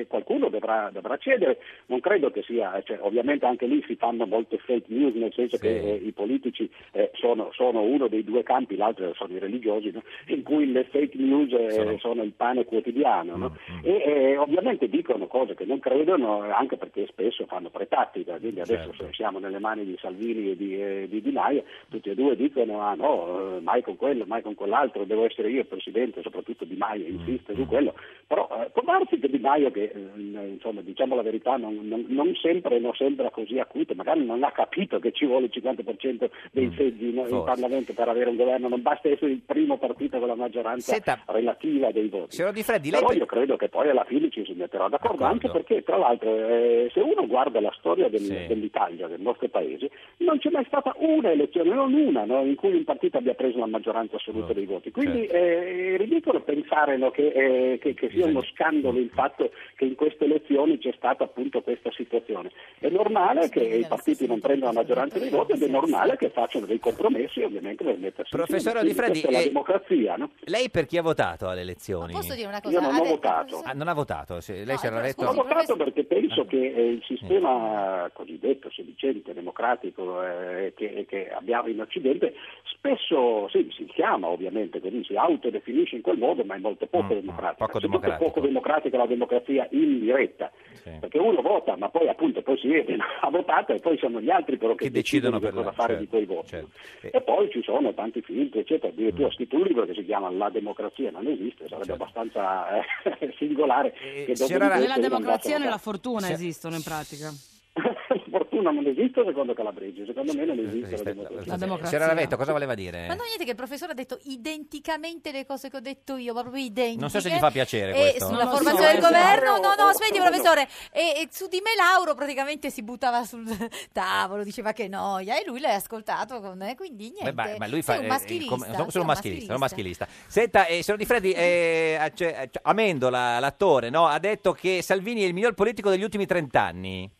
Speaker 14: eh, qualcuno dovrà, dovrà cedere, non credo che sia, cioè, ovviamente anche lì si fanno molte fake news, nel senso
Speaker 2: Sì.
Speaker 14: che eh, i politici eh, sono, sono uno dei due campi, l'altro sono i religiosi, no? in cui le fake news eh,
Speaker 2: Sono-
Speaker 14: sono... il pane quotidiano no? e eh, ovviamente dicono cose che non credono eh, anche perché spesso fanno pretattica, quindi adesso
Speaker 2: Certo.
Speaker 14: se siamo nelle mani di Salvini e di, eh, di Di Maio, tutti e due dicono ah no, eh, mai con quello, mai con quell'altro, devo essere io il presidente, soprattutto Di Maio insiste
Speaker 2: Mm-hmm.
Speaker 14: su quello, però eh, può darsi che Di Maio che eh, insomma diciamo la verità non, non- non sempre non sembra così acuto, magari non ha capito che ci vuole il 50% dei seggi no, in
Speaker 2: Mm. forse.
Speaker 14: Parlamento per avere un governo, non basta essere il primo partito con la maggioranza
Speaker 2: Senta,
Speaker 14: relativa dei voti.
Speaker 2: Signor Di Freddi, lei
Speaker 14: Però io credo che poi alla fine ci si metterà d'accordo,
Speaker 2: D'accordo.
Speaker 14: anche perché tra l'altro eh, se uno guarda la storia del-
Speaker 2: Sì.
Speaker 14: dell'Italia, del nostro paese, non c'è mai stata una elezione, non una, no, in cui un partito abbia preso la maggioranza assoluta dei voti. Quindi
Speaker 2: certo.
Speaker 14: eh, è ridicolo pensare no, che, eh, che- che sia uno scandalo il fatto che in queste elezioni c'è stata appunto questa situazione. È normale che i partiti non prendano la maggioranza dei voti ed è normale che facciano dei compromessi ovviamente per mettersi
Speaker 2: Professor
Speaker 14: insieme. Quindi
Speaker 2: Di Freddi,
Speaker 14: questa è la
Speaker 2: eh,
Speaker 14: democrazia, no?
Speaker 2: Lei per chi ha votato alle elezioni?
Speaker 16: Posso dire una cosa?
Speaker 14: Io non ho
Speaker 16: Ade-
Speaker 14: votato.
Speaker 2: Ah, non ha votato? Se- Lei si era
Speaker 16: però
Speaker 2: letto?
Speaker 16: scusi,
Speaker 14: Ho votato perché penso penso che eh, il sistema cosiddetto sedicente, democratico eh, che, che abbiamo in Occidente spesso sì, si chiama ovviamente così, si autodefinisce in quel modo, ma è molto poco democratico.
Speaker 2: Mm, poco
Speaker 14: Innanzitutto
Speaker 2: democratico.
Speaker 14: poco democratica la democrazia indiretta,
Speaker 2: Sì.
Speaker 14: perché uno vota, ma poi appunto poi si vede, no? ha votato e poi sono gli altri però che,
Speaker 2: Che decidono per
Speaker 14: cosa
Speaker 2: la-
Speaker 14: fare
Speaker 2: certo,
Speaker 14: di quei voti.
Speaker 2: certo.
Speaker 14: E poi ci sono tanti filtri, eccetera.
Speaker 2: Mm.
Speaker 14: Addirittura ho scritto un libro che si chiama La democrazia non esiste, sarebbe abbastanza eh, singolare. che dopo
Speaker 2: Certo. signora-
Speaker 14: di
Speaker 1: Nella
Speaker 14: questo
Speaker 1: democrazia e
Speaker 14: non
Speaker 1: nella
Speaker 14: andassero
Speaker 1: fortuna
Speaker 14: Se-
Speaker 1: esistono in pratica.
Speaker 14: a- fortuna non esiste secondo Calabrese, secondo me non esiste la democrazia.
Speaker 1: La democrazia.
Speaker 2: Signora Ravetto, cosa voleva dire?
Speaker 8: Ma non niente che il professore ha detto identicamente le cose che ho detto io, ma proprio identiche.
Speaker 2: Non so se gli fa piacere
Speaker 8: E
Speaker 2: questo.
Speaker 8: sulla
Speaker 2: No,
Speaker 8: formazione
Speaker 14: eh,
Speaker 2: no,
Speaker 8: del
Speaker 2: no,
Speaker 8: governo,
Speaker 2: no,
Speaker 8: no, no,
Speaker 2: no,
Speaker 8: aspetti
Speaker 2: no.
Speaker 8: professore. E, e su di me Lauro praticamente si buttava sul tavolo, diceva che noia e lui l'ha ascoltato, con- eh, quindi niente.
Speaker 2: Beh, ma, ma lui fa
Speaker 8: Sei un
Speaker 2: eh,
Speaker 8: maschilista.
Speaker 2: come- sono-
Speaker 8: sei
Speaker 2: sono
Speaker 8: un
Speaker 2: un maschilista, sono un maschilista. Senta, eh, signor Di Freddi, eh, ah, cioè, eh, cioè, Amendola, l'attore, no, ha detto che Salvini è il miglior politico degli ultimi trent'anni.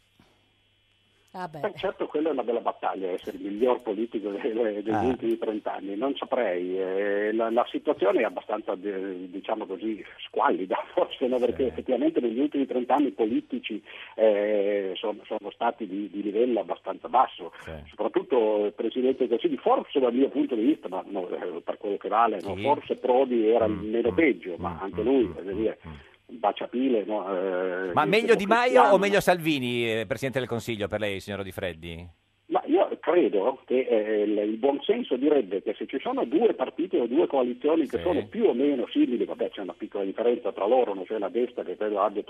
Speaker 1: Ah,
Speaker 14: Beh, certo, quella è una bella battaglia, essere il miglior politico delle- degli
Speaker 2: Ah.
Speaker 14: ultimi 30 anni, non saprei, eh, la, la situazione è abbastanza, eh, diciamo così, squallida forse, no? perché effettivamente negli ultimi 30 anni i politici eh, sono, sono stati di, di livello abbastanza basso, soprattutto il Presidente del Consiglio, forse dal mio punto di vista, ma no, eh, per quello che vale, no?
Speaker 12: Sì.
Speaker 14: forse Prodi era il
Speaker 2: Mm,
Speaker 14: meno peggio, ma anche lui, voglio dire, un baciapile. No? Eh,
Speaker 2: Ma
Speaker 14: io
Speaker 2: meglio
Speaker 14: sono
Speaker 2: Di Maio
Speaker 14: cristiano,
Speaker 2: o
Speaker 14: no?
Speaker 2: meglio Salvini, eh, Presidente del Consiglio, per lei, signor Di Freddi?
Speaker 14: Ma io credo che eh, il, il buonsenso direbbe che se ci sono due partiti o due coalizioni che
Speaker 2: Sì.
Speaker 14: sono più o meno simili, vabbè c'è una piccola differenza tra loro, non c'è la destra che credo abbia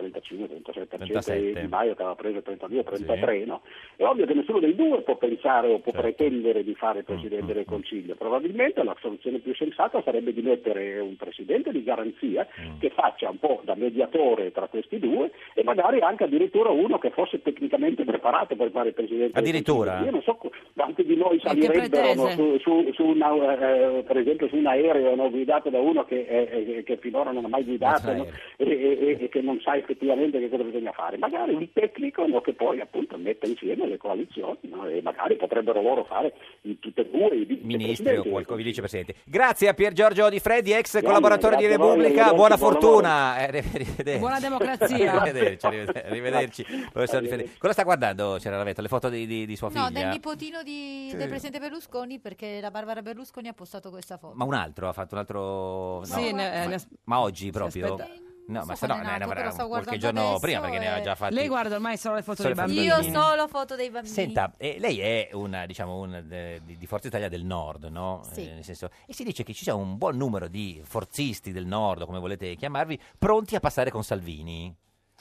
Speaker 14: 35-37% e
Speaker 2: 37.
Speaker 14: Di Maio che aveva preso 32-33, no? È ovvio che nessuno dei due può pensare o può pretendere di fare Presidente del Consiglio. Probabilmente la soluzione più sensata sarebbe di mettere un Presidente di garanzia che faccia un po' da mediatore tra questi due e magari anche addirittura uno che fosse tecnicamente preparato per fare Presidente
Speaker 2: Addirittura?
Speaker 14: del Consiglio. Io non so qu- quanti di noi
Speaker 1: che
Speaker 14: salirebbero no,
Speaker 1: pretese?
Speaker 14: su, su- su una, eh, per esempio su un aereo no, guidato da uno che, eh, eh, che finora non ha mai guidato no, e, e- e- e che non sa effettivamente che cosa bisogna fare. Magari un tecnico no, che poi appunto metta insieme le coalizioni no, e magari potrebbero loro fare in tutte e due i
Speaker 2: Ministri o qualcosa, vicepresidente. Grazie a Pier Giorgio Di Freddi, ex
Speaker 14: Grande,
Speaker 2: collaboratore di
Speaker 14: grazie a voi,
Speaker 2: Repubblica.
Speaker 14: arrivederci,
Speaker 2: Buona
Speaker 14: buon
Speaker 2: fortuna. Eh, Arrivederci.
Speaker 1: Buona democrazia.
Speaker 2: arrivederci, arrivederci, arrivederci, professor Di Freddi. Cosa sta guardando, signora Ravetto? Le foto di, di- di sua
Speaker 8: No, del
Speaker 2: figlia?
Speaker 8: nipotino di,
Speaker 2: Sì.
Speaker 8: del presidente Berlusconi perché la Barbara Berlusconi ha postato questa foto.
Speaker 2: Ma un altro, ha fatto un altro...
Speaker 8: Sì,
Speaker 2: no.
Speaker 8: ne- eh,
Speaker 2: ma,
Speaker 8: ne-
Speaker 2: ma oggi proprio?
Speaker 8: aspetta.
Speaker 2: No, ma
Speaker 8: so
Speaker 2: se no,
Speaker 8: quando è
Speaker 2: ne
Speaker 8: nato,
Speaker 2: avrà
Speaker 8: però sto
Speaker 2: qualche
Speaker 8: guardando
Speaker 2: giorno
Speaker 8: adesso eh.
Speaker 2: prima perché ne ha
Speaker 8: e-
Speaker 2: già fatti.
Speaker 1: Lei guarda ormai solo le foto
Speaker 2: Solo
Speaker 1: dei
Speaker 2: le foto dei
Speaker 1: bambini.
Speaker 8: Io
Speaker 2: bambini.
Speaker 8: solo foto dei bambini.
Speaker 2: Senta, eh, lei è una, diciamo, un, eh, di, di Forza Italia del Nord, no? Eh,
Speaker 8: Sì.
Speaker 2: nel senso- e si dice che ci sia un buon numero di forzisti del Nord, come volete chiamarvi, pronti a passare con Salvini.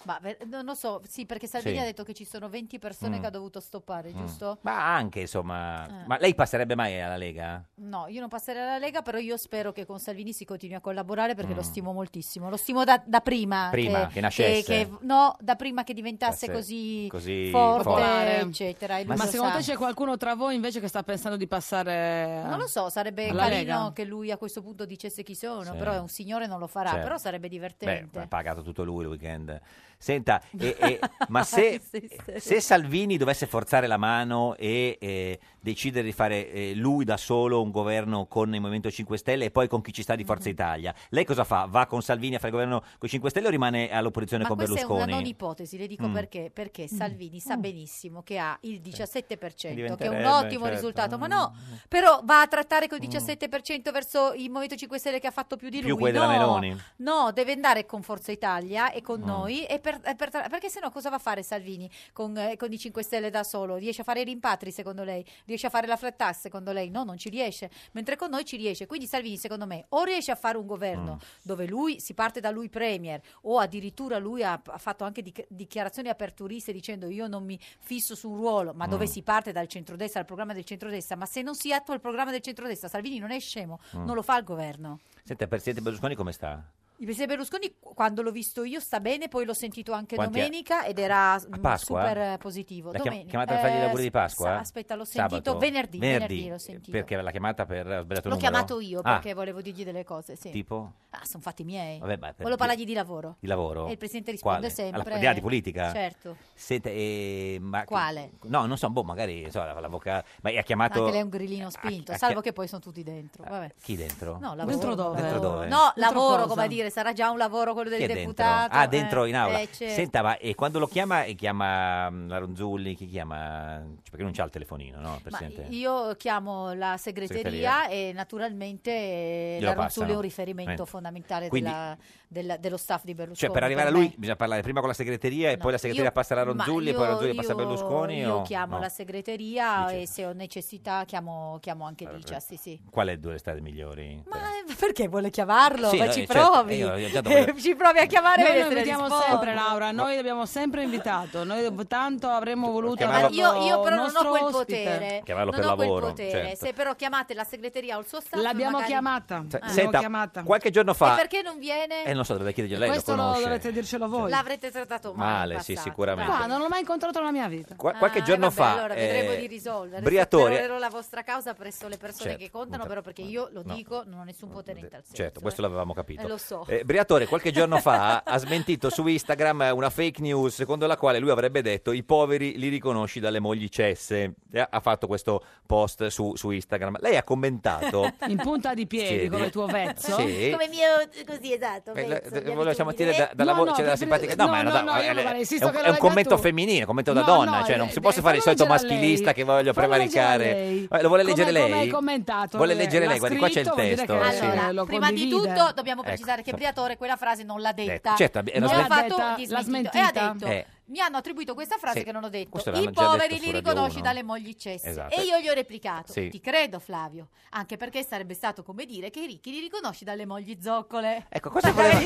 Speaker 8: Ma ver- non lo so, sì, perché Salvini
Speaker 2: Sì.
Speaker 8: ha detto che ci sono 20 persone
Speaker 2: Mm.
Speaker 8: che ha dovuto stoppare,
Speaker 2: Mm.
Speaker 8: giusto?
Speaker 2: Ma anche, insomma...
Speaker 8: Eh.
Speaker 2: Ma lei passerebbe mai alla Lega?
Speaker 8: No, io non passerei alla Lega, però io spero che con Salvini si continui a collaborare perché lo stimo moltissimo. Lo stimo da, da prima,
Speaker 2: Mm. Prima che nascesse.
Speaker 8: che- no, da prima che diventasse
Speaker 2: Forse-
Speaker 8: così,
Speaker 2: così
Speaker 8: forte,
Speaker 2: forte.
Speaker 8: eccetera. E lui
Speaker 1: Ma,
Speaker 8: lo
Speaker 1: secondo
Speaker 8: sa.
Speaker 1: te c'è qualcuno tra voi invece che sta pensando di passare...
Speaker 8: Non lo so, sarebbe
Speaker 1: eh. Alla
Speaker 8: carino
Speaker 1: Lega?
Speaker 8: che lui a questo punto dicesse chi sono,
Speaker 2: Sì.
Speaker 8: però è un signore non lo farà,
Speaker 2: Certo.
Speaker 8: però sarebbe divertente.
Speaker 2: Beh, ha pagato tutto lui il weekend. Senta, e- e- ma se,
Speaker 8: Esatto.
Speaker 2: se Salvini dovesse forzare la mano e eh, decidere di fare eh, lui da solo un governo con il Movimento 5 Stelle e poi con chi ci sta di
Speaker 8: Mm-hmm.
Speaker 2: Forza Italia, lei cosa fa? Va con Salvini a fare il governo con i 5 Stelle o rimane all'opposizione
Speaker 8: Ma
Speaker 2: con
Speaker 8: questa è una non
Speaker 2: Berlusconi?
Speaker 8: ipotesi, le dico
Speaker 2: Mm.
Speaker 8: perché, perché Salvini sa benissimo che ha il 17%, che è un
Speaker 2: Diventerebbe,
Speaker 8: ottimo
Speaker 2: certo. Mm.
Speaker 8: risultato, ma no, però va a trattare col 17% verso il Movimento 5 Stelle che ha fatto più di
Speaker 2: Più
Speaker 8: lui,
Speaker 2: quelli
Speaker 8: no.
Speaker 2: della Meloni.
Speaker 8: No, deve andare con Forza Italia e con
Speaker 2: Mm.
Speaker 8: noi, e per- e per tra- perché sennò cosa va a fare Salvini con, eh, con i 5 Stelle da solo? Riesce a fare i rimpatri secondo lei? Riesce a fare la flat tax secondo lei? No, non ci riesce, mentre con noi ci riesce. Quindi Salvini secondo me o riesce a fare un governo
Speaker 2: Mm.
Speaker 8: dove lui si parte da lui premier o addirittura lui ha, ha fatto anche dic- dichiarazioni aperturiste dicendo io non mi fisso su un ruolo, ma dove
Speaker 15: Mm.
Speaker 8: si parte dal centrodestra al programma del centrodestra, ma se non si attua il programma del centrodestra Salvini non è scemo,
Speaker 2: Mm.
Speaker 8: non lo fa il governo.
Speaker 2: Senta, Presidente Berlusconi come sta?
Speaker 8: Il presidente Berlusconi, qu- quando l'ho visto io, sta bene, poi l'ho sentito anche
Speaker 2: Quanti è-
Speaker 8: domenica ed era mm,
Speaker 2: Pasqua?
Speaker 8: super eh, positivo.
Speaker 2: L'ha chiam-
Speaker 8: domenica.
Speaker 2: chiamata per fargli gli
Speaker 8: Eh,
Speaker 2: auguri di Pasqua?
Speaker 8: sa- aspetta, l'ho sentito
Speaker 2: Sabato?
Speaker 8: venerdì. Venerdì, l'ho sentito.
Speaker 2: Perché l'ha chiamata per... Ho sbagliato
Speaker 8: L'ho
Speaker 2: il numero?
Speaker 8: chiamato io
Speaker 2: Ah,
Speaker 8: perché volevo dirgli delle cose. Sì.
Speaker 2: tipo?
Speaker 8: Ah, sono fatti miei.
Speaker 2: Vabbè, ma per-
Speaker 8: Volevo parlargli di lavoro.
Speaker 2: Di lavoro?
Speaker 8: E il presidente risponde
Speaker 2: Quale?
Speaker 8: sempre. eh,
Speaker 2: Alla- di- ah, di politica?
Speaker 8: Certo.
Speaker 2: Senta, eh, ma
Speaker 8: Quale?
Speaker 2: No, non so, boh, magari so, la- l'avvocato. Ma Ah, ha chiamato.
Speaker 8: Anche lei è un grillino spinto,
Speaker 2: a-
Speaker 8: salvo che poi sono tutti dentro. Vabbè.
Speaker 2: Ah. Chi dentro?
Speaker 8: No, lavoro.
Speaker 2: Dentro dove?
Speaker 8: No,
Speaker 1: Dentro
Speaker 8: lavoro,
Speaker 1: cosa?
Speaker 8: come a dire, chiedere, sarà già un lavoro quello del
Speaker 2: Chi è dentro?
Speaker 8: deputato?
Speaker 2: Ah, dentro in aula.
Speaker 8: eh, c'è-
Speaker 2: Senta, ma e quando lo chiama, e chiama mm, la Ronzulli, chi chiama? Cioè, perché non c'ha il telefonino, no,
Speaker 8: Ma
Speaker 2: Presidente? Cioè,
Speaker 8: io chiamo la segreteria, e naturalmente eh,
Speaker 2: Glielo
Speaker 8: la Ronzulli è
Speaker 2: passano.
Speaker 8: un riferimento
Speaker 2: Eh.
Speaker 8: fondamentale
Speaker 2: Quindi-
Speaker 8: della- della- dello staff di Berlusconi.
Speaker 2: Cioè, per arrivare a
Speaker 8: me.
Speaker 2: lui bisogna parlare prima con la segreteria e poi la segreteria
Speaker 8: Io-
Speaker 2: passa alla
Speaker 8: ma
Speaker 2: Ronzulli e poi la Ronzulli passa a
Speaker 8: io-
Speaker 2: Berlusconi?
Speaker 8: Io
Speaker 2: o-
Speaker 8: chiamo
Speaker 2: no?
Speaker 8: la segreteria e se ho necessità chiamo, chiamo anche Licia, sì sì.
Speaker 2: Qual è due le strade migliori?
Speaker 8: Ma eh, perché vuole chiamarlo?
Speaker 2: Sì,
Speaker 8: Ma
Speaker 2: no,
Speaker 8: ci
Speaker 2: certo,
Speaker 8: provi.
Speaker 2: io- io già dovevo-
Speaker 8: ci provi a chiamare e
Speaker 1: Noi lo
Speaker 8: vedere se
Speaker 1: invitiamo
Speaker 8: risponde.
Speaker 1: sempre, Laura. Noi l'abbiamo sempre invitato. Noi tanto avremmo voluto.
Speaker 2: chiamarlo-
Speaker 1: averlo
Speaker 8: Io, io però non ho
Speaker 1: nostro
Speaker 8: quel
Speaker 1: ospite.
Speaker 8: potere.
Speaker 2: Chiamarlo
Speaker 8: non
Speaker 2: per
Speaker 8: ho quel
Speaker 2: lavoro,
Speaker 8: potere.
Speaker 2: certo.
Speaker 8: Se però chiamate la segreteria o il suo staff.
Speaker 1: L'abbiamo
Speaker 8: magari-
Speaker 1: chiamata.
Speaker 2: Se-
Speaker 8: Ah.
Speaker 2: senta, qualche giorno
Speaker 8: E
Speaker 2: fa...
Speaker 8: perché non viene?
Speaker 2: Eh, non so, dovete chiederglielo lei, lo
Speaker 1: Questo lo
Speaker 2: conosce.
Speaker 1: dovete dircelo voi.
Speaker 8: L'avrete trattato male.
Speaker 2: Male,
Speaker 8: in
Speaker 2: sì,
Speaker 8: passato.
Speaker 2: sicuramente.
Speaker 1: Qua, non l'ho mai incontrato nella mia vita.
Speaker 2: Qua- qualche giorno
Speaker 8: vabbè,
Speaker 2: fa,
Speaker 8: allora vedremo
Speaker 2: eh,
Speaker 8: di risolvere.
Speaker 2: Briatore-
Speaker 8: Risolverò la vostra causa presso le persone
Speaker 2: Certo,
Speaker 8: che contano, però perché io lo
Speaker 2: no.
Speaker 8: dico, non ho nessun potere in tal senso.
Speaker 2: Certo, questo l'avevamo capito.
Speaker 8: Eh, lo so.
Speaker 2: Eh, Briatore qualche giorno fa ha smentito su Instagram una fake news secondo la quale lui avrebbe detto i poveri li riconosci dalle mogli cesse. E ha- ha fatto questo post su, su Instagram. Lei ha commentato... Eh,
Speaker 1: In punta di piedi,
Speaker 2: Siedi.
Speaker 1: come tuo vezzo.
Speaker 2: Esatto. Sì. Come
Speaker 8: mio, così, esatto.
Speaker 2: Eh, la- d- lo lasciamo dire da- dalla
Speaker 1: No,
Speaker 2: voce
Speaker 1: no,
Speaker 2: della
Speaker 1: prefer-
Speaker 2: simpatica no,
Speaker 1: no,
Speaker 2: ma è una-
Speaker 1: no, no, io
Speaker 2: è-
Speaker 1: lo farei,
Speaker 2: è,
Speaker 1: visto
Speaker 2: un, è
Speaker 1: che lo
Speaker 2: un
Speaker 1: legga
Speaker 2: commento
Speaker 1: tu.
Speaker 2: femminile un commento da
Speaker 1: No,
Speaker 2: donna
Speaker 1: no,
Speaker 2: cioè
Speaker 1: eh,
Speaker 2: non si
Speaker 1: eh,
Speaker 2: posso fare il solito
Speaker 1: fallo leggere a
Speaker 2: maschilista
Speaker 1: lei.
Speaker 2: che voglio
Speaker 1: Fallo
Speaker 2: prevaricare
Speaker 1: leggere a lei.
Speaker 2: Eh, lo vuole
Speaker 1: Come-
Speaker 2: leggere
Speaker 1: come
Speaker 2: lei
Speaker 1: hai commentato,
Speaker 2: vuole
Speaker 1: eh,
Speaker 2: leggere
Speaker 1: l'ha
Speaker 2: lei guardi qua c'è il
Speaker 1: scritto, vuol dire
Speaker 2: testo
Speaker 1: che-
Speaker 2: sì.
Speaker 8: Allora,
Speaker 1: lo
Speaker 8: prima di
Speaker 1: condivide.
Speaker 8: tutto dobbiamo
Speaker 2: Ecco,
Speaker 8: precisare che
Speaker 2: so-
Speaker 8: Briatore quella frase non l'ha detta.
Speaker 2: Detto, certo, è la
Speaker 8: non l'ha
Speaker 2: smentita.
Speaker 8: fatto,
Speaker 1: L'ha
Speaker 8: gli smentito. e ha
Speaker 1: smentita.
Speaker 8: detto
Speaker 2: Eh.
Speaker 8: mi hanno attribuito questa frase
Speaker 2: Sì,
Speaker 8: che non ho detto.
Speaker 2: questo
Speaker 8: I
Speaker 2: l'hanno già detto
Speaker 8: poveri
Speaker 2: su
Speaker 8: li
Speaker 2: Radio
Speaker 8: riconosci
Speaker 2: Uno".
Speaker 8: dalle mogli cesse.
Speaker 2: Esatto.
Speaker 8: E io gli ho replicato
Speaker 2: Sì.
Speaker 8: ti credo Flavio, anche perché sarebbe stato come dire che i ricchi li riconosci dalle mogli zoccole. Cioè,
Speaker 2: Ecco, cosa voleva,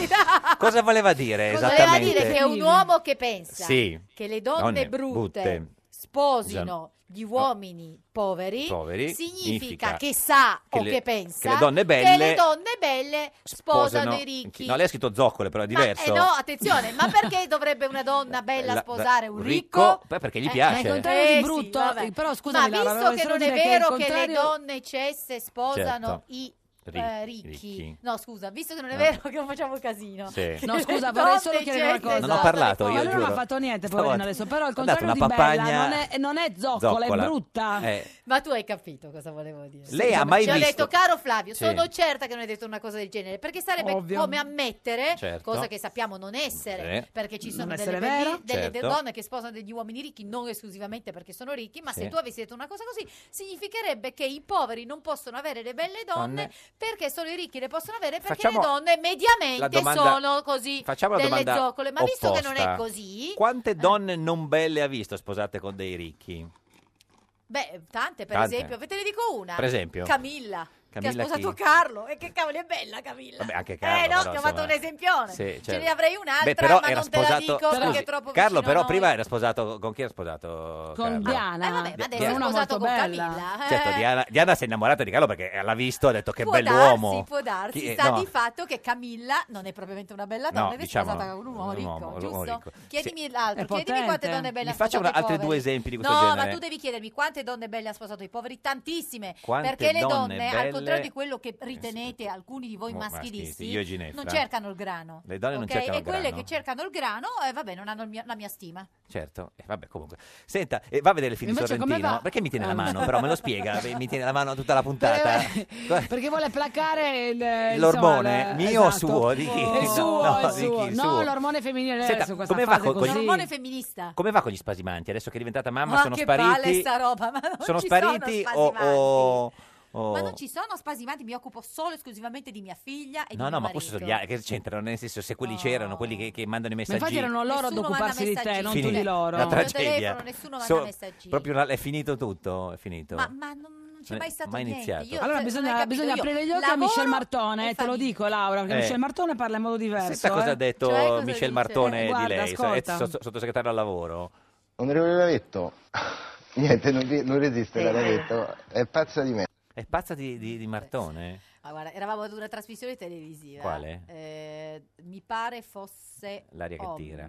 Speaker 2: cosa voleva dire
Speaker 8: Voleva
Speaker 2: Eh, esattamente?
Speaker 8: dire che un uomo che pensa
Speaker 2: Sì.
Speaker 8: che le donne,
Speaker 2: Donne
Speaker 8: brutte,
Speaker 2: brutte. Esatto.
Speaker 8: sposino gli uomini poveri,
Speaker 2: Poveri,
Speaker 8: significa
Speaker 2: significa
Speaker 8: che sa
Speaker 2: che
Speaker 8: o
Speaker 2: le-
Speaker 8: che pensa
Speaker 2: che le donne
Speaker 8: che
Speaker 2: belle
Speaker 8: le donne belle sposano i ricchi.
Speaker 2: No, lei ha scritto zoccole, però è
Speaker 8: Ma-
Speaker 2: diverso.
Speaker 8: eh no, attenzione, ma perché dovrebbe una donna bella
Speaker 2: La-
Speaker 8: sposare un
Speaker 2: un
Speaker 8: ricco?
Speaker 2: ricco? Beh, perché gli
Speaker 8: Eh,
Speaker 2: piace.
Speaker 8: ma il
Speaker 1: contrario di
Speaker 8: sì,
Speaker 1: brutto? eh,
Speaker 8: vabbè.
Speaker 1: Però, scusami,
Speaker 8: ma
Speaker 1: Laura,
Speaker 8: visto
Speaker 1: volevo
Speaker 8: che
Speaker 1: solo
Speaker 8: non è
Speaker 1: dire che il
Speaker 8: vero che, le
Speaker 1: contrario-
Speaker 8: donne cesse sposano
Speaker 2: Certo.
Speaker 8: i
Speaker 2: Ri-
Speaker 8: eh, ricchi.
Speaker 2: ricchi.
Speaker 8: no scusa visto che non è
Speaker 2: Ah.
Speaker 8: vero che non facciamo casino
Speaker 2: Sì.
Speaker 8: che
Speaker 1: No,
Speaker 8: le
Speaker 1: scusa,
Speaker 8: donne
Speaker 1: vorrei solo chiedere una
Speaker 8: cesse
Speaker 1: cosa.
Speaker 2: Non ho
Speaker 8: sposano
Speaker 2: parlato,
Speaker 8: i
Speaker 2: io
Speaker 1: Ma lui non
Speaker 2: giuro.
Speaker 1: ha fatto niente,
Speaker 2: Stavolta-
Speaker 1: poverino adesso. Però il
Speaker 2: Ho dato
Speaker 1: contrario di
Speaker 2: una
Speaker 1: bella
Speaker 2: papagna-
Speaker 1: non è, non è zoccola,
Speaker 2: Zoccola.
Speaker 1: è brutta.
Speaker 2: Eh,
Speaker 8: Ma tu hai capito cosa volevo dire.
Speaker 2: Lei ha mai
Speaker 8: Ci ho
Speaker 2: visto-
Speaker 8: detto, caro Flavio,
Speaker 2: Sì.
Speaker 8: sono certa che non hai detto una cosa del genere, perché sarebbe
Speaker 1: Ovvio.
Speaker 8: come ammettere,
Speaker 2: Certo.
Speaker 8: cosa che sappiamo non essere,
Speaker 2: Sì.
Speaker 8: perché ci sono
Speaker 1: Non
Speaker 8: delle,
Speaker 1: essere
Speaker 8: belli-
Speaker 1: vero.
Speaker 8: delle- delle
Speaker 2: Certo.
Speaker 8: donne che sposano degli uomini ricchi, non esclusivamente perché sono ricchi, ma se
Speaker 2: Sì.
Speaker 8: tu avessi detto una cosa così, significherebbe che i poveri non possono avere le belle donne,
Speaker 2: Donne.
Speaker 8: perché solo i ricchi le possono avere, perché
Speaker 2: Facciamo
Speaker 8: le donne mediamente
Speaker 2: la domanda-
Speaker 8: sono così,
Speaker 2: Facciamo la
Speaker 8: delle
Speaker 2: domanda
Speaker 8: zoccole, ma visto che non è
Speaker 2: opposta.
Speaker 8: così... Eh.
Speaker 2: Quante donne non belle ha visto sposate con dei ricchi?
Speaker 8: Beh, tante, per
Speaker 2: Tante.
Speaker 8: esempio, ve te ne dico una.
Speaker 2: Per esempio?
Speaker 8: Camilla, che
Speaker 2: Camilla
Speaker 8: ha sposato
Speaker 2: chi?
Speaker 8: Carlo. E che cavolo è bella Camilla.
Speaker 2: Vabbè, anche Carlo,
Speaker 8: eh no,
Speaker 2: però,
Speaker 8: ti ho fatto
Speaker 2: insomma.
Speaker 8: un esempione.
Speaker 2: Sì,
Speaker 8: Ce
Speaker 2: certo.
Speaker 8: ne avrei un'altra,
Speaker 2: Beh, però
Speaker 8: ma
Speaker 2: era
Speaker 8: non te la
Speaker 2: sposato.
Speaker 8: dico perché
Speaker 2: scusi,
Speaker 8: è troppo
Speaker 2: Carlo,
Speaker 8: vicino a
Speaker 2: però,
Speaker 8: noi.
Speaker 2: prima era sposato. Con chi era sposato? Carlo?
Speaker 1: Con Diana.
Speaker 8: Eh, vabbè, ma adesso
Speaker 2: Diana.
Speaker 8: è
Speaker 1: Una
Speaker 8: sposato
Speaker 1: molto
Speaker 8: con
Speaker 1: bella.
Speaker 8: Camilla. eh.
Speaker 2: Certo, Diana, Diana si è innamorata di Carlo perché l'ha visto e ha detto che
Speaker 8: Può
Speaker 2: bell'uomo.
Speaker 8: darsi, può darsi,
Speaker 2: Chi-
Speaker 8: sta
Speaker 2: no.
Speaker 8: di fatto che Camilla non è propriamente una bella donna,
Speaker 2: No,
Speaker 8: ed è
Speaker 2: diciamo,
Speaker 8: sposata con un uomo
Speaker 2: un
Speaker 8: ricco,
Speaker 2: uomo- un
Speaker 8: giusto?
Speaker 2: uomo ricco.
Speaker 8: Chiedimi
Speaker 2: Sì.
Speaker 8: l'altro,
Speaker 1: È
Speaker 8: chiedimi quante
Speaker 1: potente.
Speaker 8: donne belle
Speaker 2: Mi
Speaker 8: ha
Speaker 2: faccia
Speaker 8: sposato i
Speaker 2: una- altri
Speaker 8: poveri.
Speaker 2: due esempi di questo
Speaker 8: no,
Speaker 2: genere.
Speaker 8: ma tu devi chiedermi quante donne belle ha sposato i poveri, tantissime,
Speaker 2: Quante
Speaker 8: perché le donne,
Speaker 2: donne
Speaker 8: al
Speaker 2: belle-
Speaker 8: contrario di quello che ritenete alcuni di voi
Speaker 2: Mo-
Speaker 8: maschilisti,
Speaker 2: maschilisti, io e Ginefra.
Speaker 8: non cercano il grano.
Speaker 2: Le donne non
Speaker 8: ok?
Speaker 2: cercano
Speaker 8: e
Speaker 2: il
Speaker 8: quelle
Speaker 2: grano.
Speaker 8: che cercano il grano, eh, vabbè, non hanno il mio- la mia stima.
Speaker 2: Certo, eh, vabbè, comunque. Senta, eh, va a vedere il film di
Speaker 1: Invece come
Speaker 2: Sorrentino?
Speaker 1: va?
Speaker 2: Perché mi tiene
Speaker 1: Ah,
Speaker 2: la
Speaker 1: no.
Speaker 2: mano? Però me lo spiega, eh, mi tiene la mano tutta la puntata.
Speaker 1: Eh, Perché vuole placare il, insomma,
Speaker 2: L'ormone?
Speaker 1: il-
Speaker 2: Mio o
Speaker 1: esatto.
Speaker 2: suo? Di chi?
Speaker 1: Il suo,
Speaker 2: No,
Speaker 1: il
Speaker 2: di
Speaker 1: suo.
Speaker 2: chi? Il
Speaker 1: No,
Speaker 2: suo.
Speaker 1: l'ormone femminile
Speaker 2: Senta,
Speaker 1: adesso questa
Speaker 2: come va
Speaker 1: fase
Speaker 2: con- con-
Speaker 1: così.
Speaker 8: L'ormone femminista.
Speaker 2: Come va con gli spasimanti? Adesso che è diventata mamma
Speaker 8: Ma
Speaker 2: sono
Speaker 8: che
Speaker 2: spariti.
Speaker 8: palle sta roba, ma non
Speaker 2: sono
Speaker 8: ci
Speaker 2: spariti
Speaker 8: sono
Speaker 2: o-
Speaker 8: spasimanti.
Speaker 2: o, o-
Speaker 8: Ma non ci sono spasimanti, mi occupo solo e esclusivamente di mia figlia
Speaker 2: No,
Speaker 8: e di mio
Speaker 2: no, ma questo sono gli
Speaker 8: marito.
Speaker 2: altri. Che c'entrano? Nel senso, se quelli c'erano, quelli che, che mandano i
Speaker 1: Ma
Speaker 2: messaggi.
Speaker 1: infatti erano loro ad
Speaker 8: Nessuno
Speaker 1: occuparsi di
Speaker 8: manda
Speaker 1: te, non
Speaker 8: messaggini.
Speaker 1: tu di loro.
Speaker 2: Una
Speaker 8: Il mio
Speaker 2: tragedia.
Speaker 8: telefono, nessuno manda messaggini.
Speaker 2: Proprio una- è finito tutto, è finito.
Speaker 8: Ma, ma non, non c'è
Speaker 2: Non è
Speaker 8: mai stato
Speaker 2: mai
Speaker 8: niente.
Speaker 2: iniziato.
Speaker 8: Io-
Speaker 1: Allora
Speaker 8: se- non hai
Speaker 1: bisogna,
Speaker 8: capito,
Speaker 1: bisogna
Speaker 8: io
Speaker 1: aprire gli occhi a
Speaker 8: lavoro
Speaker 1: Michel
Speaker 8: e
Speaker 1: Martone, eh, te lo
Speaker 8: famiglia.
Speaker 1: dico Laura, perché
Speaker 2: Eh.
Speaker 1: Michel Martone parla in modo diverso.
Speaker 2: Senta cosa
Speaker 1: eh.
Speaker 2: ha detto
Speaker 1: Cioè, cosa
Speaker 2: Michel
Speaker 1: dice?
Speaker 8: Eh,
Speaker 2: Martone
Speaker 1: Guarda,
Speaker 2: di lei, so- ex
Speaker 1: ascolta.
Speaker 2: sotto- sottosegretario al lavoro.
Speaker 15: Onorevole Lavetto, niente, non, ri- non resiste
Speaker 8: Sì,
Speaker 15: la
Speaker 8: ma-
Speaker 15: Lavetto, è pazza di me.
Speaker 2: È pazza di, di- di Martone?
Speaker 8: Ah, guarda, eravamo ad una trasmissione televisiva.
Speaker 2: Quale?
Speaker 8: Eh, mi pare fosse
Speaker 2: L'aria che tira.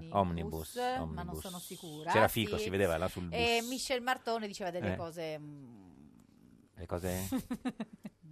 Speaker 2: Omnibus,
Speaker 8: Omnibus, ma non
Speaker 2: omnibus.
Speaker 8: sono sicura.
Speaker 2: C'era
Speaker 8: sì. Eh,
Speaker 2: Fico, si vedeva là sul
Speaker 8: E
Speaker 2: bus.
Speaker 8: mm, Michel Martone diceva delle
Speaker 2: Eh.
Speaker 8: cose mm,
Speaker 2: Le cose...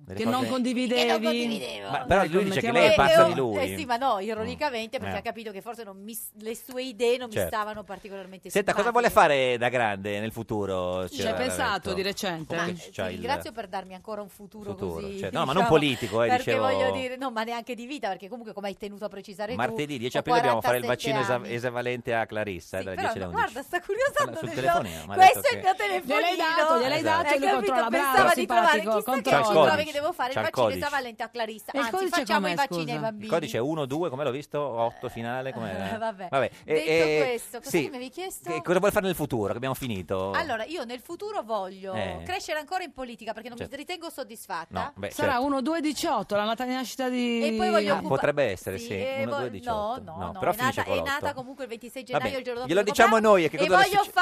Speaker 2: delle
Speaker 1: Che
Speaker 2: cose-
Speaker 1: non condividevi.
Speaker 8: Che non condividevo.
Speaker 2: Ma- però
Speaker 1: Dai,
Speaker 2: lui dice che
Speaker 1: commettiamo-
Speaker 2: lei è
Speaker 8: Eh,
Speaker 2: pazza
Speaker 8: eh,
Speaker 2: di lui.
Speaker 8: eh sì, ma no, ironicamente, perché
Speaker 2: Eh.
Speaker 8: ha capito che forse non mi- le sue idee non mi
Speaker 2: Certo.
Speaker 8: stavano particolarmente
Speaker 2: Senta, cosa vuole fare da grande nel futuro?
Speaker 8: Ci hai pensato di
Speaker 1: recente?
Speaker 8: Ma,
Speaker 2: Come
Speaker 8: eh,
Speaker 2: che
Speaker 8: ti
Speaker 2: c'ha il-
Speaker 8: ringrazio per darmi ancora un futuro,
Speaker 2: Futuro,
Speaker 8: così.
Speaker 2: certo. No, ma non
Speaker 8: diciamo,
Speaker 2: politico, eh,
Speaker 8: perché
Speaker 2: dicevo-
Speaker 8: voglio dire, no, ma neanche di vita, perché comunque come hai tenuto a precisare
Speaker 2: Martedì
Speaker 8: tu,
Speaker 2: 10
Speaker 8: ho
Speaker 2: aprile dobbiamo fare il
Speaker 8: 47
Speaker 2: vaccino esa-
Speaker 8: anni.
Speaker 2: esavalente a Clarissa eh, dalle
Speaker 8: Però
Speaker 2: 10 alle
Speaker 8: no,
Speaker 2: 11.
Speaker 8: guarda, sta curiosando
Speaker 2: Sul
Speaker 8: del
Speaker 2: telefonino, mi ha
Speaker 8: Questo
Speaker 2: detto
Speaker 8: è il mio
Speaker 2: che-
Speaker 8: telefonino.
Speaker 1: Gliel'hai dato, gliel'hai dato e
Speaker 8: Hai
Speaker 1: lui
Speaker 8: capito?
Speaker 1: controlla, bravo,
Speaker 8: Pensava di trovare chissà
Speaker 1: simpatico,
Speaker 8: che
Speaker 1: controlla.
Speaker 2: C'ha il
Speaker 8: prove
Speaker 2: codice.
Speaker 8: che devo fare
Speaker 2: C'ha
Speaker 8: il
Speaker 2: il
Speaker 8: vaccino
Speaker 2: codice.
Speaker 8: esavalente a Clarissa.
Speaker 1: E il
Speaker 8: Anzi,
Speaker 1: codice
Speaker 8: facciamo
Speaker 1: com'è,
Speaker 8: i vaccini ai
Speaker 1: scusa?
Speaker 8: bambini.
Speaker 2: Il codice è 1, 2, come l'ho visto? 8 finale, com'era?
Speaker 8: Eh, vabbè.
Speaker 2: Eh,
Speaker 8: Detto
Speaker 2: eh,
Speaker 8: questo, cosa mi avevi chiesto?
Speaker 2: Che cosa vuoi fare nel futuro? Che abbiamo finito.
Speaker 8: Allora, io nel futuro voglio
Speaker 2: Eh.
Speaker 8: crescere ancora in politica perché non
Speaker 2: Certo.
Speaker 8: mi ritengo
Speaker 2: No,
Speaker 8: soddisfatta.
Speaker 2: beh,
Speaker 1: Sarà
Speaker 2: certo.
Speaker 1: 1-2-18, la data di nascita di...
Speaker 8: E poi voglio
Speaker 2: Ah,
Speaker 8: occupa-
Speaker 2: potrebbe essere, sì,
Speaker 8: e
Speaker 2: 1,
Speaker 8: vo-
Speaker 2: 2, 18.
Speaker 8: No, no, no,
Speaker 2: però
Speaker 8: è, nata,
Speaker 2: finisce con
Speaker 8: è
Speaker 2: l'otto.
Speaker 8: nata comunque il 26
Speaker 2: Va
Speaker 8: gennaio,
Speaker 2: bene,
Speaker 8: il giorno dopo.
Speaker 2: glielo
Speaker 8: il mio
Speaker 2: diciamo
Speaker 8: compleanno,
Speaker 2: noi, e che
Speaker 8: E
Speaker 2: cosa
Speaker 8: voglio
Speaker 2: succede?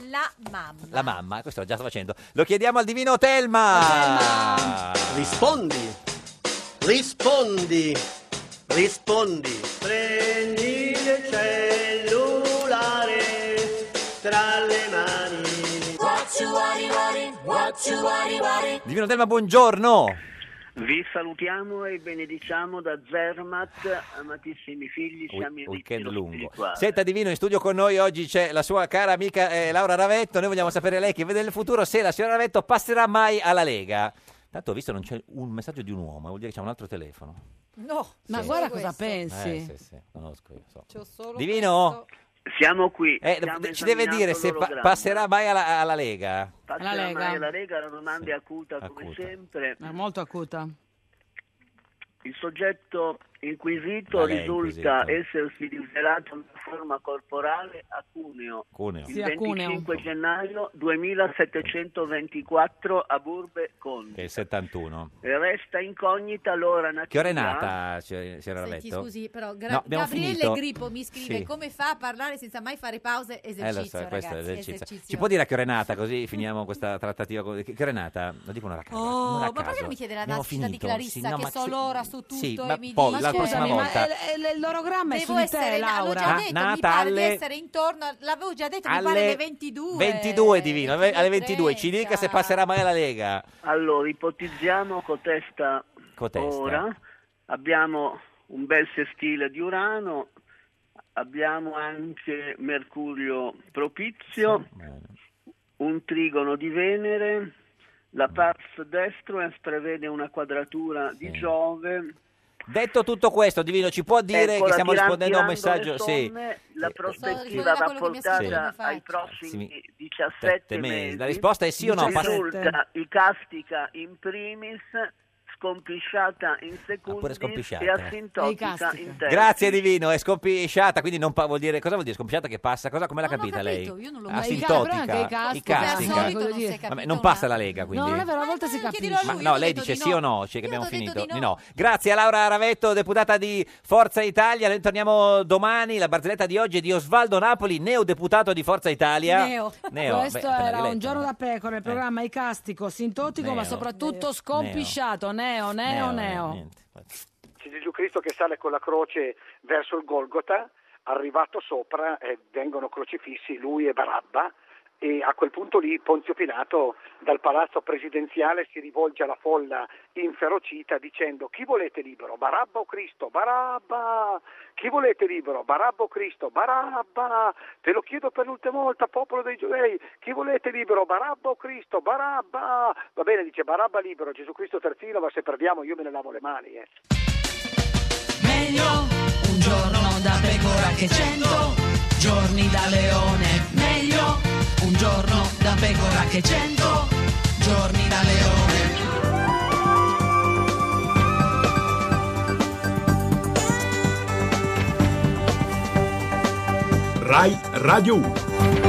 Speaker 8: fare la mamma.
Speaker 2: La mamma, questo l'ho già sto facendo. Lo chiediamo al divino Telma.
Speaker 16: Rispondi. Rispondi. Rispondi. Prendi il cellulare tra le mani.
Speaker 17: What you worry, worry, what you worry, worry.
Speaker 2: Divino Telma, buongiorno.
Speaker 16: Vi salutiamo e benediciamo da Zermatt, amatissimi figli,
Speaker 2: Ui-
Speaker 16: siamo in
Speaker 2: Weekend lungo.
Speaker 16: Diciamo, spirituale.
Speaker 2: Senta Divino, in studio con noi oggi c'è la sua cara amica eh, Laura Ravetto. Noi vogliamo sapere lei che vede nel futuro se la signora Ravetto passerà mai alla Lega. Tanto ho visto non c'è un messaggio di un uomo, eh, vuol dire che c'è un altro telefono.
Speaker 8: No,
Speaker 1: ma
Speaker 2: Sì.
Speaker 1: guarda cosa pensi.
Speaker 2: Eh, sì, sì, conosco io. so.
Speaker 8: C'ho solo
Speaker 2: Divino?
Speaker 16: Siamo qui.
Speaker 2: Eh,
Speaker 16: stiamo
Speaker 2: ci deve
Speaker 16: esaminando
Speaker 2: dire se pa-
Speaker 16: l'ologramma.
Speaker 2: passerà mai alla, alla Lega.
Speaker 16: Passerà
Speaker 1: Alla Lega.
Speaker 16: mai alla Lega, la domanda è acuta come
Speaker 2: Acuta.
Speaker 16: sempre.
Speaker 1: È molto acuta.
Speaker 16: Il soggetto inquisito
Speaker 2: Ma lei è
Speaker 16: risulta
Speaker 2: inquisito.
Speaker 16: essersi rivelato in forma corporale a Cuneo.
Speaker 2: Cuneo.
Speaker 16: Il 25 gennaio 2724 a Burbe Conti.
Speaker 2: Che è il 71.
Speaker 16: Resta incognita l'ora nativa.
Speaker 2: Che ora è
Speaker 16: ah?
Speaker 2: nata, signor- signora
Speaker 8: Senti,
Speaker 2: Ravetto?
Speaker 8: Eh, scusi, però Gra-
Speaker 2: No, abbiamo
Speaker 8: Gabriele
Speaker 2: finito.
Speaker 8: Grippo mi scrive
Speaker 2: Sì.
Speaker 8: come fa a parlare senza mai fare pause esercizio,
Speaker 2: Eh, lo so, questo è
Speaker 8: ragazzi,
Speaker 2: esercizio.
Speaker 8: esercizio.
Speaker 2: Ci può dire a che ora è nata, così finiamo questa trattativa. con- Che che ora è nata? Lo dico una racca.
Speaker 8: Oh,
Speaker 2: a
Speaker 8: ma perché
Speaker 2: caso.
Speaker 8: non mi chiede la
Speaker 2: Abbiamo
Speaker 8: nascita di
Speaker 2: finito?
Speaker 8: Clarissa
Speaker 2: Sì, no,
Speaker 8: che
Speaker 2: ma
Speaker 8: so
Speaker 2: sì,
Speaker 8: l'ora su tutto
Speaker 2: sì,
Speaker 8: e
Speaker 2: ma
Speaker 8: mi
Speaker 2: poi
Speaker 8: dice
Speaker 2: la prossima
Speaker 1: Ma
Speaker 2: volta.
Speaker 1: è- è- il l'orogramma è
Speaker 8: Devo
Speaker 1: su di te,
Speaker 8: essere, l'ho già
Speaker 1: Laura.
Speaker 8: detto,
Speaker 2: Ah,
Speaker 8: mi pare di
Speaker 2: Natale-
Speaker 8: essere intorno, a- l'avevo già detto, mi pare
Speaker 2: alle
Speaker 8: le 22.
Speaker 2: 22 divino, alle alle 22 ci dica se passerà mai la Lega.
Speaker 16: Allora, ipotizziamo cotesta,
Speaker 2: Cotesta.
Speaker 16: ora. Abbiamo un bel sestile di Urano, abbiamo anche Mercurio propizio, un trigono di Venere, la Pars Destruens prevede una quadratura di Giove.
Speaker 2: Detto tutto questo, divino, ci può dire
Speaker 16: Ecco,
Speaker 2: che
Speaker 16: la
Speaker 2: stiamo
Speaker 16: tiran-
Speaker 2: rispondendo a un
Speaker 16: tirando le
Speaker 2: messaggio? Sì.
Speaker 16: somme, Eh, La
Speaker 8: rispondendo
Speaker 16: prospettiva
Speaker 8: a
Speaker 16: va
Speaker 8: quello che mi ha scritto
Speaker 16: portata
Speaker 8: come
Speaker 16: ai
Speaker 8: faccio.
Speaker 16: prossimi
Speaker 2: Sì,
Speaker 16: 17
Speaker 2: mesi.
Speaker 16: mesi. cioè.
Speaker 2: La risposta è sì o no? Passa-
Speaker 16: Risulta icastica in primis, scompisciata in
Speaker 2: Ah,
Speaker 16: secundis
Speaker 2: scompisciata.
Speaker 16: e asintotica
Speaker 8: Eicastica.
Speaker 16: in terza.
Speaker 2: Grazie divino, è scompisciata, quindi non pa- vuol dire cosa vuol dire scompisciata che passa? Cosa come l'ha capita
Speaker 8: capito,
Speaker 2: lei? Ah,
Speaker 8: io non l'ho mai-
Speaker 2: Asintotica,
Speaker 1: Però anche i
Speaker 2: icastica.
Speaker 1: casti, come al solito non si è
Speaker 2: Vabbè,
Speaker 1: capito
Speaker 2: cioè, non
Speaker 1: una-
Speaker 2: passa la Lega, quindi.
Speaker 1: No, non è vero, a volte si capisce.
Speaker 2: Ma no, lei dice sì o no, cioè che abbiamo
Speaker 1: t'ho detto
Speaker 2: finito.
Speaker 1: di
Speaker 2: Di no. Grazie a Laura Ravetto, deputata di Forza Italia. Noi torniamo domani. La barzelletta di oggi è di Osvaldo Napoli, neodeputato di Forza Italia.
Speaker 1: Neo.
Speaker 2: Neo,
Speaker 1: Questo
Speaker 2: beh, appena
Speaker 1: era un
Speaker 2: rieletto.
Speaker 1: giorno da pecora, il programma icastico, sintotico, ma
Speaker 2: Neo.
Speaker 1: soprattutto scompisciato. Neo, neo, neo.
Speaker 18: C'è Gesù Cristo che sale con la croce verso il Golgota, arrivato sopra eh, vengono crocifissi lui e Barabba e a quel punto lì Ponzio Pilato dal palazzo presidenziale si rivolge alla folla inferocita dicendo chi volete libero, Barabba o Cristo? Barabba! Chi volete libero, Barabba o Cristo? Barabba! Te lo chiedo per l'ultima volta, popolo dei giudei, chi volete libero, Barabba o Cristo? Barabba! Va bene, dice Barabba libero, Gesù Cristo terzilava, se perdiamo io me ne lavo le mani. eh.
Speaker 11: Meglio un giorno da pecora che cento giorni da leone. Meglio un giorno da pecora che cento giorni da leone.
Speaker 19: Rai Radio 1.